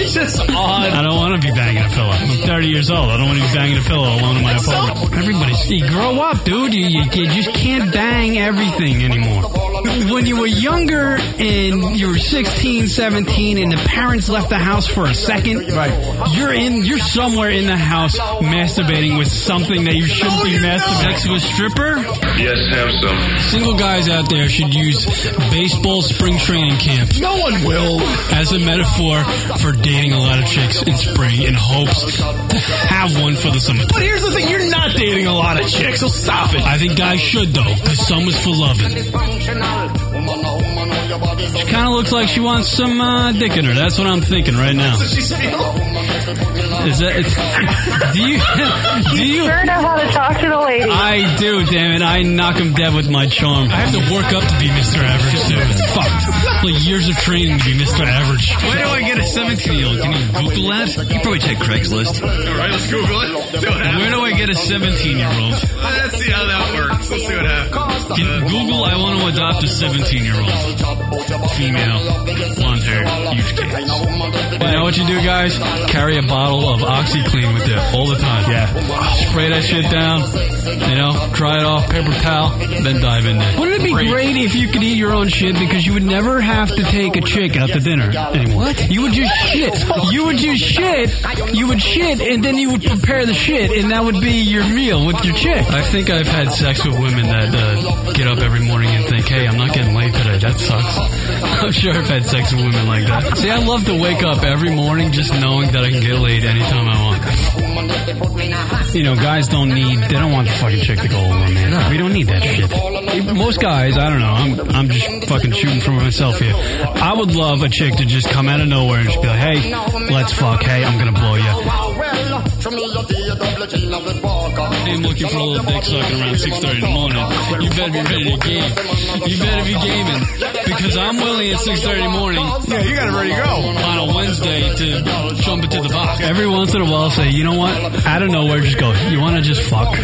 it's just odd. I don't want to be banging a pillow. I'm 30 years old. I don't want to be banging a pillow alone in my apartment. Everybody, see, grow up, dude. You, you, you just can't bang everything anymore. When you were younger and you were 16, 17, and the parents left the house for a second, right. you're in, you're somewhere in the house masturbating with something that you shouldn't be masturbating. Sex with stripper?
Yes, have some.
Single guys out there should use baseball spring training camp. No one will. As a metaphor for dating a lot of chicks in spring in hopes to have one for the summer.
But here's the thing, you're not dating a lot of chicks, so stop it.
I think guys should though, because summer's for loving. She kind of looks like she wants some uh, dick in her. That's what I'm thinking right now. Is that? It's, do you? Do you?
sure know how to talk to the lady.
I do, damn it. I knock them dead with my charm. I have to work up to be Mr. Average, too. Fuck. Like years of training to be Mr. Average. Where do I get a 17 year old? Can you Google that? You probably check Craigslist.
All right, let's Google it.
Where do I get a 17 year old?
Let's see how that works. Let's see what happens.
Can Google I want to adopt a 17 year old? Female. Blonde hair. Huge kids. You know what you do, guys? Carry a bottle of OxyClean with you all the time. Yeah. Spray that shit down. You know, dry it off, paper towel, then dive in there.
Wouldn't it be great if you could eat your own shit because you would never have to take a chick out to dinner anymore? What? You would just shit. You would just shit. You would shit, and then you would prepare the shit, and that would be your meal with your chick.
I think I've had sex with women that uh, get up every morning and think, hey, I'm not getting late today. That sucks. [laughs] I'm sure I've had sex with women like that. See, I love to wake up every morning just knowing that I can get laid anytime I want.
You know, guys don't need, they don't want the fucking chick to go over, man. We don't need that shit.
Most guys, I don't know, I'm, I'm just fucking shooting for myself here. I would love a chick to just come out of nowhere and just be like, hey, let's fuck. Hey, I'm going to blow you.
I'm looking for a little dick sucking around 6.30 in the morning. You better be ready to game. You better be gaming.
Because I'm willing at 6.30 in the morning.
Yeah, you gotta ready to go.
On a Wednesday to jump into the box.
Every once in a while, say, you know what?
Out of nowhere, just go, you want to just
[laughs]
fuck?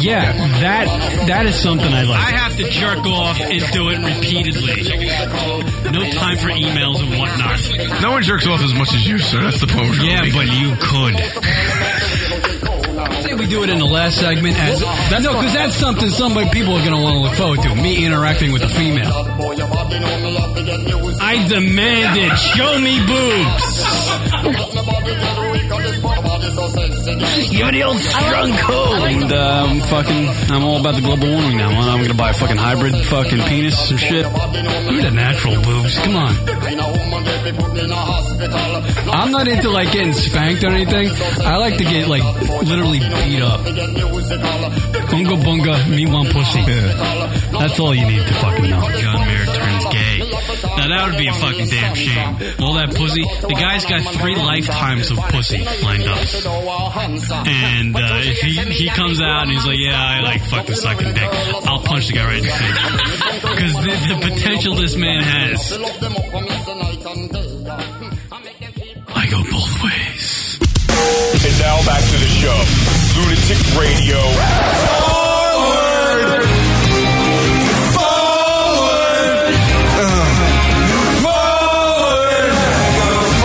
yeah, that that is something I like.
I have to jerk off and do it repeatedly. No time for emails and whatnot.
No one jerks off as much as you, sir. That's the point.
Yeah, but you could. Say we do it in the last segment as that, no, because that's something somebody people are going to want to look forward to. Me interacting with a female. I
I demand it. Show me boobs. Give me the old strong coat.
And uh, I'm fucking, I'm all about the global warming now. man. I'm gonna buy a fucking hybrid fucking penis and shit. Give me the natural boobs. Come on. I'm not into like getting spanked or anything. I like to get like literally beat up.
Bunga bunga, me one pussy. That's all you need to fucking know. John Mayer turns gay. Now that would be a fucking damn shame. All that pussy. The guy's got three lifetimes of pussy lined up. And uh, if he, he comes out and he's like, yeah, I like fuck the sucking dick, I'll punch the guy right in the face. Because the, the potential this man has. I go both ways.
And now back to the show. Lunatic Radio. Forward! Forward!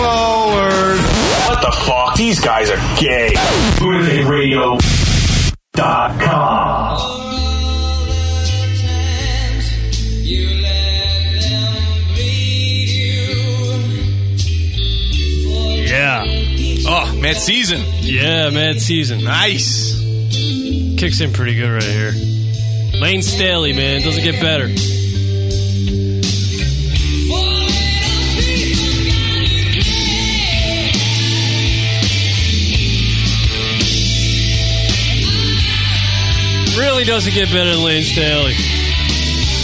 Forward! Forward! What the fuck? These guys are gay. LunaticRadio.com.
Yeah.
Oh, mad season.
Yeah, mad season.
Nice.
Kicks in pretty good right here. Lane Staley, man, doesn't get better. Really doesn't get better than Lane Staley.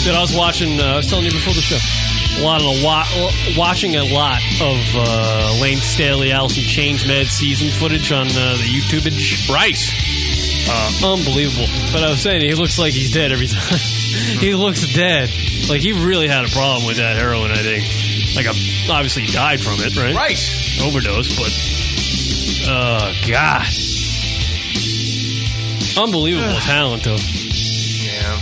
Dude, I was watching. Uh, I was telling you before the show. A lot, a lot, watching a lot of uh, Lane Staley, Allison Chains, Mad Season footage on uh, the YouTube.
Right.
Uh, unbelievable. But I was saying, he looks like he's dead every [laughs] time. he looks dead. Like he really had a problem with that heroin. I think. Like, a, obviously, he died from it, right?
Right.
Overdose, but. Oh God. Unbelievable talent, though.
Yeah.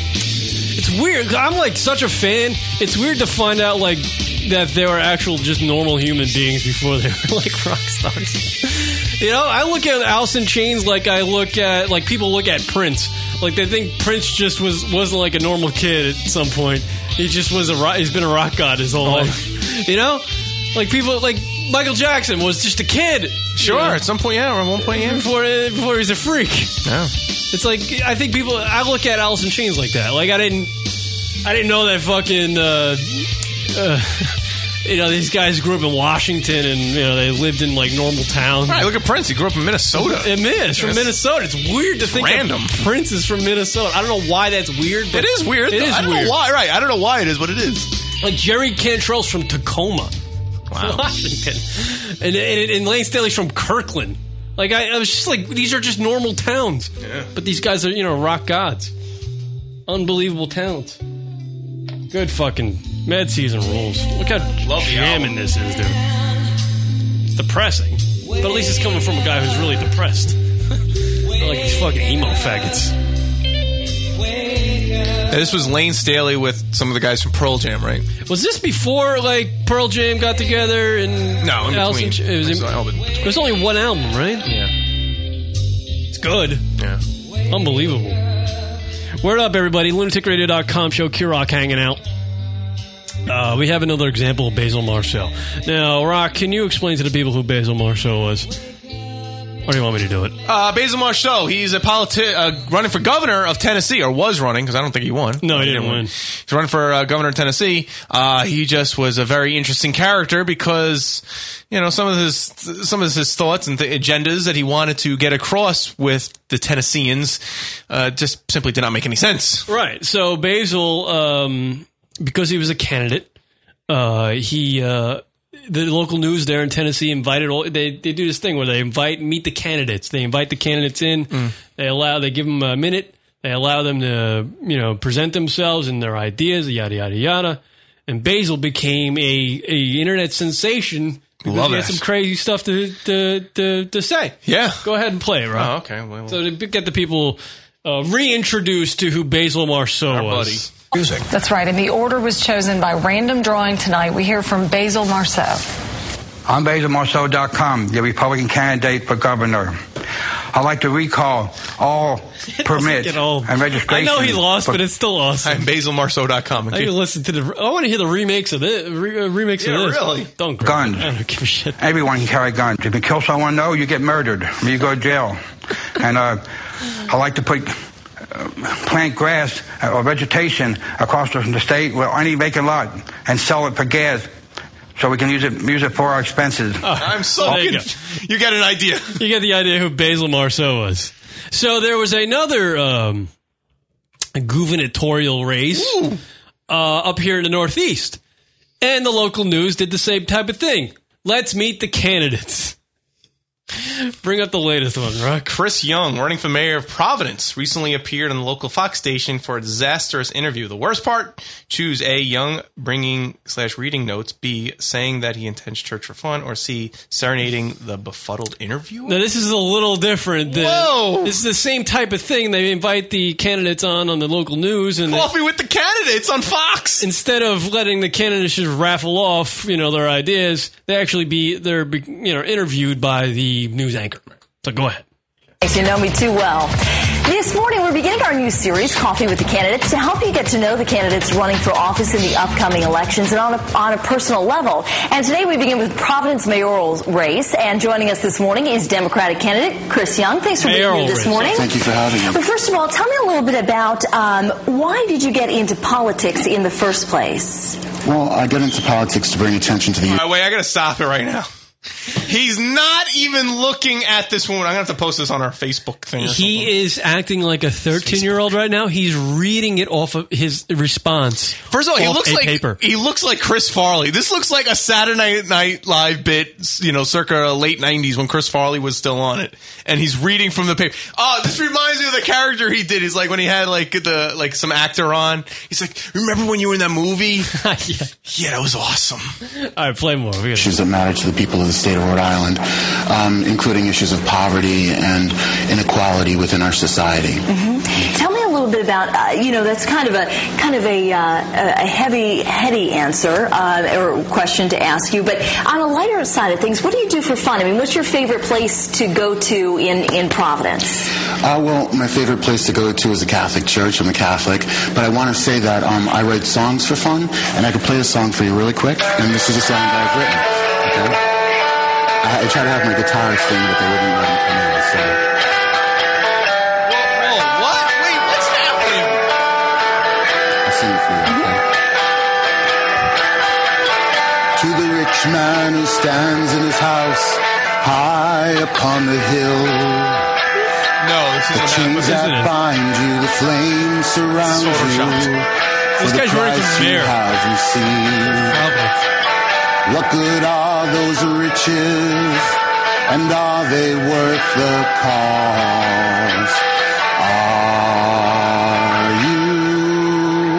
It's weird. 'cause I'm like such a fan. It's weird to find out like that they were actual just normal human beings before they were like rock stars. you know, I look at Alice in Chains like I look at like people look at Prince. Like they think Prince just was wasn't like a normal kid at some point. He just was a rock, he's been a rock god his
Oh.
whole life. You know, like people like Michael Jackson was just a kid.
Sure, at some point, yeah, or at one point, yeah.
Before uh, before he's a freak.
Yeah.
It's like I think people. I look at Alice in Chains like that. Like I didn't, I didn't know that fucking. Uh, uh, [laughs] you know, these guys grew up in Washington, and you know they lived in like normal towns.
Right, look at Prince. He grew up in Minnesota.
It is from
Yes.
Minnesota. It's weird to
It's
think that
random.
Prince is from Minnesota. I don't know why that's weird. But
It is weird.
It
though.
is
I don't
weird.
know why. Right. I don't know why it is, but it is.
Like Jerry Cantrell's from Tacoma, [laughs]
Wow.
[laughs] Washington, and, and and Lane Staley's from Kirkland. Like I, I was just like, these are just normal towns, but these guys are you know rock gods, unbelievable talent. Good fucking Mad Season rules. Look how jamming this is, dude. It's depressing, but at least it's coming from a guy who's really depressed. [laughs] Not like these fucking emo faggots.
Now, this was Lane Staley with some of the guys from Pearl Jam, right?
Was this before like Pearl Jam got together and
No, in
Alice
between.
in Ch- it was in-
It's all in between.
There's only one album, right?
Yeah.
It's good.
Yeah.
Unbelievable. Word up, everybody. LunaticRadio.com show Kirok hanging out. Uh, we have another example of Basil Marceau. Now, Rock, can you explain to the people who Basil Marceau was? Or do you want me to do it?
Uh, Basil Marceau, he's a politi- uh, running for governor of Tennessee, or was running because I don't think he won.
No, he didn't win.
He's running for uh, governor of Tennessee. Uh, he just was a very interesting character because you know some of his some of his thoughts and th- agendas that he wanted to get across with the Tennesseans uh, just simply did not make any sense.
Right. So Basil, um, because he was a candidate, uh, he uh, the local news there in Tennessee invited all they they do this thing where they invite meet the candidates. They invite the candidates in. They allow they give them a minute. They allow them to you know present themselves and their ideas. Yada yada yada. And Basil became a, a internet sensation. because
Love
he had
it.
some crazy stuff to to, to, to say.
Yeah.
Go ahead and play it, Rob.
Oh, okay. Well,
So to b- get the people uh, reintroduced to who Basil Marceau was.
Music.
That's right, and the order was chosen by random drawing tonight. We hear from Basil Marceau.
I'm BasilMarceau.com, the Republican candidate for governor.
I'd like to recall
[laughs]
all permits and
I
registration.
know he lost,
for-
but it's still awesome. I'm
BasilMarceau.com.
I can listen to the. I want to hear the remakes of this. Re, uh, remakes
Yeah,
of this.
really?
Don't grab
guns.
it. I don't give a shit.
Everyone can carry guns. If you kill someone, though, you get murdered. or You go to jail. and uh, I like to put uh, plant grass or vegetation across the the state with any vacant lot and sell it for gas, so we can use it use it for our expenses.
Oh,
I'm so
There you go.
conf- [laughs] You got an idea.
You get the idea who Basil Marceau was. So there was another um, gubernatorial race uh, up here in the Northeast, and the local news did the same type of thing. Let's meet the candidates. Bring up the latest one, right?
Chris Young, running for mayor of Providence, recently appeared on the local Fox station for a disastrous interview. The worst part: choose A. Young bringing slash reading notes. B. Saying that he intends church for fun. Or C. Serenading the befuddled interviewer.
Now this is a little different. Than,
Whoa!
This is the same type of thing. They invite the candidates on on the local news and
Coffee with the candidates on Fox.
Instead of letting the candidates just raffle off, you know, their ideas, they actually be they're be, you know interviewed by the news anchor. So go ahead.
If you know me too well. This morning, we're beginning our new series, Coffee with the Candidates, to help you get to know the candidates running for office in the upcoming elections and on a, on a personal level. And today, we begin with Providence mayoral race. And joining us this morning is Democratic candidate Chris Young. Thanks for being
Mayoral
here this
race.
morning.
Thank you for having me.
Well, first of all, tell me a little bit about um, why did you get into politics in the first place?
Well, I got into politics to bring attention to
All
the.
right, wait, I gotta stop it right now. He's not even looking at this woman. I'm gonna have to post this on our Facebook thing. or
He is acting like a 13 year old right now. He's reading it off of his response.
First of all, he
off
looks
a
like
paper.
he looks like Chris Farley. This looks like a Saturday Night Live bit, you know, circa late '90s when Chris Farley was still on it, and he's reading from the paper. Oh, this reminds me of the character he did. He's like when he had like the like some actor on. He's like, remember when you were in that movie?
[laughs] yeah.
that was awesome.
All right, play more. We gotta-
Issues that matter to the people of the state of Rhode Island, um, including issues of poverty and inequality within our society.
Mm-hmm.
Tell me a little bit about uh, you know that's kind of a kind of a uh, a heavy heady answer uh, or question to ask you, but on a lighter side of things, what do you do for fun? I mean, what's your favorite place to go to in in Providence?
Uh, well, my favorite place to go to is a Catholic church. I'm a Catholic, but I want to say that um, I write songs for fun, and I could play a song for you really quick. And this is a song that I've written. Okay? I, I try to have my guitar sing, but they wouldn't let me come in. So. I'll sing it for you.
Mm-hmm.
Okay? To the rich man who stands in his house, high upon the hill.
No, this
The chains that bind you, the flames surround you.
This
For the
guy's wearing some
Christ you
beer.
have received. What good are those riches? And are they worth the cost? Are you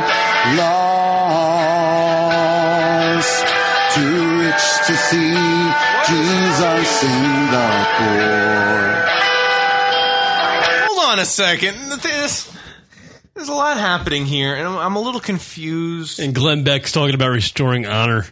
lost? Too rich to see Jesus in the poor.
Hold on a second. This, there's a lot happening here, and I'm, I'm a little confused.
And Glenn Beck's talking about restoring honor. [laughs] Are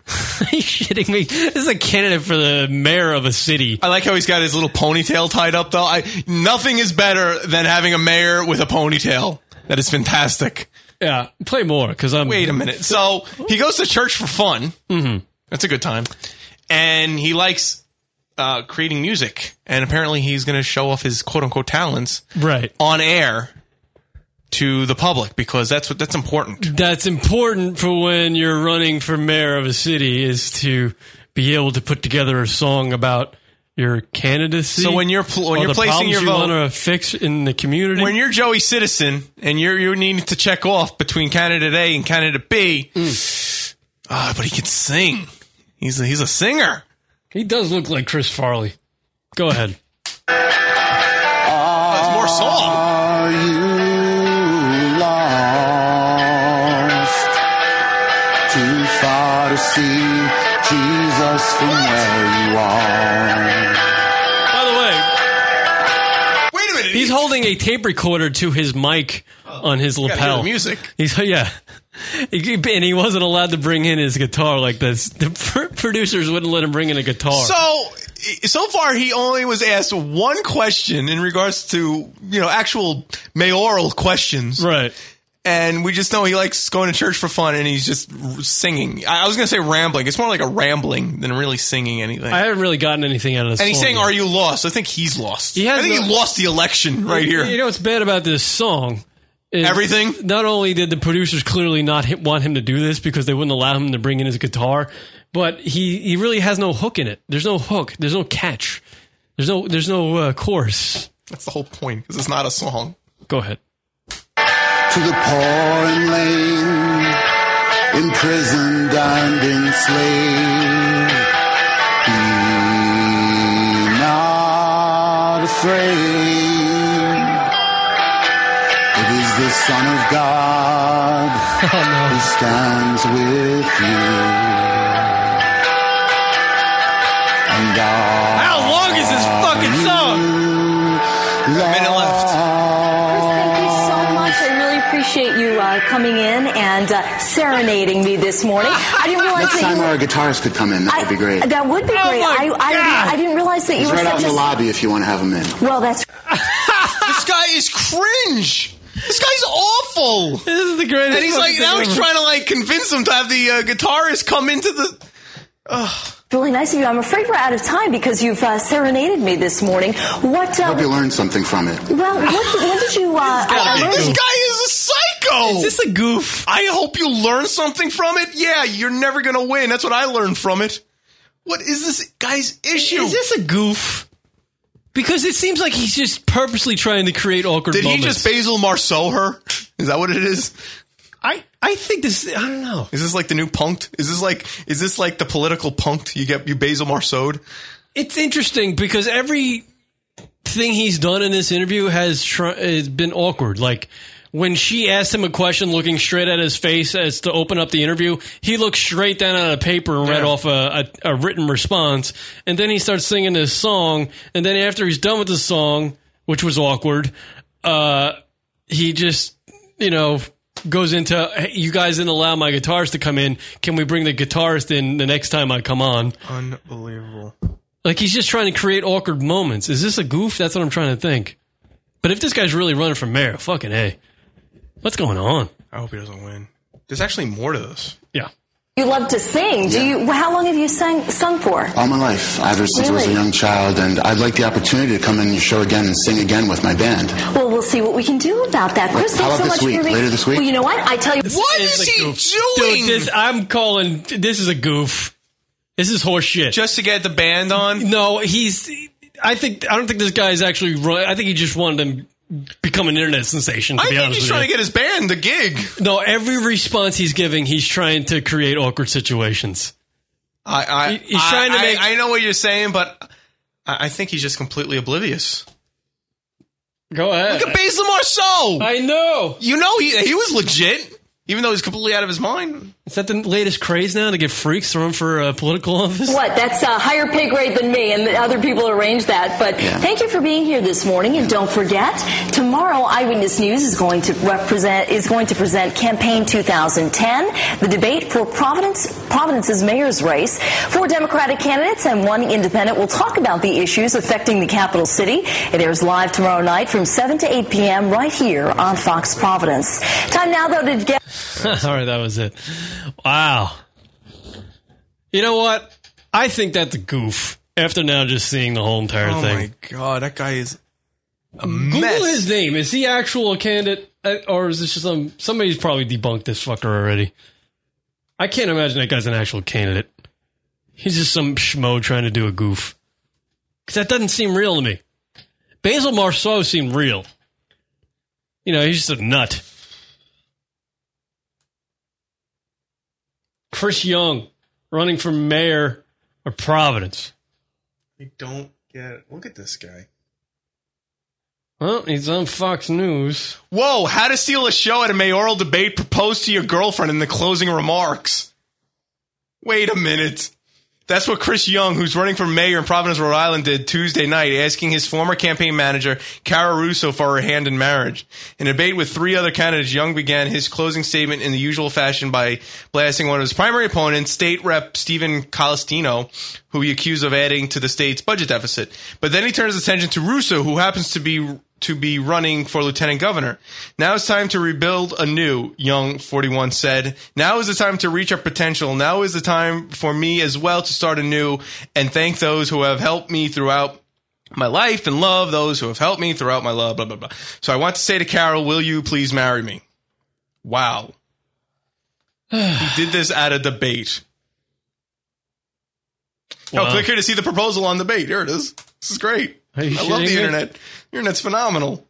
you shitting me? This is a candidate for the mayor of a city.
I like how he's got his little ponytail tied up, though. I nothing is better than having a mayor with a ponytail. That is fantastic.
Yeah, play more because I'm.
Wait a minute. So he goes to church for fun. Mm-hmm. That's a good time, and he likes uh, creating music. And apparently, he's going to show off his quote unquote talents
Right.
on air to the public because that's what that's important.
That's important for when you're running for mayor of a city is to be able to put together a song about your candidacy.
So when you're pl- when
or
you're
the
placing
problems
your
you
vote-
want to fix in the community.
When you're Joey Citizen and you're you needing to check off between candidate A and candidate B, ah, but he can sing. He's a, he's a singer.
He does look like Chris Farley. Go ahead.
That's more song.
Are you lost? Too far to see Jesus from where you are.
By the way,
wait a minute.
He's holding a tape recorder to his mic on his
gotta
lapel.
hear the music.
He's [laughs] yeah. He- And he [laughs] wasn't allowed to bring in his guitar like this. The pr- producers wouldn't let him bring in a guitar.
So so far he only was asked one question in regards to you know actual mayoral questions, right? And we just know he likes going to church for fun, and he's just r- singing. I I was gonna say rambling. It's more like a rambling than really singing anything.
I haven't really gotten anything out of this.
and he's
song
saying,
yet.
"Are you lost?" I think he's lost.
He has
I think
no-
he lost the election right here.
You know what's bad about this song? Is Everything. Not only did the producers clearly not hit, want him to do this because they wouldn't allow him to bring in his guitar, but he, he really has no hook in it. There's no hook. There's no catch. There's no there's no uh, chorus.
That's the whole point because it's not a song.
Go ahead.
to the poor and lame, imprisoned and enslaved. Be not afraid. It is the Son of God [laughs] who stands with you. And How long is this fucking song? A minute left.
Thank you so much. I really appreciate you uh, coming in and uh, serenading me this morning. I didn't realize
Next
that
time
you
our guitarist could come in, that would be great.
that would be great. I, I, I didn't realize that you
He's
were
right out in
such
the
a
lobby if you want to have him in.
well. That's
this guy is cringe. This guy's awful. This
is the greatest.
And he's like
fucking
now
thing
he's
ever.
trying to like convince him to have the uh, guitarist come into the.
really nice of you. I'm afraid we're out of time because you've uh, serenaded me this morning. What?
I hope you
Uh,
learned something from it.
well, what, what did you? Uh, I- I learned-
this guy is a psycho. Is this a goof? I hope you learn something from it. Yeah, you're never gonna win. That's what I learned from it. What is this guy's issue?
Is this a goof? Because it seems like he's just purposely trying to create awkward.
Did he
moments.
just Basil Marceau her? Is that what it is?
I I think this. I don't know.
Is this like the new punked? Is this like is this like the political punked? You get you Basil Marceau'd?
It's interesting because every thing he's done in this interview has tr- has been awkward. Like when she asked him a question, looking straight at his face as to open up the interview, he looked straight down at a paper and read
Yeah.
off a, a, a written response, and then he starts singing this song. And then after he's done with the song, which was awkward, uh, he just you know goes into hey, you guys didn't allow my guitarist to come in. Can we bring the guitarist in the next time I come on?
Unbelievable.
Like he's just trying to create awkward moments. Is this a goof? That's what I'm trying to think. But if this guy's really running for mayor, fucking hey, what's going on?
I hope he doesn't win. There's actually more to this.
Yeah.
You love to sing. Do you? How long have you sang, sung for?
All my life, ever since I was a
Really?
young child, and I'd like the opportunity to come in your show again and sing again with my band.
Well, we'll see what we can do about that. Chris,
How
thanks so
about
much
this week?
for being.
Later this week?
Well, you know what? I tell you,
what is,
a
he
Dude, this, I'm calling. This is a goof. This is horse shit.
Just to get the band on?
No, he's. I think I don't think this guy's actually. run- I think he just wanted to become an internet sensation. To
I
be
think
honest
he's
with
trying
you.
to get his band the gig.
No, every response he's giving, he's trying to create awkward situations.
I, I,
he's trying to
I-
make-
I, know what you're saying, but I, I think he's just completely oblivious.
Go ahead.
Look at Basil Marceau.
I know.
You know he he was legit, even though he's completely out of his mind.
Is that the latest craze now to get freaks thrown for uh, political [laughs] office?
What? That's a higher pay grade than me, and the other people arrange that. But thank you for being here this morning, and don't forget tomorrow, Eyewitness News is going to represent is going to present Campaign 2010, the debate for Providence Providence's mayor's race. Four Democratic candidates and one independent will talk about the issues affecting the capital city. It airs live tomorrow night from 7 to 8 p.m. right here on Fox Providence. Time now, though, to get.
All right, that was it. Wow. You know what? I think that's a goof. After now, just seeing the whole entire
Oh
thing.
my god, that guy is a
Google
mess.
his name. Is he actual a candidate, uh, or is this just some somebody's probably debunked this fucker already? I can't imagine that guy's an actual candidate. He's just some schmo trying to do a goof. Because that doesn't seem real to me. Basil Marceau seemed real. You know, he's just a nut. Chris Young running for mayor of Providence.
I don't get. It. Look at this guy.
Well, he's on Fox News.
Whoa! How to steal a show at a mayoral debate? Propose to your girlfriend in the closing remarks. Wait a minute. That's what Chris Young, who's running for mayor in Providence, Rhode Island, did Tuesday night, asking his former campaign manager, Cara Russo, for her hand in marriage. In a debate with three other candidates, Young began his closing statement in the usual fashion by blasting one of his primary opponents, state rep Stephen Colestino, who he accused of adding to the state's budget deficit. But then he turns his attention to Russo, who happens to be to be running for lieutenant governor. Now it's time to rebuild anew, Young 41 said. Now is the time to reach our potential. Now is the time for me as well to start anew and thank those who have helped me throughout my life and love those who have helped me throughout my love, blah, blah, blah. So I want to say to Carol, will you please marry me? Wow. [sighs] he did this at a debate. Oh,
Wow.
click here to see the proposal on debate. Here it is. This is great.
Are you
I love the
shitting me?
internet. The internet's phenomenal.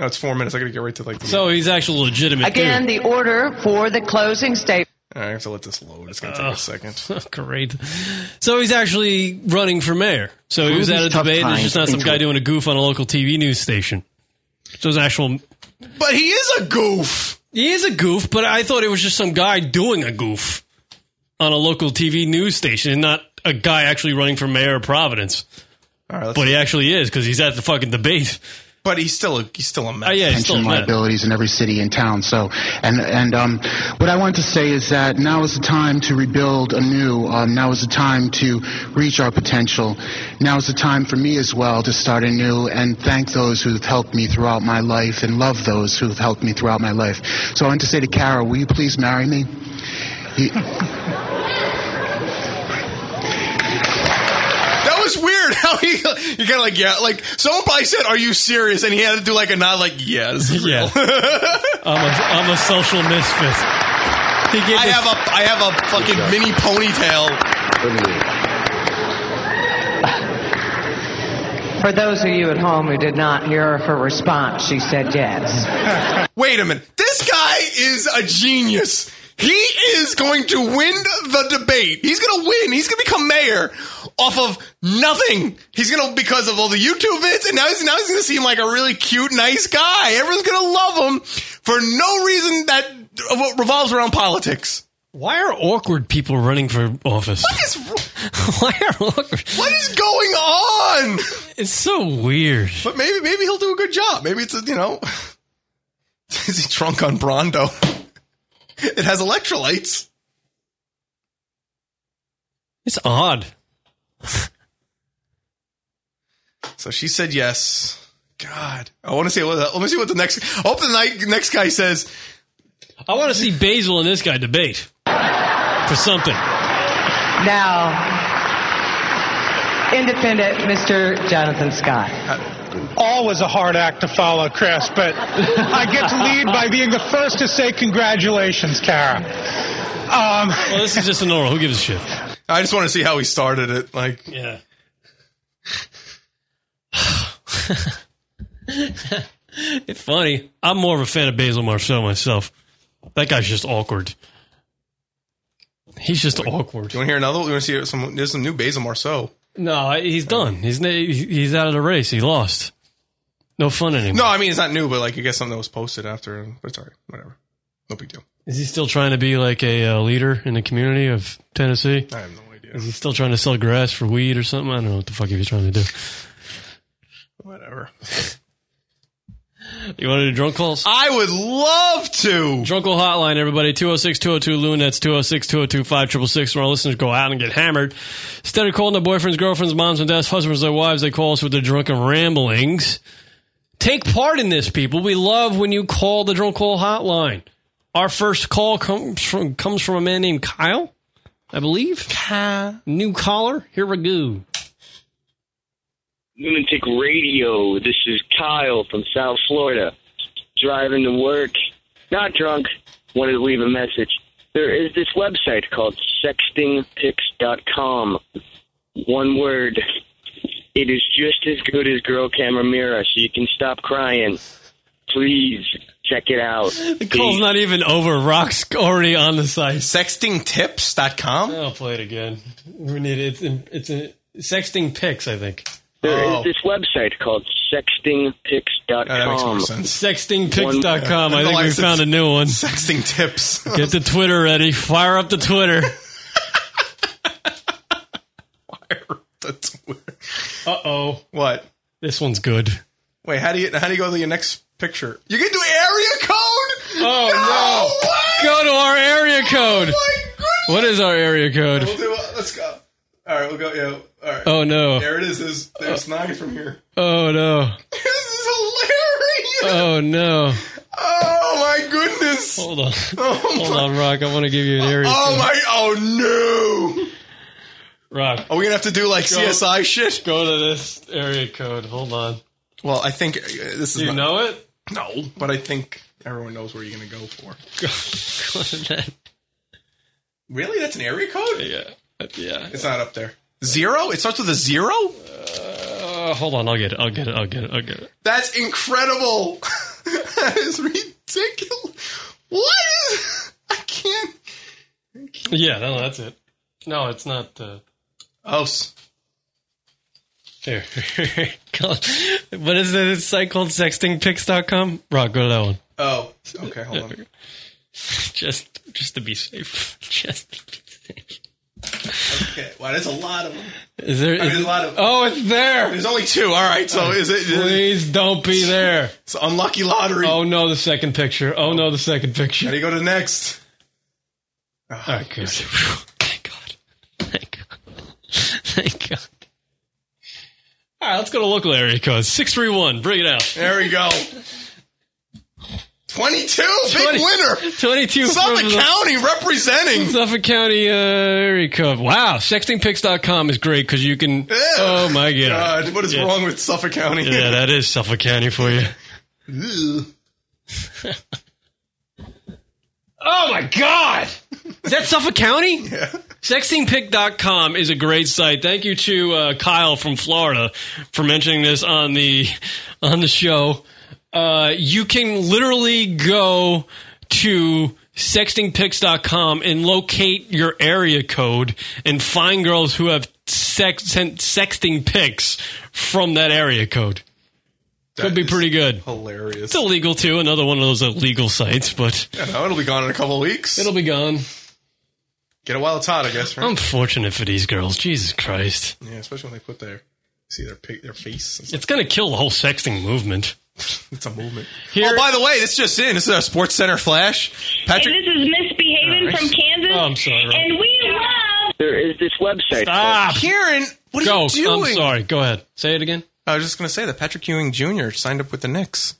Oh, it's four minutes. I gotta get right to like the.
So he's actually legitimate.
Again, the order for the closing statement.
All right, I have to let this load. It's gonna take a second.
[laughs] Great. So he's actually running for mayor. So he
Through
was at
these
a
tough
debate. There's just not
times
some
into
guy
it.
doing a goof on a local TV news station. So it's actual.
But he is a goof.
He is a goof. But I thought it was just some guy doing a goof on a local TV news station, and not a guy actually running for mayor of Providence.
All right,
but he actually is because he's at the fucking debate.
But he's still a he's still a mess.
Oh, yeah, he's still a
pension
mess.
liabilities in every city and town. So, and and um, what I want to say is that now is the time to rebuild anew. Um, now is the time to reach our potential. Now is the time for me as well to start anew and thank those who have helped me throughout my life and love those who have helped me throughout my life. So I want to say to Kara, will you please marry me? He-
That was weird. How he you kind of like yeah, like someone probably said, "Are you serious?" And he had to do like a nod, like yeah, this is real.
[laughs] I'm a I'm a social misfit. He gave
I
this-
have a I have a fucking mini ponytail.
For those of you at home who did not hear her response, she
[laughs]
said yes.
[coughs] Wait a minute. This guy is a genius. He is going to win the debate. He's going to win. He's going to become mayor off of nothing. He's going to because of all the YouTube vids, and now he's now he's going to seem like a really cute, nice guy. Everyone's going to love him for no reason that uh, revolves around politics.
Why are [laughs] awkward people running for office?
What is
Why are awkward?
what is going on?
It's so weird.
But maybe maybe he'll do a good job. Maybe it's a, you know, [laughs] is he drunk on Brondo? [laughs] It has electrolytes.
It's odd.
[laughs] So she said yes. God, I want to see what. Let me see what the next. I hope the ni- next guy says.
I want to see Basil and this guy debate for something.
Now, independent Mr. Jonathan Scott.
Always a hard act to follow, Chris, but [laughs] I get to lead by being the first to say congratulations, Kara. Um,
Well, this is just an oral. Who gives a shit?
I just want to see how he started it. Like,
Yeah. it's funny. I'm more of a fan of Basil Marceau myself. That guy's just awkward. He's just awkward.
do you want to hear another? You want to see some? There's some new Basil Marceau.
No, he's done. He's na- he's out of the race. He lost. No fun anymore.
No, I mean it's not new, but like I guess something that was posted after. But it's all right. Whatever. No big deal.
Is he still trying to be like a uh, leader in the community of Tennessee?
I have no idea.
Is he still trying to sell grass for weed or something? I don't know what the fuck he was trying to do.
Whatever.
You want to do drunk calls?
I would love to.
Drunk call hotline, everybody. 206 202 Loon. That's 206 202 5666. Where our listeners go out and get hammered. Instead of calling their boyfriends, girlfriends, moms, and dads, husbands, their wives, they call us with their drunken ramblings. Take part in this, people. We love when you call the drunk call hotline. Our first call comes from, comes from a man named Kyle, I believe. New caller. Here we go.
Lunatic Radio. This is Kyle from South Florida. Driving to work, not drunk, wanted to leave a message. There is this website called sextingpics.com. One word. It is just as good as Girl Camera Mirror, so you can stop crying. Please check it out.
The call's not even over. Rock's already on the site.
Sextingtips.com?
I'll play it again. We need it. It's, in, it's in, sexting pics, I think.
There
Oh,
is this website called sextingpics.com.
Sextingpics.com. I think we found a new one.
Sexting
[laughs]
tips. [laughs]
Get the Twitter ready. Fire up the Twitter. Uh oh.
What?
This one's good.
Wait, how do you how do you go to your next picture? You can do area code.
Oh
[laughs]
no! Go to our area code. what is our area code?
We'll do it. Let's go. All right, we'll go. Yeah. All right.
Oh, no. Uh.
There it is. There's, there's Snaggy from here. [laughs]
Oh no! Oh no!
Oh my goodness!
Hold on.
Oh
Hold
my.
on, Rock. I want to give you an area.
Oh my! Oh
no! Rock.
Are we gonna have to do like
Go-
CSI shit?
Go to this area code. Hold on.
Well, I think uh, this is.
Do you know it?
No, but I think everyone knows where you're gonna go
[laughs]
for. Really? That's an area code?
Yeah. Yeah.
It's not up there. Zero? It starts with a zero?
Uh, hold on. I'll get it. I'll get it. I'll get it. I'll get it.
That's incredible. [laughs] that is ridiculous. What is? I can't.
Yeah. No, that's it. No, it's not. Uh,
Oh,
There. [laughs] what is it? It's site called sextingpics.com? Rock, go to that one.
oh. Okay, hold on.
[laughs] Just just to be safe. Just
Okay. Wow, there's a lot of them.
is there?
I mean,
is
a lot of.
oh, it's there.
There's only two. All right. So is it?
Please don't
[laughs]
be there.
It's unlucky lottery.
Oh no, the second picture. Oh no, the second picture.
How do you go to the next? Ah,
All right, good. Thank God. Thank God. Thank God. All right, let's go to local area code six three one. Bring it out.
There we go. 22, big
20
winner.
22
Suffolk
from the-
County representing.
[laughs] Suffolk County uh, area code. Wow, sextingpics.com is great because you can. Oh my God.
God, what is
Yeah.
wrong with Suffolk County?
Yeah, that is Suffolk County for you.
Ugh.
Oh my God! [laughs] Is that Suffolk County?
Yeah.
Sextingpic.com is a great site. Thank you to uh, Kyle from Florida for mentioning this on the on the show. Uh, you can literally go to sextingpics.com and locate your area code and find girls who have sex, sent sexting pics from that area code. Could be pretty good.
Hilarious.
It's illegal too. Another one of those illegal sites, but
[laughs] Yeah, no, it'll be gone in a couple of weeks.
it'll be gone. Oh.
Get it while it's hot, I guess. Right?
I'm fortunate for these girls. Jesus Christ.
yeah, especially when they put their see their pic- their face. It's,
It's going to kill the whole sexting movement.
it's a movement.
Here-
oh, by the way, this just in. This is our Sports Center flash. Patrick,
Hey, this is Miss Behavin
All right.
from Kansas.
Oh, I'm sorry, Rob.
And we love.
There is this website.
Stop.
Karen, what are
Go.
you doing?
I'm sorry. Go ahead. Say it again.
I was just going to say that Patrick Ewing Jr. signed up with the Knicks.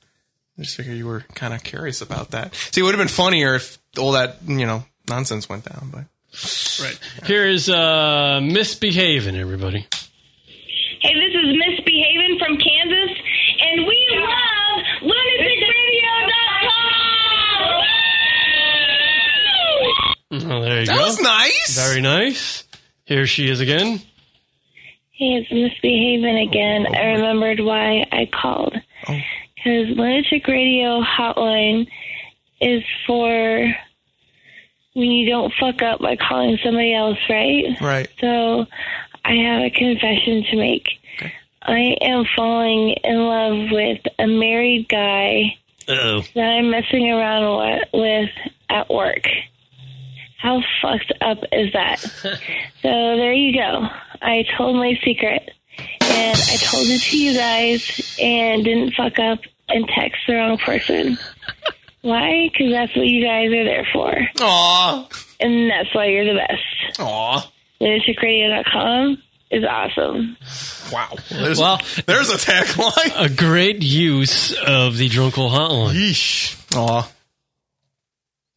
I just figure you were kind of curious about that. See, it would have been funnier if all that you know nonsense went down, but
Right. Here is uh, misbehaving, everybody.
Hey, this is Miss Behavin from Kansas. And we love lunaticradio.com.
Oh, there you
that
go.
was nice.
Very nice. Here she is again.
Hey, it's Miss Behavin again. I remembered why I called. Because Lunatic Radio Hotline is for when you don't fuck up by calling somebody else, right?
right.
So I have a confession to make. I am falling in love with a married guy
Uh-oh.
that I'm messing around wa- with at work. How fucked up is
[laughs]
that? so there you go. I told my secret. And I told it to you guys and didn't fuck up and text the wrong
[laughs]
person. Why? Because that's what you guys are there for.
Aw,
And that's why you're the best.
aw,
LunaticRadio.com is awesome.
wow. There's,
Well-
there's a tagline.
A great use of the Drunkle hotline.
Yeesh. Aw.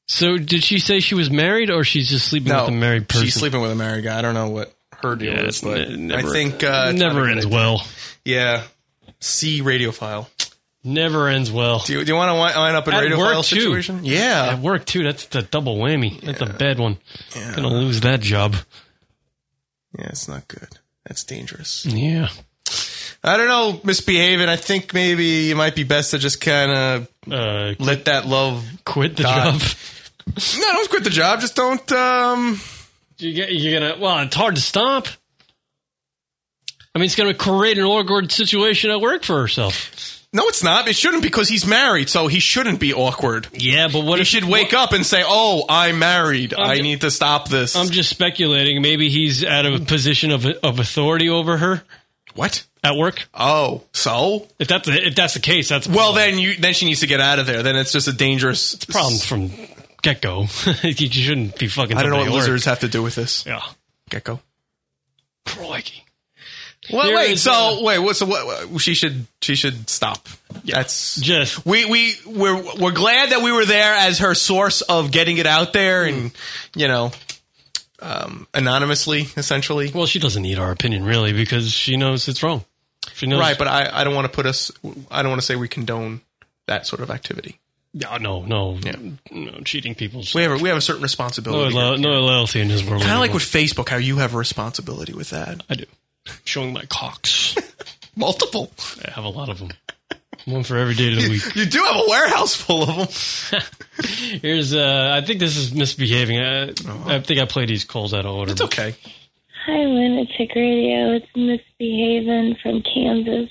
So, did she say she was married or she's just sleeping
No,
with a married person?
she's sleeping with a married guy. I don't know what her deal
Yeah,
is,
it's
but
ne-
I
never-
think uh,
never ends well.
Yeah, C radiophile.
Never ends well.
Do you, do you want to wind, wind up in
At
radiophile
work, too.
situation? Yeah.
At work, too. That's the double whammy. That's a bad one. Gonna lose that job.
Yeah, it's not good. That's dangerous.
Yeah.
I don't know, misbehaving. I think maybe it might be best to just kind of
Uh,
let that love.
quit the
God.
job. [laughs]
No, don't quit the job. Just don't. Um,
You get, you're gonna. Well, it's hard to stop. I mean, it's gonna create an awkward situation at work for herself.
no, it's not. It shouldn't because he's married, so he shouldn't be awkward.
Yeah, but what Um,
He should wake up and say, "Oh, I'm married.
I'm
i
ju-
need to stop this."
um, I'm just speculating. Maybe he's out of a position of of authority over her
what?
at work.
Oh, so
if that's if that's the case, that's
well. Then you then she needs to get out of there. Then it's just a dangerous
problem from get go. [laughs] you shouldn't be fucking.
I don't know what
somebody at work.
lizards have to do with this.
Yeah,
gecko.
Crikey.
Well,
There
wait.
is,
So
uh,
wait. What? So what, what? She should. She should stop. That's just. We we we're we're glad that we were there as her source of getting it out there and
Hmm.
you know, um, anonymously essentially.
Well, she doesn't need our opinion really because she knows it's wrong. She knows
right? But I I don't want to put us. I don't want to say we condone that sort of activity.
Yeah, no, no, no, cheating people's.
We have a, we have a certain
No,
responsibility.
lo- no loyalty in his world.
Kind of like
anymore.
with Facebook, how you have a responsibility with that.
I do. Showing my cocks.
[laughs] Multiple.
I have a lot of them. One for every day of the week.
[laughs] You do have a warehouse full of them.
Here's, uh, I think this is misbehaving. I, I think I played these calls out of order. It's
Oh.
[laughs]
okay.
Hi, Lunatic Radio. It's Miss Behaven from Kansas.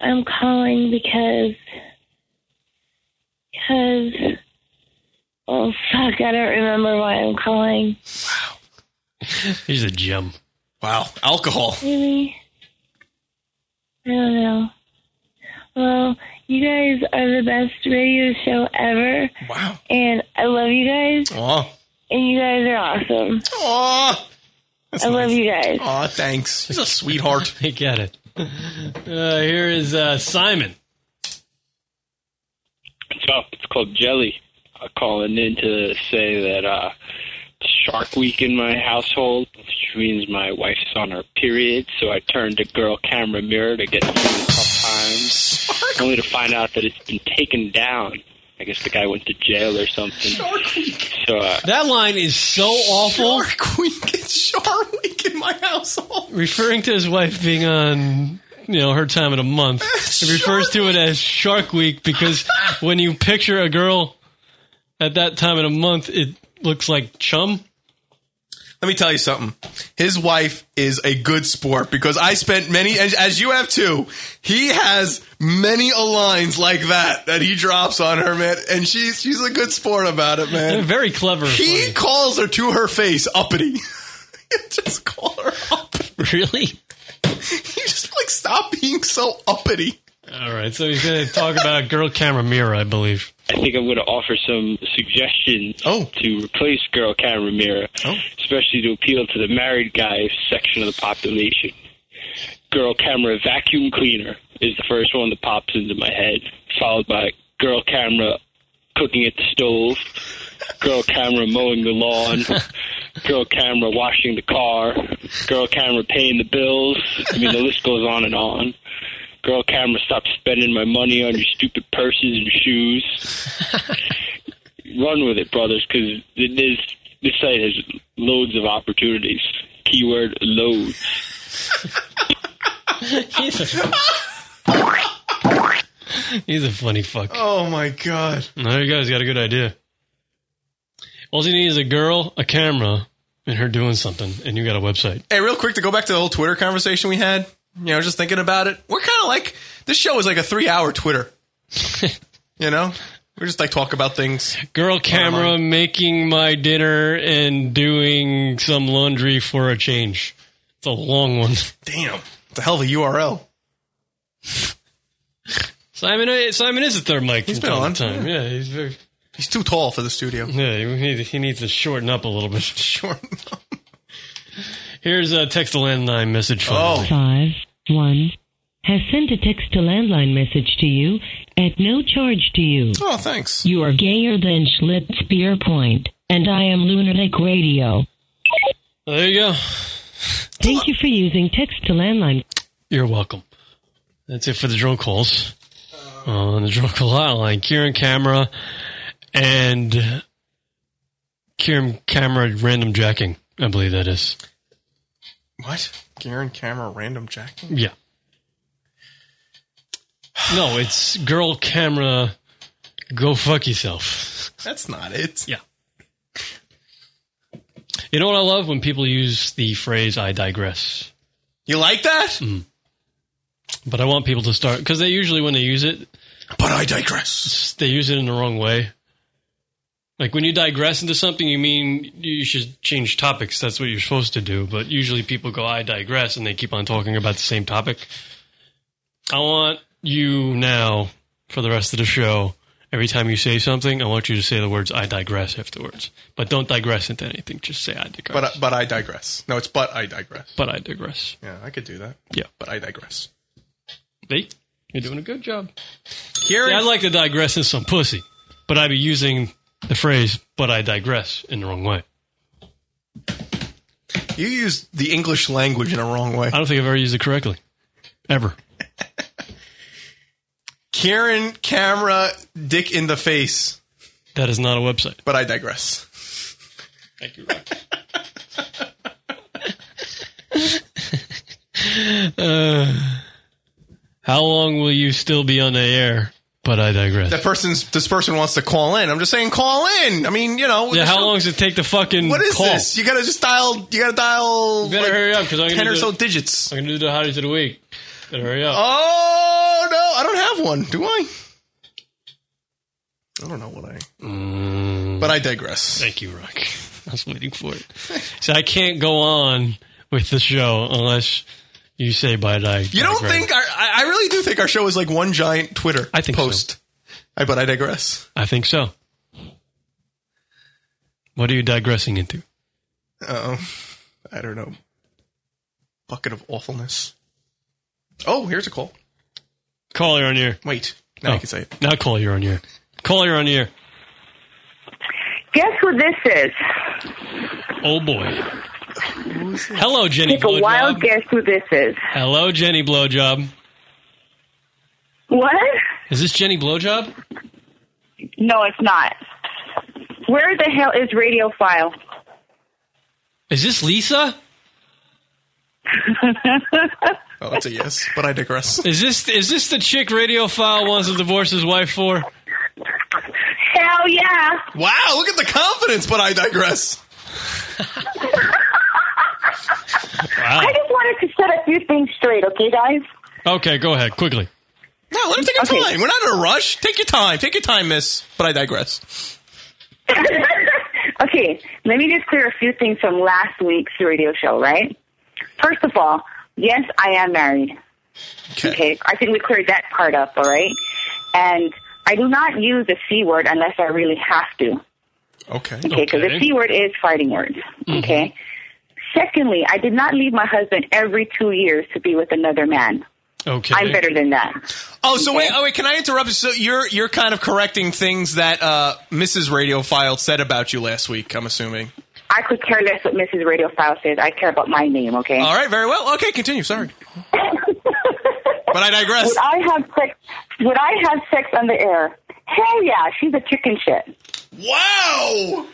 I'm calling because. Because. Oh, fuck. I don't remember why I'm calling.
He's a gem.
Wow, alcohol.
Really? I don't know. Well, you guys are the best radio show ever.
Wow.
And I love you guys.
Aw.
And you guys are awesome.
Aw.
I love you guys.
Aw, thanks.
[laughs]
He's a sweetheart.
I get it. Uh, here is uh, Simon.
What's up? It's Club Jelly. I'm calling in to say that uh, it's Shark Week in my household, which means my wife's on her period, so I turned to girl camera mirror to get through the tough times, only to find out that it's been taken down. I guess the guy went to jail or something. So uh,
That line is so awful.
Week is Shark Week in my household.
Referring to his wife being on, you know, her time of the
[laughs]
month. It refers to it as Shark Week because when you picture a girl at that time of the month, it looks like chum. [laughs]
Let me tell you something. His wife is a good sport because I spent many, as, as you have too. He has many a lines like that that he drops on her, man, and she's she's a good sport about it, man.
And very clever.
He calls her to her face, uppity. [laughs] just call her
up. Really?
You just like stop being so uppity.
All right, so he's going to talk about [laughs] girl camera mirror, I believe.
I think I'm going to offer some suggestions to replace girl camera mirror, especially to appeal to the married guys section of the population. Girl camera vacuum cleaner is the first one that pops into my head, followed by girl camera cooking at the stove, girl camera mowing the lawn, girl camera washing the car, girl camera paying the bills. I mean, the list goes on and on. Girl camera, stop spending my money on your stupid purses and shoes. Run with it, brothers, because this this site has loads of opportunities. Keyword loads.
[laughs] he's, a, he's a funny fuck.
[laughs] Oh my god!
There you go. He's got a good idea. All you need is a girl, a camera, and her doing something, and you got a website.
Hey, real quick to go back to the whole Twitter conversation we had. You know, I was just thinking about it. We're kind of like this show is like a three-hour
[laughs]
Twitter. you know, we just like talk about things.
Girl camera
Online.
making my dinner and doing some laundry for a change. It's a long one.
Damn, it's a hell of a URL.
[laughs] Simon eh, Simon is a third mic.
He's
from
been
time
on.
to time. Yeah, he's very.
He's too tall for the studio.
Yeah, he needs, he needs to shorten up a little
[laughs]
bit.
Shorten
up. Here's a text to landline message.
Oh.
Finally.
Five one has sent a text to landline message to you at no charge to you.
Oh, thanks.
You are gayer than Schlitz Beer Point, and I am Lunatic Radio.
There you go.
Thank you for using text to landline.
You're welcome. That's it for the drone calls on the drone call hotline. Kieran Camera and Kieran Camera random jacking. I believe that is.
What? Garen camera random jacking.
Yeah. No, it's girl camera. Go fuck yourself.
That's not it.
Yeah. You know what I love when people use the phrase "I digress." Mm.
You like that?
But I want people to start because they usually when they use it.
But I digress.
They use it in the wrong way. Like when you digress into something, you mean you should change topics. That's what you're supposed to do. But usually people go, I digress, and they keep on talking about the same topic. I want you now, for the rest of the show, every time you say something, I want you to say the words, I digress afterwards. But don't digress into anything. Just say, I digress.
But I- but I digress. No, it's but I digress.
But I digress.
Yeah, I could do that.
Yeah.
But I digress.
They, you're doing a good job.
Here,
I'd like to digress in some pussy, but I'd be using the phrase, but I digress in the wrong way.
You used the English language in a wrong way.
I don't think I've ever used it correctly. Ever.
Karen camera dick in the face.
That is not a website.
But I digress.
Thank you, Uh, how long will you still be on the air? But I digress.
That person's this person wants to call in. I'm just saying call in. I mean, you know.
yeah,
the
how
show-
long does it take to fucking
What is
call?
this? You gotta just dial you gotta dial
You better hurry up because I'm gonna
ten
do
or
the-
so digits.
I'm gonna do the hotties of the week. Better hurry up.
Oh no, I don't have one, do I? I don't know what I But I digress.
Mm. Thank you, Rock. [laughs] I was waiting for it. [laughs] so I can't go on with the show unless you say by digress.
You don't think I I I really do think our show is like one giant Twitter I think post. I but I digress.
I think so. What are you digressing into?
Uh oh. I don't know. Bucket of awfulness. Oh, here's a call.
Call your on air.
Wait. Now I can say
it. Now call your on air. Call your on air.
Guess who this is?
Oh boy. Hello, Oh, Jenny
Take a wild
Blowjob.
guess who this is.
Hello, Jenny Blowjob.
What?
Is this Jenny Blowjob?
No, it's not. Where the hell is Radio File?
Is this Lisa?
oh, that's a yes, but I digress.
Is this is this the chick Radiophile wants to divorce his wife for?
Hell yeah.
Wow, look at the confidence, but I digress.
I just wanted to set a few things straight, okay, guys?
Okay, go ahead quickly.
No, let him take his
Okay.
time. We're not in a rush. Take your time. Take your time, miss. But I digress.
okay, let me just clear a few things from last week's radio show, right? First of all, yes, I am married.
Okay.
I think we cleared that part up, all right? And I do not use the C word unless I really have to.
Okay. Mm-hmm.
Okay, because the C word is fighting words. Okay. Secondly, I did not leave my husband every two years to be with another man.
Okay.
I'm better than that.
Oh, so wait. Oh, wait. Can I interrupt? So you're you're kind of correcting things that uh, Mrs. Radiophile said about you last week. I'm assuming.
I could care less what Mrs. Radio File says. I care about my name, okay?
All right. Very well. Okay. Continue. Sorry. but I digress.
Would I have sex? Would I have sex on the air? Hell yeah, she's a chicken shit.
Wow!
Oh.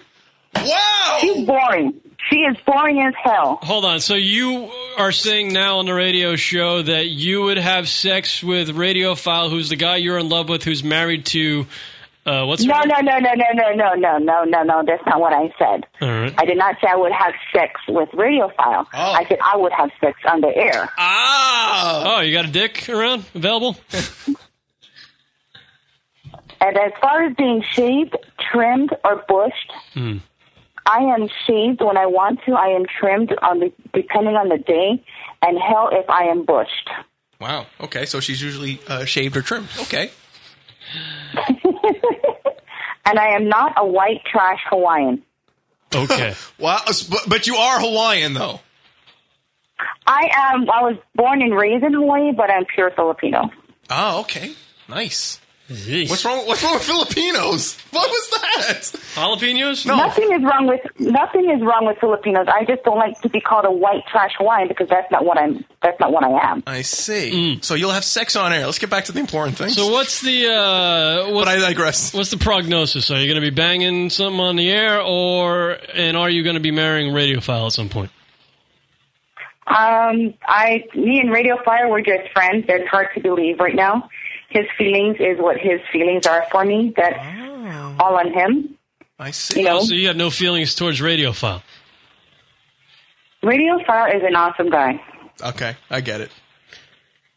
Wow!
She's boring. She is boring as hell.
Hold on. So you are saying now on the radio show that you would have sex with Radiophile, who's the guy you're in love with, who's married to uh, what's
No,
her
no, no, no, no, no, no, no, no, no, no. That's not what I said.
All right.
I did not say I would have sex with Radiophile. I said I would have sex on the air.
Oh, you got a dick around
[laughs]
available?
And as far as being shaved, trimmed, or bushed,
Hmm.
I am shaved when I want to. I am trimmed on the depending on the day, and hell if I am bushed.
Wow. Okay. So she's usually uh, shaved or trimmed. Okay.
And I am not a white trash Hawaiian.
[laughs]
Okay.
wow. But- But you are Hawaiian though.
I am. I was born and raised in Hawaii, but I'm pure Filipino.
Oh, okay. Nice. What's wrong? What's wrong with Filipinos? What was that?
Jalapenos?
Nothing is wrong with nothing is wrong with Filipinos. I just don't like to be called a white trash Hawaiian because that's not what I'm. That's not what I am.
I see. So you'll have sex on air. Let's get back to the important things.
Mm. So what's the uh, what's, but
I digress.
What's the prognosis? Are you going to be banging something on the air, or and are you going to be marrying Radiophile at some point?
Um, I, me and Radio Fire were just friends. That's hard to believe right now. His feelings is what his feelings are for me. That's all on him.
I see.
You know,
Oh, So you have no feelings towards Radiophile.
Radio Fire is an awesome guy.
Okay, I get it.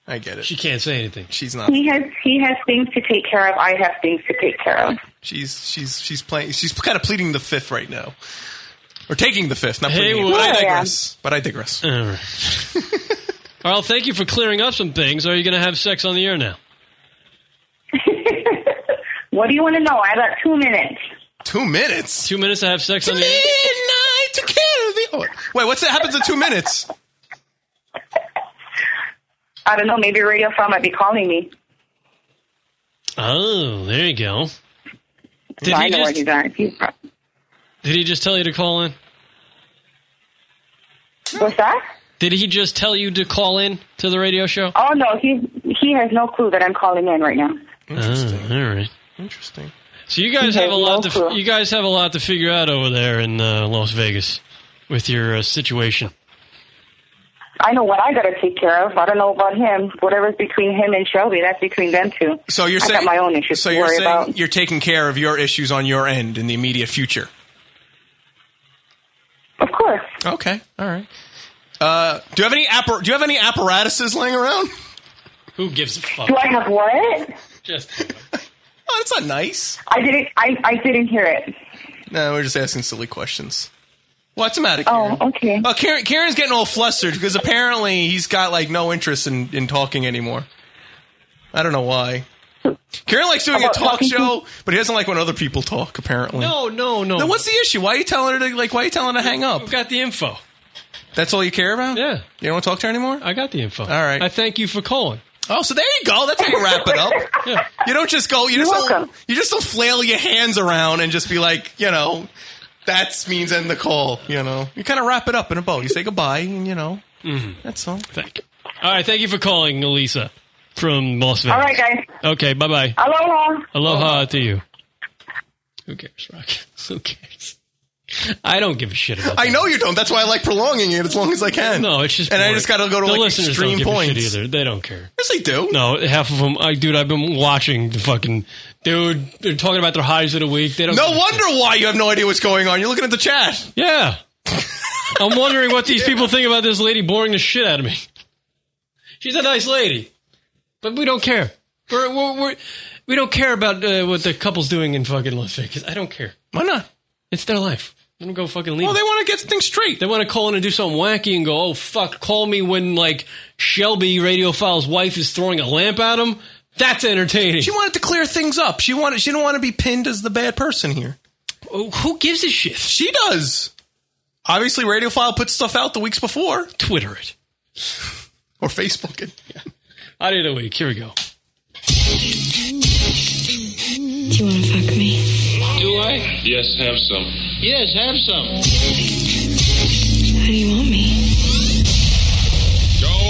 I get it. She
can't say anything.
She's not.
He has he has things to take care of. I have things to take care of.
She's she's she's playing. She's kind of pleading the fifth right now, or taking the fifth. Not
Hey,
pleading, it,
well-
but I
Yeah.
digress. But I digress.
All right. Well, thank you for clearing up some things. Are you going to have sex on the air now?
What do you want to know? I have about two minutes.
Two minutes.
Two minutes to have sex on the air.
Midnight to kill the. Oh, wait, what's that? Happens in two minutes.
I don't know. Maybe Radio File might be calling me.
Oh, there you go. Did
I
he
know where
just
he's at. He's pro-
did he just tell you to call in?
What's that?
Did he just tell you to call in to the radio show?
Oh no, he he has no clue that I'm calling in right now.
Interesting. Uh, all right.
Interesting.
So you guys
He
have a
has
lot to
no clue.
you guys have a lot to figure out over there in uh, Las Vegas with your uh, situation.
I know what I got to take care of. I don't know about him. Whatever's between him and Shelby, that's between them two.
So you're
I
saying
got my own issues
So
to
you're
worry
saying
about.
you're taking care of your issues on your end in the immediate future.
Of course.
Okay. All right. Uh, do you have any appar- Do you have any apparatuses laying around?
Who gives a fuck?
Do I have what?
[laughs]
Just
oh, that's not nice.
I didn't. I, I didn't hear it.
No, we're just asking silly questions. What's the matter?
Oh, okay.
Well, Karen, Karen's getting all flustered because apparently he's got like no interest in, in talking anymore. I don't know why. Karen likes doing a
About
talk
talking to-
show, but he doesn't like when other people talk. Apparently,
No, no, no.
Then what's the issue? Why are you telling her to like? Why are you telling her to hang up? I've
got the info.
That's all you care about?
Yeah.
You don't want to talk to her anymore?
I got the info. All
right. I
thank you for calling.
Oh, so there you go. That's how you wrap
[laughs]
it up. You don't just go. You
You're
just don't,
welcome.
you just don't flail your hands around and just be like, you know, that means end the call. You know, you kind of wrap it up in a bow. You say goodbye, and you know, that's all.
Thank you. mm-hmm. All right, thank you for calling, Elisa from Las Vegas.
All right, guys.
Okay, bye bye.
Aloha.
Aloha to you. Who cares, Rock? Oh. [laughs] Who cares? I don't give a shit about.
I know you don't. That's why I like prolonging it as long as I can. No,
it's just
and I
boring.
just got to go to
the
like
listeners don't
extreme
give
points
a shit either. They don't care.
Yes, they do.
No, half of them. I, dude, I've been watching the fucking dude. They're talking about their highs of the week. They don't.
No
give a shit.
wonder why you have no idea what's going on. You're looking at the chat. [laughs]
Yeah. I'm wondering what these people think about this lady boring the shit out of me. She's a nice lady, but we don't care. We're, we're, we're, we don't care about uh, what the couple's doing in fucking Las Vegas. I don't care.
Why not?
It's their life. Let them go fucking leave. Well,
they want to get things straight.
They want to call in and do something wacky and go, oh, fuck, call me when, like, Shelby Radiophile's wife is throwing a lamp at him. That's entertaining.
She wanted to clear things up. She wanted. She didn't want to be pinned as the bad person here.
Oh, Who gives a shit?
She does. Obviously, Radiophile puts stuff out the weeks before.
Twitter it
[laughs] or Facebook
[laughs]
it.
Out of the week. Here we go.
Do you want to fuck me? Do I?
Yes, have some.
Yes, have some. How do you want me?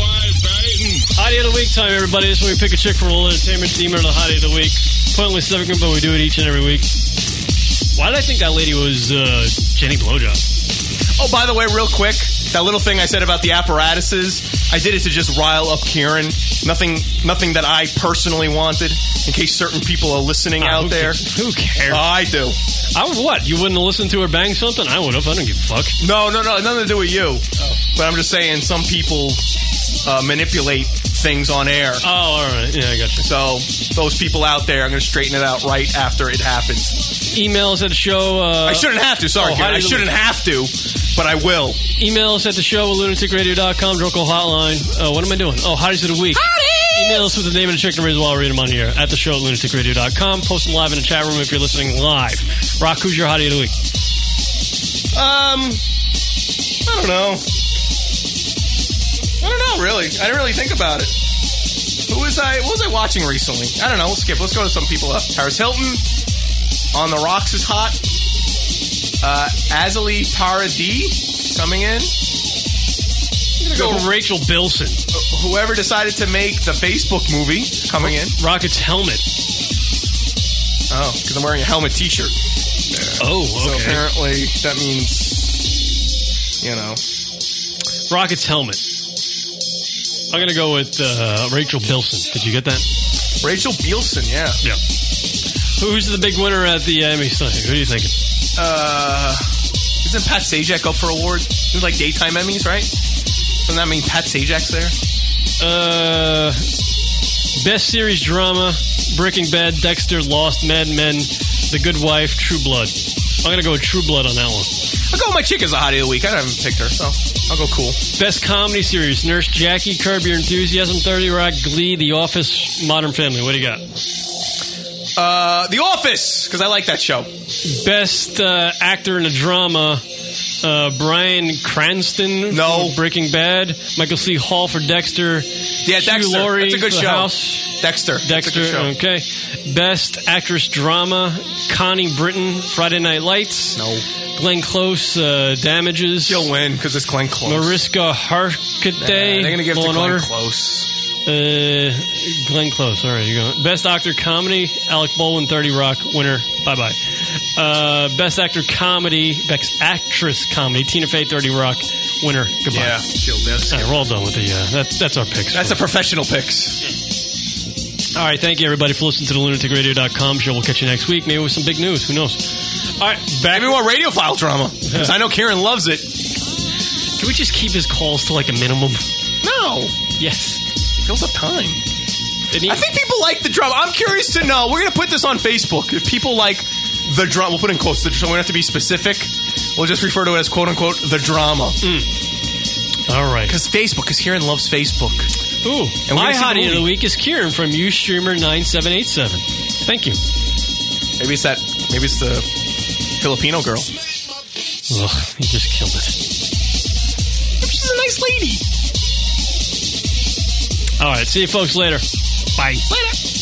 Hottie of the week time, everybody. This is where we pick a chick from a little entertainment theme or the hottie of the week. Pointless subject, but we do it each and every week. Why did I think that lady was uh, Jenny Blowjob?
Oh, by the way, real quick, that little thing I said about the apparatuses, I did it to just rile up Kieran. Nothing, nothing that I personally wanted. In case certain people are listening out there,
Ah, who cares?
I do.
I would what? You wouldn't have listened to her bang something? I would have. I don't give a fuck. Oh.
No, no, no, nothing to do with you. But I'm just saying, some people uh, manipulate things on air. Oh,
all right. Yeah, I got you.
So those people out there, I'm going to straighten it out right after it happens.
Emails at the show. Uh,
I shouldn't have to. Sorry,
oh,
Kieran.
hottie
I
of the
shouldn't
week.
have to, but I will.
Emails at the show at lunaticradio.com, Droko Hotline. Uh, what am I doing? Oh, Hotties of the Week. Hotties! Email us with the name of the chicken reason why I'll read them on here at the show at lunaticradio.com. Post them live in the chat room if you're listening live. Rock, who's your Hottie of the Week?
Um, I don't know. I don't know, really. I didn't really think about it. Who was I? What was I watching recently? I don't know. We'll skip. Let's go to some people. Uh, Paris Hilton on the rocks is hot. Uh, Azalee Paradis coming in. I'm
Go with Rachel Bilson.
Whoever decided to make the Facebook movie coming in.
Rocket's helmet.
Oh, because I'm wearing a helmet T-shirt.
Oh,
So
okay.
apparently that means you know
Rocket's helmet. I'm gonna go with uh, Rachel Bilson. Did you get that?
Rachel Bilson, yeah.
Yeah. Who's the big winner at the Emmys? Sunday? Who are you thinking?
uh, isn't Pat Sajak up for award? It was like daytime Emmys, right? Doesn't that mean Pat Sajak's there?
Uh, best series drama: Breaking Bad, Dexter, Lost, Mad Men, The Good Wife, True Blood. I'm gonna go with True Blood on that one.
I go with my chick as a hottie of the week. I haven't picked her, so I'll go cool.
Best comedy series: Nurse Jackie, Curb Your Enthusiasm, Thirty Rock, Glee, The Office, Modern Family. What do you got?
Uh, the Office, because I like that show.
Best uh, actor in a drama: uh, Brian Cranston. No, for Breaking Bad. Michael C. Hall for Dexter.
Yeah,
Hugh
Dexter.
Laurie
That's a good
for The
show.
House.
Dexter. That's a
Dexter.
good show.
Okay. Best actress drama: Connie Britton, Friday Night Lights. No. Glenn Close, uh, Damages. She'll
win because it's Glenn Close.
Mariska Hargitay.
Nah, they're gonna give it
Law
to
and
Glenn
Order.
Close.
Uh, Glenn Close. All right, you go. Best actor comedy: Alec Baldwin, Thirty Rock. Winner. Bye bye. Uh, best actor comedy: Best actress comedy: Tina Fey, Thirty Rock. Winner. Goodbye.
Yeah, she'll miss.
All right, we're all done with the. Uh, that's that's our picks.
That's a professional picks.
All right, thank you everybody for listening to the lunaticradio.com show. We'll catch you next week, maybe with some big news. Who knows? All right, back.
Maybe more radio file drama because I know Karen loves it.
Can we just keep his calls to like a minimum?
No.
Yes.
Oh. Fills up time. I think people like the drum. I'm curious to know. We're gonna put this on Facebook. If people like the drum, we'll put in quotes. The drum. We don't have to be specific. We'll just refer to it as quote unquote the drama.
Mm. All right.
Because Facebook, because Kieran loves Facebook.
Ooh,
And we're
my
gonna see the
hottie of the
movie.
week is Kieran from UStreamer9787. Thank you.
Maybe it's that. Maybe it's the Filipino girl.
Ugh, you just killed it.
She's a nice lady.
All right, see you folks later. Bye.
Later.